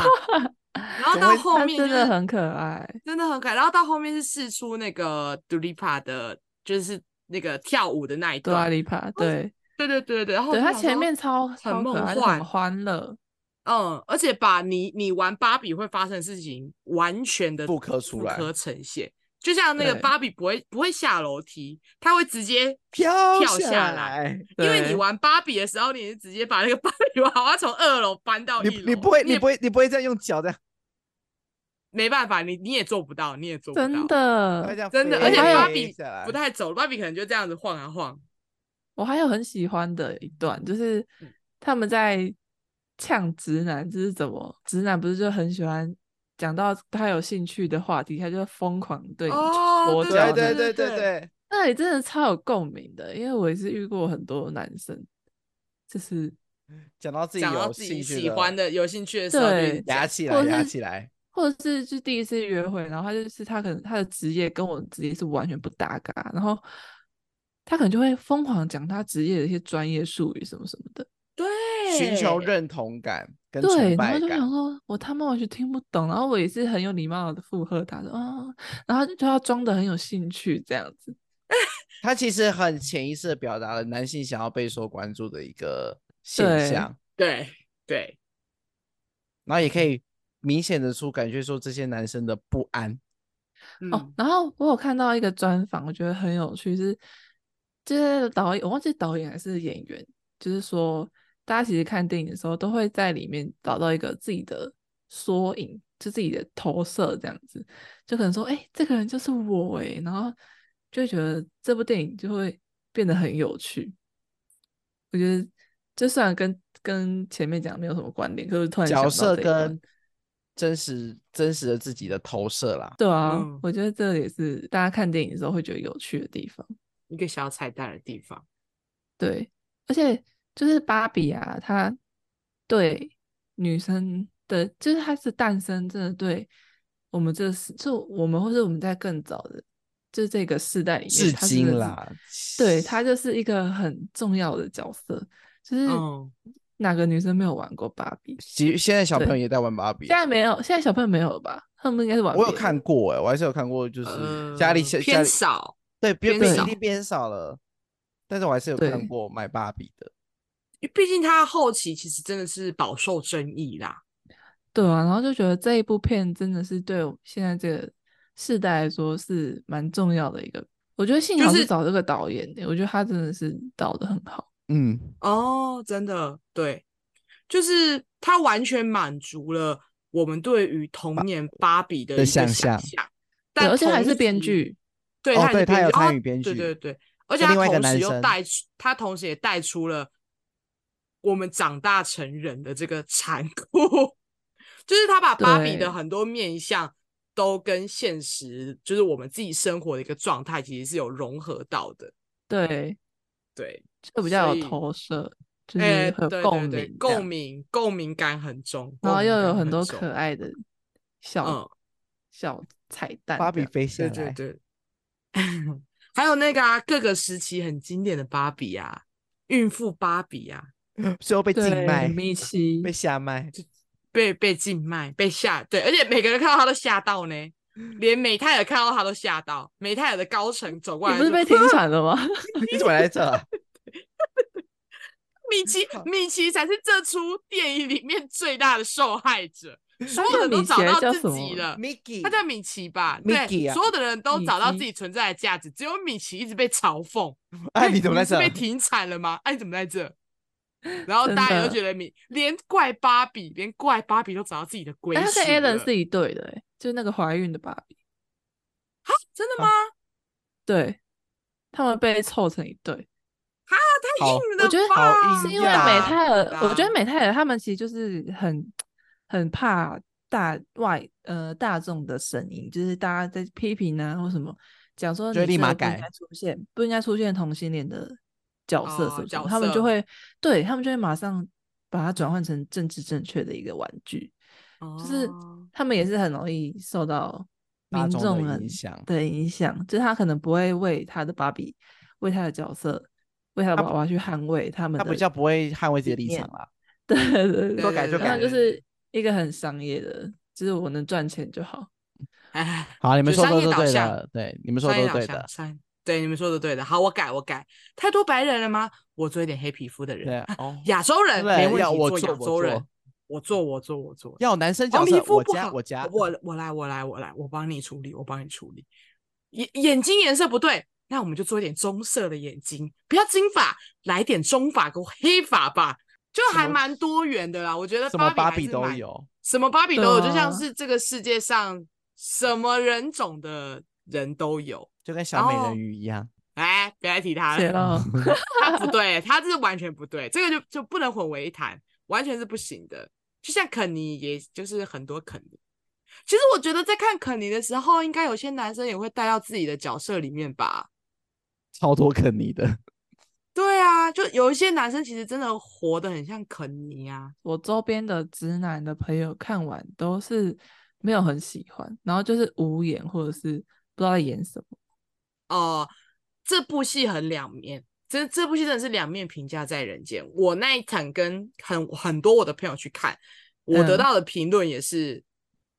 [SPEAKER 2] 然后
[SPEAKER 1] 怎么
[SPEAKER 2] 到
[SPEAKER 1] 会
[SPEAKER 2] 后
[SPEAKER 3] 他
[SPEAKER 2] 面、就
[SPEAKER 3] 真
[SPEAKER 2] 是、
[SPEAKER 3] 的很可爱，
[SPEAKER 2] 真的很可爱。然后到后面是试出那个 d u l i p a 的，就是那个跳舞的那一
[SPEAKER 3] 多拉
[SPEAKER 2] 段。
[SPEAKER 3] 里帕，对啊
[SPEAKER 2] 对对对对，然后
[SPEAKER 3] 对，
[SPEAKER 2] 我就
[SPEAKER 3] 他
[SPEAKER 2] 想
[SPEAKER 3] 前
[SPEAKER 2] 说
[SPEAKER 3] 面超
[SPEAKER 2] 很
[SPEAKER 3] 超可
[SPEAKER 2] 梦
[SPEAKER 3] 爱，就
[SPEAKER 2] 幻
[SPEAKER 3] 很，欢乐，
[SPEAKER 2] 嗯，而且把你你玩芭比会发生的事情完全的
[SPEAKER 1] 复刻出来
[SPEAKER 2] 复刻呈现。就像那个
[SPEAKER 3] 对
[SPEAKER 2] 芭比不会不会下楼梯，他会直接
[SPEAKER 1] 飘
[SPEAKER 2] 跳下来
[SPEAKER 1] 来，
[SPEAKER 2] 因为你
[SPEAKER 3] 对
[SPEAKER 2] 玩芭比的时候，你是直接把那个芭比娃娃从二楼搬到一
[SPEAKER 1] 你
[SPEAKER 2] 楼，
[SPEAKER 1] 你不会你
[SPEAKER 2] 也
[SPEAKER 1] 不会你不会这样用脚这样，
[SPEAKER 2] 没办法，你你也做不到，你也做不到，
[SPEAKER 3] 真
[SPEAKER 1] 它会
[SPEAKER 3] 的
[SPEAKER 1] 这。样
[SPEAKER 2] 真的，
[SPEAKER 1] 飞
[SPEAKER 2] 而且
[SPEAKER 3] 还有
[SPEAKER 2] 芭比
[SPEAKER 1] 下来
[SPEAKER 2] 不太走，芭比可能就这样子晃啊晃。
[SPEAKER 3] 我还有很喜欢的一段，就是
[SPEAKER 2] 嗯
[SPEAKER 3] 他们在呛直男，就是怎么直男不是就很喜欢讲到他有兴趣的话题，他就疯狂地对你
[SPEAKER 2] 哦
[SPEAKER 3] 搓
[SPEAKER 2] 对
[SPEAKER 3] 脚
[SPEAKER 1] 对对
[SPEAKER 3] 那种
[SPEAKER 1] 对
[SPEAKER 2] 对
[SPEAKER 1] 对
[SPEAKER 2] 对
[SPEAKER 1] 对，
[SPEAKER 3] 那里真的超有共鸣的，因为我也是遇过很多男生，就是
[SPEAKER 1] 讲到自己
[SPEAKER 2] 讲到
[SPEAKER 1] 有
[SPEAKER 2] 自
[SPEAKER 1] 兴
[SPEAKER 2] 己
[SPEAKER 1] 趣
[SPEAKER 2] 喜欢的、有兴趣的时候，
[SPEAKER 3] 对
[SPEAKER 2] 就
[SPEAKER 1] 压起来
[SPEAKER 3] 或者
[SPEAKER 1] 压
[SPEAKER 3] 是
[SPEAKER 1] 起来，
[SPEAKER 3] 或者是就第一次约会，然后他就是他可能他的职业跟我的职业是完全不搭嘎，然后他可能就会疯狂讲他职业的一些专业术语什么什么的，
[SPEAKER 2] 对
[SPEAKER 1] 寻求认同感跟
[SPEAKER 3] 对，
[SPEAKER 1] 崇
[SPEAKER 3] 然后
[SPEAKER 1] 拜
[SPEAKER 3] 就
[SPEAKER 1] 感
[SPEAKER 3] 想，说我他妈完全听不懂，然后我也是很有礼貌的附和他说啊，然后他就就要装的很有兴趣这样子，
[SPEAKER 1] 他其实很潜意识的表达了男性想要备受关注的一个现
[SPEAKER 3] 对
[SPEAKER 1] 象，
[SPEAKER 2] 对对
[SPEAKER 1] 然后也可以明显的出感觉说这些男生的不安。
[SPEAKER 2] 嗯
[SPEAKER 3] 哦，然后我有看到一个专访，我觉得很有趣是，就是导演，我忘记导演还是演员，就是说大家其实看电影的时候都会在里面找到一个自己的缩影，就自己的投射这样子，就可能说，哎、这个人就是我哎、然后就会觉得这部电影就会变得很有趣。我觉得就虽然跟跟前面讲没有什么关联，可是我突然想
[SPEAKER 1] 角
[SPEAKER 3] 到
[SPEAKER 1] 色
[SPEAKER 3] 这一段
[SPEAKER 1] 跟真实真实的自己的投射啦。
[SPEAKER 3] 对啊，
[SPEAKER 2] 嗯
[SPEAKER 3] 我觉得这也是大家看电影的时候会觉得有趣的地方。
[SPEAKER 2] 一个小彩蛋的地方，
[SPEAKER 3] 对，而且就是芭比啊，她对女生的，就是她是诞生，真的对我们这个世，就我们或是我们在更早的，就是这个世代里面，
[SPEAKER 1] 至
[SPEAKER 3] 她真
[SPEAKER 1] 今
[SPEAKER 3] 的是
[SPEAKER 1] 啦，
[SPEAKER 3] 对她就是一个很重要的角色，就是
[SPEAKER 2] 嗯
[SPEAKER 3] 哪个女生没有玩过芭比？
[SPEAKER 1] 其实现在小朋友
[SPEAKER 3] 对
[SPEAKER 1] 也在玩芭比
[SPEAKER 3] 现。在没有，现在小朋友没有了吧？他们应该是玩
[SPEAKER 1] 我有
[SPEAKER 3] 别的
[SPEAKER 1] 看过哎、我还是有看过，就是家里
[SPEAKER 2] 呃
[SPEAKER 1] 家家
[SPEAKER 2] 偏
[SPEAKER 1] 里
[SPEAKER 2] 少，
[SPEAKER 1] 对，
[SPEAKER 2] 偏
[SPEAKER 1] 变变
[SPEAKER 2] 少
[SPEAKER 1] 一定变少了，但是我还是有看
[SPEAKER 3] 对
[SPEAKER 1] 过买芭比的。
[SPEAKER 2] 因为毕竟他后期其实真的是饱受争议啦。
[SPEAKER 3] 对啊，然后就觉得这一部片真的是对我现在这个世代来说是蛮重要的一个。我觉得幸
[SPEAKER 2] 就
[SPEAKER 3] 好是
[SPEAKER 2] 是
[SPEAKER 3] 找这个导演的，我觉得他真的是导的很好。
[SPEAKER 1] 嗯，
[SPEAKER 2] 哦，真的，对，就是他完全满足了我们对于童年芭比的
[SPEAKER 1] 的
[SPEAKER 2] 一个
[SPEAKER 1] 想
[SPEAKER 2] 想
[SPEAKER 1] 象
[SPEAKER 3] 对，
[SPEAKER 2] 但
[SPEAKER 3] 而且还
[SPEAKER 2] 同
[SPEAKER 3] 是编
[SPEAKER 2] 时
[SPEAKER 3] 剧，
[SPEAKER 2] 对，
[SPEAKER 1] 哦
[SPEAKER 2] 他也
[SPEAKER 1] 对
[SPEAKER 2] 是
[SPEAKER 1] 他有
[SPEAKER 2] 剧
[SPEAKER 1] 参
[SPEAKER 2] 哦
[SPEAKER 1] 与编剧
[SPEAKER 2] 对对对，而且
[SPEAKER 1] 跟
[SPEAKER 2] 他
[SPEAKER 1] 另外一个
[SPEAKER 2] 同
[SPEAKER 1] 男
[SPEAKER 2] 时又
[SPEAKER 1] 生
[SPEAKER 2] 带出，他同时也带出了我们长大成人的这个残酷， 就是他把芭比
[SPEAKER 3] 对
[SPEAKER 2] 的很多面相都跟现实，就是我们自己生活的一个状态，其实是有融合到的。
[SPEAKER 3] 对，
[SPEAKER 2] 对，
[SPEAKER 3] 就比较
[SPEAKER 2] 所以
[SPEAKER 3] 有投射，就
[SPEAKER 2] 哎、
[SPEAKER 3] 是会
[SPEAKER 2] 对
[SPEAKER 3] 有共
[SPEAKER 2] 对对，
[SPEAKER 3] 鸣这样，
[SPEAKER 2] 共鸣，共鸣感很重，
[SPEAKER 3] 然
[SPEAKER 2] 共
[SPEAKER 3] 后
[SPEAKER 2] 鸣
[SPEAKER 3] 又
[SPEAKER 2] 感
[SPEAKER 3] 有很多
[SPEAKER 2] 重
[SPEAKER 3] 可爱的小、
[SPEAKER 2] 嗯
[SPEAKER 3] 小彩蛋这样。
[SPEAKER 1] 芭比飞下
[SPEAKER 2] 对
[SPEAKER 1] 来，
[SPEAKER 2] 对对， 还有那个啊，各个时期很经典的芭比啊，孕妇芭比啊，
[SPEAKER 1] 最后被禁卖
[SPEAKER 3] 对，，米奇
[SPEAKER 1] 被下 卖。
[SPEAKER 2] 被被禁卖，被吓，对，而且每个人看到他都吓到呢，连美泰尔看到他都吓到，美泰尔的高层走过
[SPEAKER 3] 你
[SPEAKER 2] 来
[SPEAKER 3] 不是
[SPEAKER 2] 就
[SPEAKER 3] 被停产了吗？
[SPEAKER 1] 你怎么来这？
[SPEAKER 2] 米奇，米奇才是这出电影里面最大的受害 者，所
[SPEAKER 3] 叫
[SPEAKER 2] 有人都
[SPEAKER 3] 米
[SPEAKER 2] 找
[SPEAKER 3] 奇还是
[SPEAKER 2] 到
[SPEAKER 3] 叫
[SPEAKER 2] 自
[SPEAKER 3] 什
[SPEAKER 2] 己
[SPEAKER 3] 么
[SPEAKER 2] 了。
[SPEAKER 1] Mickey，
[SPEAKER 2] 他叫米奇吧？
[SPEAKER 1] Mickey
[SPEAKER 2] 对，
[SPEAKER 1] 啊
[SPEAKER 2] 所有的人都
[SPEAKER 3] 米
[SPEAKER 2] 找到
[SPEAKER 3] 奇
[SPEAKER 2] 自己存在的价值，只有米奇一直被嘲讽。
[SPEAKER 1] 哎，
[SPEAKER 2] 哎
[SPEAKER 1] 你怎么在
[SPEAKER 2] 们是
[SPEAKER 1] 这？
[SPEAKER 2] 被停产了吗？哎、你怎么在这？然后
[SPEAKER 3] 真
[SPEAKER 2] 大家都
[SPEAKER 3] 的
[SPEAKER 2] 觉得米连怪芭比，连怪芭比都找到自己的归
[SPEAKER 3] 哎，他
[SPEAKER 2] 属
[SPEAKER 3] 跟 a l
[SPEAKER 2] 了。
[SPEAKER 3] a n 是一对的、欸，就是那个怀孕的芭比。
[SPEAKER 2] 真的
[SPEAKER 1] 啊
[SPEAKER 2] 吗？
[SPEAKER 3] 对，他们被凑成一对。
[SPEAKER 2] 太
[SPEAKER 1] 好
[SPEAKER 2] 硬了吧，
[SPEAKER 3] 我觉得
[SPEAKER 1] 好
[SPEAKER 3] 是
[SPEAKER 1] 硬
[SPEAKER 3] 因为
[SPEAKER 1] 要
[SPEAKER 3] 美
[SPEAKER 1] 啊
[SPEAKER 3] 泰尔，我觉
[SPEAKER 2] 啊
[SPEAKER 3] 得美泰尔他们其实就是很很怕大外呃大众的声音，就是大家在批评啊或什么，讲说
[SPEAKER 1] 就
[SPEAKER 3] 你
[SPEAKER 1] 立
[SPEAKER 3] 这
[SPEAKER 1] 马
[SPEAKER 3] 个不应
[SPEAKER 1] 改
[SPEAKER 3] 该出现，不应该出现同性恋的角色
[SPEAKER 2] 哦
[SPEAKER 3] 什么什
[SPEAKER 2] 角
[SPEAKER 3] 么，他们
[SPEAKER 2] 色
[SPEAKER 3] 就会对他们就会马上把它转换成政治正确的一个玩具。就是
[SPEAKER 2] 哦
[SPEAKER 3] 他们也是很容易受到
[SPEAKER 1] 嗯大
[SPEAKER 3] 民
[SPEAKER 1] 众的
[SPEAKER 3] 众
[SPEAKER 1] 影
[SPEAKER 3] 人
[SPEAKER 1] 响
[SPEAKER 3] 的影响，就是他可能不会为他的芭比、为他的角色、为他的
[SPEAKER 1] 他
[SPEAKER 3] 娃娃去捍卫他们
[SPEAKER 1] 他
[SPEAKER 3] 的，
[SPEAKER 1] 比较不会捍卫自己的
[SPEAKER 3] 理
[SPEAKER 1] 立
[SPEAKER 3] 念
[SPEAKER 1] 场啦。
[SPEAKER 3] 对对对
[SPEAKER 1] 说改就
[SPEAKER 3] 然
[SPEAKER 1] 改
[SPEAKER 3] 后就是一个很商业的就是我能赚钱就好。
[SPEAKER 2] 哎，
[SPEAKER 1] 好，你们
[SPEAKER 2] 就
[SPEAKER 1] 说
[SPEAKER 2] 商
[SPEAKER 1] 的
[SPEAKER 2] 业
[SPEAKER 1] 都
[SPEAKER 2] 导
[SPEAKER 1] 对
[SPEAKER 2] 向
[SPEAKER 1] 的，对，你们说
[SPEAKER 2] 商
[SPEAKER 1] 的
[SPEAKER 2] 业
[SPEAKER 1] 都
[SPEAKER 2] 导
[SPEAKER 1] 对
[SPEAKER 2] 向
[SPEAKER 1] 的，
[SPEAKER 2] 商业对，你们说的对的。好，我改，我改。太多白人了吗？我做一点黑皮肤的人，
[SPEAKER 1] 对
[SPEAKER 2] 啊
[SPEAKER 1] 哦
[SPEAKER 2] 亚洲人没
[SPEAKER 1] 对
[SPEAKER 2] 问题，
[SPEAKER 1] 要我
[SPEAKER 2] 做亚
[SPEAKER 1] 做我
[SPEAKER 2] 洲人
[SPEAKER 1] 做，
[SPEAKER 2] 我做，我做，我做。
[SPEAKER 1] 要男生角
[SPEAKER 2] 黄哦皮
[SPEAKER 1] 色，
[SPEAKER 2] 肤
[SPEAKER 1] 我
[SPEAKER 2] 不
[SPEAKER 1] 家
[SPEAKER 2] 好，
[SPEAKER 1] 我家，
[SPEAKER 2] 我我来，我来，我来，我帮你处理，我帮你处理。眼眼睛颜色不对，那我们就做一点棕色的眼睛，不要金发，来点棕发跟黑发吧，就
[SPEAKER 1] 什
[SPEAKER 2] 还
[SPEAKER 1] 么
[SPEAKER 2] 蛮多元的啦。我觉得
[SPEAKER 1] 什么芭
[SPEAKER 2] 芭比
[SPEAKER 1] 比
[SPEAKER 2] 还是
[SPEAKER 1] 都
[SPEAKER 2] 蛮，
[SPEAKER 1] 有，
[SPEAKER 2] 什么芭比都
[SPEAKER 3] 对
[SPEAKER 2] 有，就
[SPEAKER 3] 啊
[SPEAKER 2] 像是这个世界上什么人种的人都有。
[SPEAKER 1] 就跟小美
[SPEAKER 2] 后
[SPEAKER 1] 人鱼一样。
[SPEAKER 2] 哎，不要再提他
[SPEAKER 3] 写
[SPEAKER 2] 了，
[SPEAKER 3] 到
[SPEAKER 2] 他不对，他这是完全不对，这个就就不能混为一谈，完全是不行的。就像肯尼，也就是很多肯尼。其实我觉得在看肯尼的时候，应该有些男生也会带到自己的角色里面吧。
[SPEAKER 1] 超多肯尼
[SPEAKER 2] 嗯
[SPEAKER 1] 的，
[SPEAKER 2] 对啊，就有一些男生其实真的活得很像肯尼啊。
[SPEAKER 3] 我周边的直男的朋友看完都是没有很喜欢，然后就是无言或者是不知道在演什么。
[SPEAKER 2] 哦、这部戏很两面，真这部戏真的是两面评价在人间。我那一场跟很很多我的朋友去看，我得
[SPEAKER 3] 嗯
[SPEAKER 2] 到的评论也是，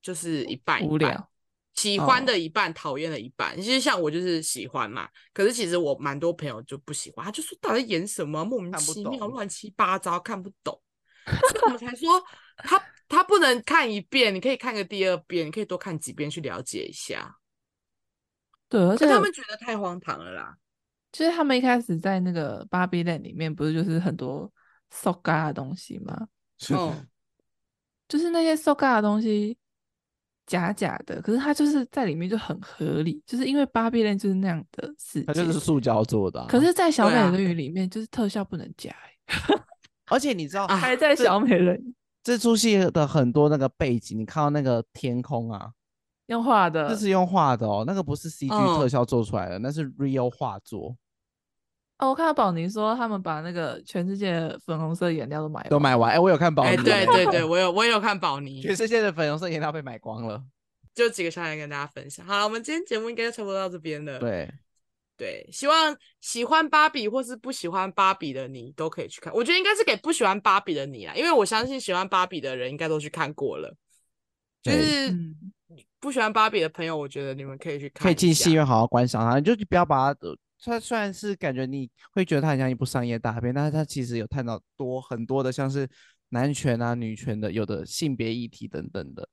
[SPEAKER 2] 就是一半一
[SPEAKER 3] 无
[SPEAKER 2] 半
[SPEAKER 3] 聊
[SPEAKER 2] 喜欢
[SPEAKER 3] 哦
[SPEAKER 2] 的一半，讨厌的一半。其实像我就是喜欢嘛，可是其实我蛮多朋友就不喜欢，他就说到底在演什么啊，莫名
[SPEAKER 1] 看不
[SPEAKER 2] 其妙，
[SPEAKER 1] 懂
[SPEAKER 2] 乱七八糟，看不懂。所以我们才说他他不能看一遍，你可以看个第二遍，你可以多看几遍去了解一下。
[SPEAKER 3] 对，而且
[SPEAKER 2] 可他们觉得太荒唐了啦。
[SPEAKER 3] 就是他们一开始在那个芭比 land 里面，不是就是很多 so ga 的东西吗？
[SPEAKER 2] 嗯，
[SPEAKER 3] 就是那些 so ga 的东西假假的，可是它就是在里面就很合理，就是因为芭比 land 就是那样的世
[SPEAKER 1] 它
[SPEAKER 3] 界。
[SPEAKER 1] 就是塑胶做的啊、
[SPEAKER 3] 可是，在小
[SPEAKER 2] 对
[SPEAKER 3] 美
[SPEAKER 2] 啊
[SPEAKER 3] 人鱼里面，就是特效不能假、欸，
[SPEAKER 1] 而且你知道，
[SPEAKER 2] 啊
[SPEAKER 3] 还在
[SPEAKER 1] 这
[SPEAKER 3] 小美人鱼
[SPEAKER 1] 这出戏的很多那个背景，你看到那个天空啊，
[SPEAKER 3] 用画的，
[SPEAKER 1] 这是用画的哦，那个不是 CG
[SPEAKER 2] 嗯
[SPEAKER 1] 特效做出来的，那是 real 画作，
[SPEAKER 3] 哦，我看到宝妮说他们把那个全世界的粉红色颜料都买
[SPEAKER 1] 都
[SPEAKER 3] 完
[SPEAKER 1] 买完。哎、我有看宝妮、
[SPEAKER 2] 哎、对对对，，我有我有看宝妮，
[SPEAKER 1] 全世界的粉红色颜料被买光了。
[SPEAKER 2] 就几个笑点跟大家分享。好了，我们今天节目应该就差不多到这边了。
[SPEAKER 1] 对，
[SPEAKER 2] 对，希望喜欢芭比或是不喜欢芭比的你都可以去看。我觉得应该是给不喜欢芭比的你啦，因为我相信喜欢芭比的人应该都去看过了。就
[SPEAKER 1] 对
[SPEAKER 2] 是
[SPEAKER 3] 嗯
[SPEAKER 2] 不喜欢芭比的朋友，我觉得你们可以去看，
[SPEAKER 1] 可以哦进戏。院好好观赏它，你就不要把它。呃它虽然是感觉你会觉得它很像一部商业大片，但是它其实有探讨多很多的，像是男权啊、女权的，有的性别议题等等的。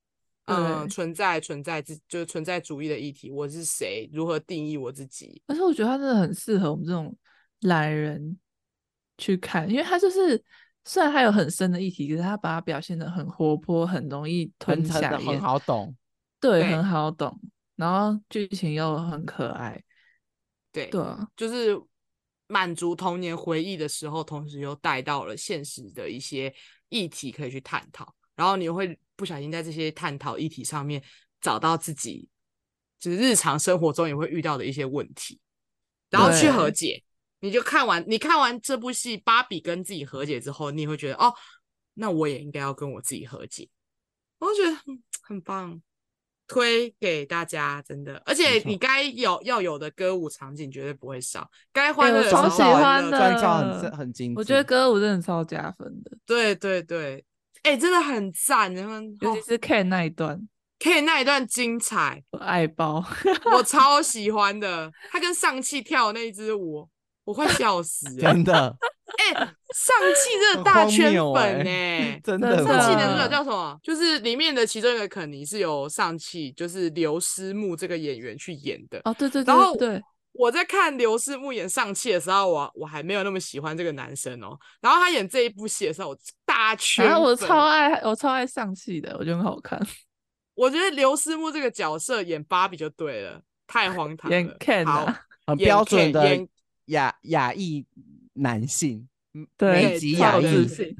[SPEAKER 2] 嗯，
[SPEAKER 3] 对
[SPEAKER 2] 存在存在自就是存在主义的议题，我是谁，如何定义我自己？
[SPEAKER 3] 而且我觉得它真的很适合我们这种懒人去看，因为它就是虽然它有很深的议题，可是它把它表现的很活泼，很容易吞
[SPEAKER 1] 很很
[SPEAKER 3] 下
[SPEAKER 1] 的很
[SPEAKER 3] 咽，
[SPEAKER 1] 好懂，
[SPEAKER 3] 对，
[SPEAKER 2] 对
[SPEAKER 3] 很好懂，然后剧情又很可爱，
[SPEAKER 2] 对，
[SPEAKER 3] 对啊，
[SPEAKER 2] 就是满足童年回忆的时候，同时又带到了现实的一些议题可以去探讨，然后你会不小心在这些探讨议题上面找到自己，就是日常生活中也会遇到的一些问题，然后去和
[SPEAKER 3] 对
[SPEAKER 2] 解。你就看完，你看完这部戏，芭比跟自己和解之后，你也会觉得哦，那我也应该要跟我自己和解。我就觉得嗯很棒，推给大家，真的。而且
[SPEAKER 1] 没错
[SPEAKER 2] 你该有要有的歌舞场景绝对不会少，该欢
[SPEAKER 3] 哎
[SPEAKER 2] 乐
[SPEAKER 3] 我
[SPEAKER 2] 的时
[SPEAKER 3] 超
[SPEAKER 2] 候
[SPEAKER 3] 喜
[SPEAKER 2] 欢乐
[SPEAKER 3] 欢的
[SPEAKER 1] 妆造很很精致。
[SPEAKER 3] 我觉得歌舞真的超加分的，
[SPEAKER 2] 对对对，哎、真的很赞。然后、
[SPEAKER 3] 尤
[SPEAKER 2] 哦
[SPEAKER 3] 其、是 Ken 那一段，
[SPEAKER 2] K 那一段精彩，
[SPEAKER 3] 我爱包，
[SPEAKER 2] 我超喜欢的。他跟上汽跳的那一支舞，我快笑死了。
[SPEAKER 1] 真的
[SPEAKER 2] 哎、上汽这个
[SPEAKER 1] 很
[SPEAKER 2] 大
[SPEAKER 1] 荒
[SPEAKER 2] 圈
[SPEAKER 1] 谬
[SPEAKER 2] 粉欸呢、
[SPEAKER 1] 哎， 真的
[SPEAKER 3] 欸 真
[SPEAKER 2] 上汽
[SPEAKER 3] 气
[SPEAKER 2] 男
[SPEAKER 3] 的
[SPEAKER 2] 主角
[SPEAKER 3] 嗯
[SPEAKER 2] 叫什么？就是里面的其中一个肯尼是由上汽，就是刘思慕这个演员去演的。
[SPEAKER 3] 哦，对 对对
[SPEAKER 2] 然后
[SPEAKER 3] 对对，
[SPEAKER 2] 我在看刘思慕演上汽的时候，我我还没有那么喜欢这个男生哦。然后他演这一部戏的时候，我大圈
[SPEAKER 1] 啊
[SPEAKER 3] 然后我
[SPEAKER 2] 粉
[SPEAKER 3] 超爱我超爱上戏的，我觉得很好看。
[SPEAKER 2] 我觉得刘思慕这个角色演芭比就对了，太荒唐
[SPEAKER 3] 演
[SPEAKER 2] 了。
[SPEAKER 3] Ken
[SPEAKER 2] 好，
[SPEAKER 3] 啊
[SPEAKER 1] 很
[SPEAKER 2] 演
[SPEAKER 1] 标准
[SPEAKER 2] Ken，
[SPEAKER 1] 的
[SPEAKER 2] 演
[SPEAKER 1] 亚亚裔男性，嗯
[SPEAKER 3] 对
[SPEAKER 1] 美籍
[SPEAKER 2] 对
[SPEAKER 1] 亚
[SPEAKER 3] 超
[SPEAKER 1] 裔
[SPEAKER 3] 有
[SPEAKER 2] 对
[SPEAKER 3] 自信，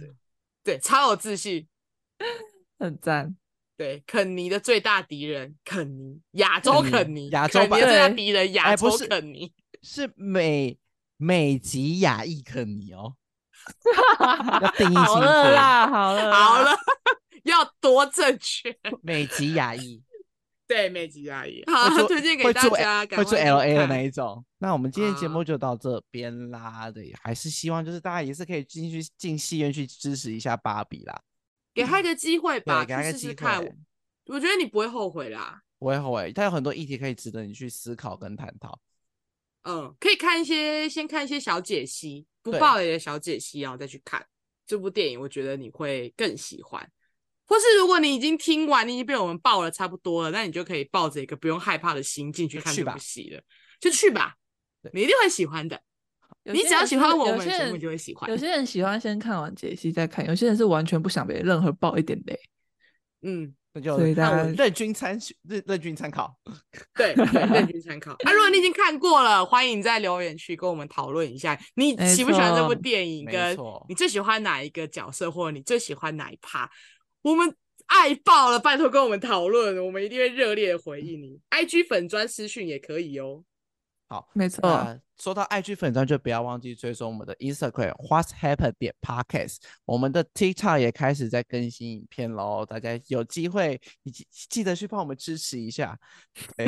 [SPEAKER 2] 对，超有自信。
[SPEAKER 3] 很 赞。
[SPEAKER 2] 对，肯尼的最大敌人肯尼，亚洲
[SPEAKER 1] 肯尼
[SPEAKER 2] 肯尼，
[SPEAKER 1] 亚洲
[SPEAKER 2] 肯尼
[SPEAKER 1] 版
[SPEAKER 2] 的最大
[SPEAKER 3] 对
[SPEAKER 2] 敌人亚
[SPEAKER 1] 哎不
[SPEAKER 2] 洲
[SPEAKER 1] 是
[SPEAKER 2] 肯尼。
[SPEAKER 1] 是美美籍亚裔肯尼哦，要定义清
[SPEAKER 3] 好了
[SPEAKER 1] 楚，
[SPEAKER 3] 啦，好了，
[SPEAKER 2] 好，了， 要多正 确。
[SPEAKER 1] 美籍亚 裔
[SPEAKER 2] 对，美吉阿姨，
[SPEAKER 1] 会
[SPEAKER 2] 好，
[SPEAKER 1] 做
[SPEAKER 2] 啊推荐给
[SPEAKER 1] 会
[SPEAKER 2] 大
[SPEAKER 1] 做
[SPEAKER 2] 家，赶
[SPEAKER 1] 会做
[SPEAKER 2] 快去
[SPEAKER 1] L A 的
[SPEAKER 2] 看
[SPEAKER 1] 那一种。那我们今天节
[SPEAKER 2] 啊
[SPEAKER 1] 目就到这边啦，对，还是希望就是大家也是可以进去进戏院去支持一下芭比啦，
[SPEAKER 2] 给他一个机会吧，
[SPEAKER 1] 嗯对，给
[SPEAKER 2] 去
[SPEAKER 1] 他个
[SPEAKER 2] 试
[SPEAKER 1] 机
[SPEAKER 2] 试看
[SPEAKER 1] 会。
[SPEAKER 2] 我觉得你不会后悔啦。
[SPEAKER 1] 不会后悔，它有很多议题可以值得你去思考跟探讨。
[SPEAKER 2] 嗯，可以看一些，先看一些小解析，不
[SPEAKER 1] 对
[SPEAKER 2] 暴雷的小解析，然后再去看这部电影，我觉得你会更喜欢。或是如果你已经听完，你已经被我们爆了差不多了，那你就可以抱着一个不用害怕的心进去
[SPEAKER 1] 就
[SPEAKER 2] 看
[SPEAKER 1] 去
[SPEAKER 2] 这
[SPEAKER 1] 吧
[SPEAKER 2] 部戏了，就去吧，
[SPEAKER 1] 对
[SPEAKER 2] 你一定会喜欢的。
[SPEAKER 3] 有
[SPEAKER 2] 你
[SPEAKER 3] 些
[SPEAKER 2] 只要
[SPEAKER 3] 人
[SPEAKER 2] 喜
[SPEAKER 3] 是
[SPEAKER 2] 欢我
[SPEAKER 3] 有
[SPEAKER 2] 们
[SPEAKER 3] 些
[SPEAKER 2] 节目，
[SPEAKER 3] 人
[SPEAKER 2] 你就会喜欢
[SPEAKER 3] 有。些人喜欢先看完解析再看，有些人是完全不想被任何爆一点雷。
[SPEAKER 2] 嗯，
[SPEAKER 1] 那就
[SPEAKER 3] 所以大
[SPEAKER 1] 那我
[SPEAKER 3] 家
[SPEAKER 1] 任君参任任君参考。
[SPEAKER 2] 对，对任君参考。啊那、如果你已经看过了，欢迎在留言区跟我们讨论一下，你
[SPEAKER 3] 没
[SPEAKER 2] 喜不喜欢这部
[SPEAKER 3] 错
[SPEAKER 2] 电影，
[SPEAKER 1] 没
[SPEAKER 2] 跟
[SPEAKER 1] 错
[SPEAKER 2] 你最喜欢哪一个角色，或者你最喜欢哪一趴。我们爱爆了，拜托跟我们讨论，我们一定会热烈的回应你。IG 粉砖私讯也可以哦。
[SPEAKER 3] 没错，
[SPEAKER 2] 啊
[SPEAKER 1] 呃，说到 IG 粉专，就不要忘记追踪我们的 Instagram What's Happen 点 Podcast，我们的 TikTok 也开始在更新影片喽，大家有机会你记记得去帮我们支持一下， 对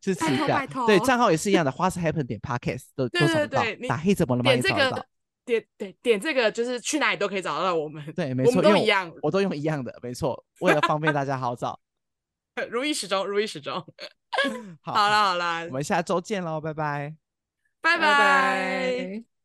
[SPEAKER 1] 支持
[SPEAKER 2] 拜
[SPEAKER 1] 一
[SPEAKER 2] 托
[SPEAKER 1] 下
[SPEAKER 2] 拜，托
[SPEAKER 1] 对账号也是一样的 What's Happen 点 Podcast 都
[SPEAKER 2] 对
[SPEAKER 1] 都找
[SPEAKER 2] 对
[SPEAKER 1] 得到
[SPEAKER 2] 对，你
[SPEAKER 1] 打黑怎么了吗？
[SPEAKER 2] 点
[SPEAKER 1] 也
[SPEAKER 2] 这
[SPEAKER 1] 找得到
[SPEAKER 2] 个，，点对点这个，就是去哪里都可以找到我们。
[SPEAKER 1] 对，没
[SPEAKER 2] 我
[SPEAKER 1] 错，
[SPEAKER 2] 们
[SPEAKER 1] 因
[SPEAKER 2] 都
[SPEAKER 1] 为
[SPEAKER 2] 一样，
[SPEAKER 1] 我都用一样的，没错，为了方便大家好 找。
[SPEAKER 2] 如意始终，如意始终。
[SPEAKER 1] 好
[SPEAKER 2] 好啦好啦
[SPEAKER 1] 我，们下周见喽，拜拜。
[SPEAKER 2] 拜
[SPEAKER 3] 拜拜。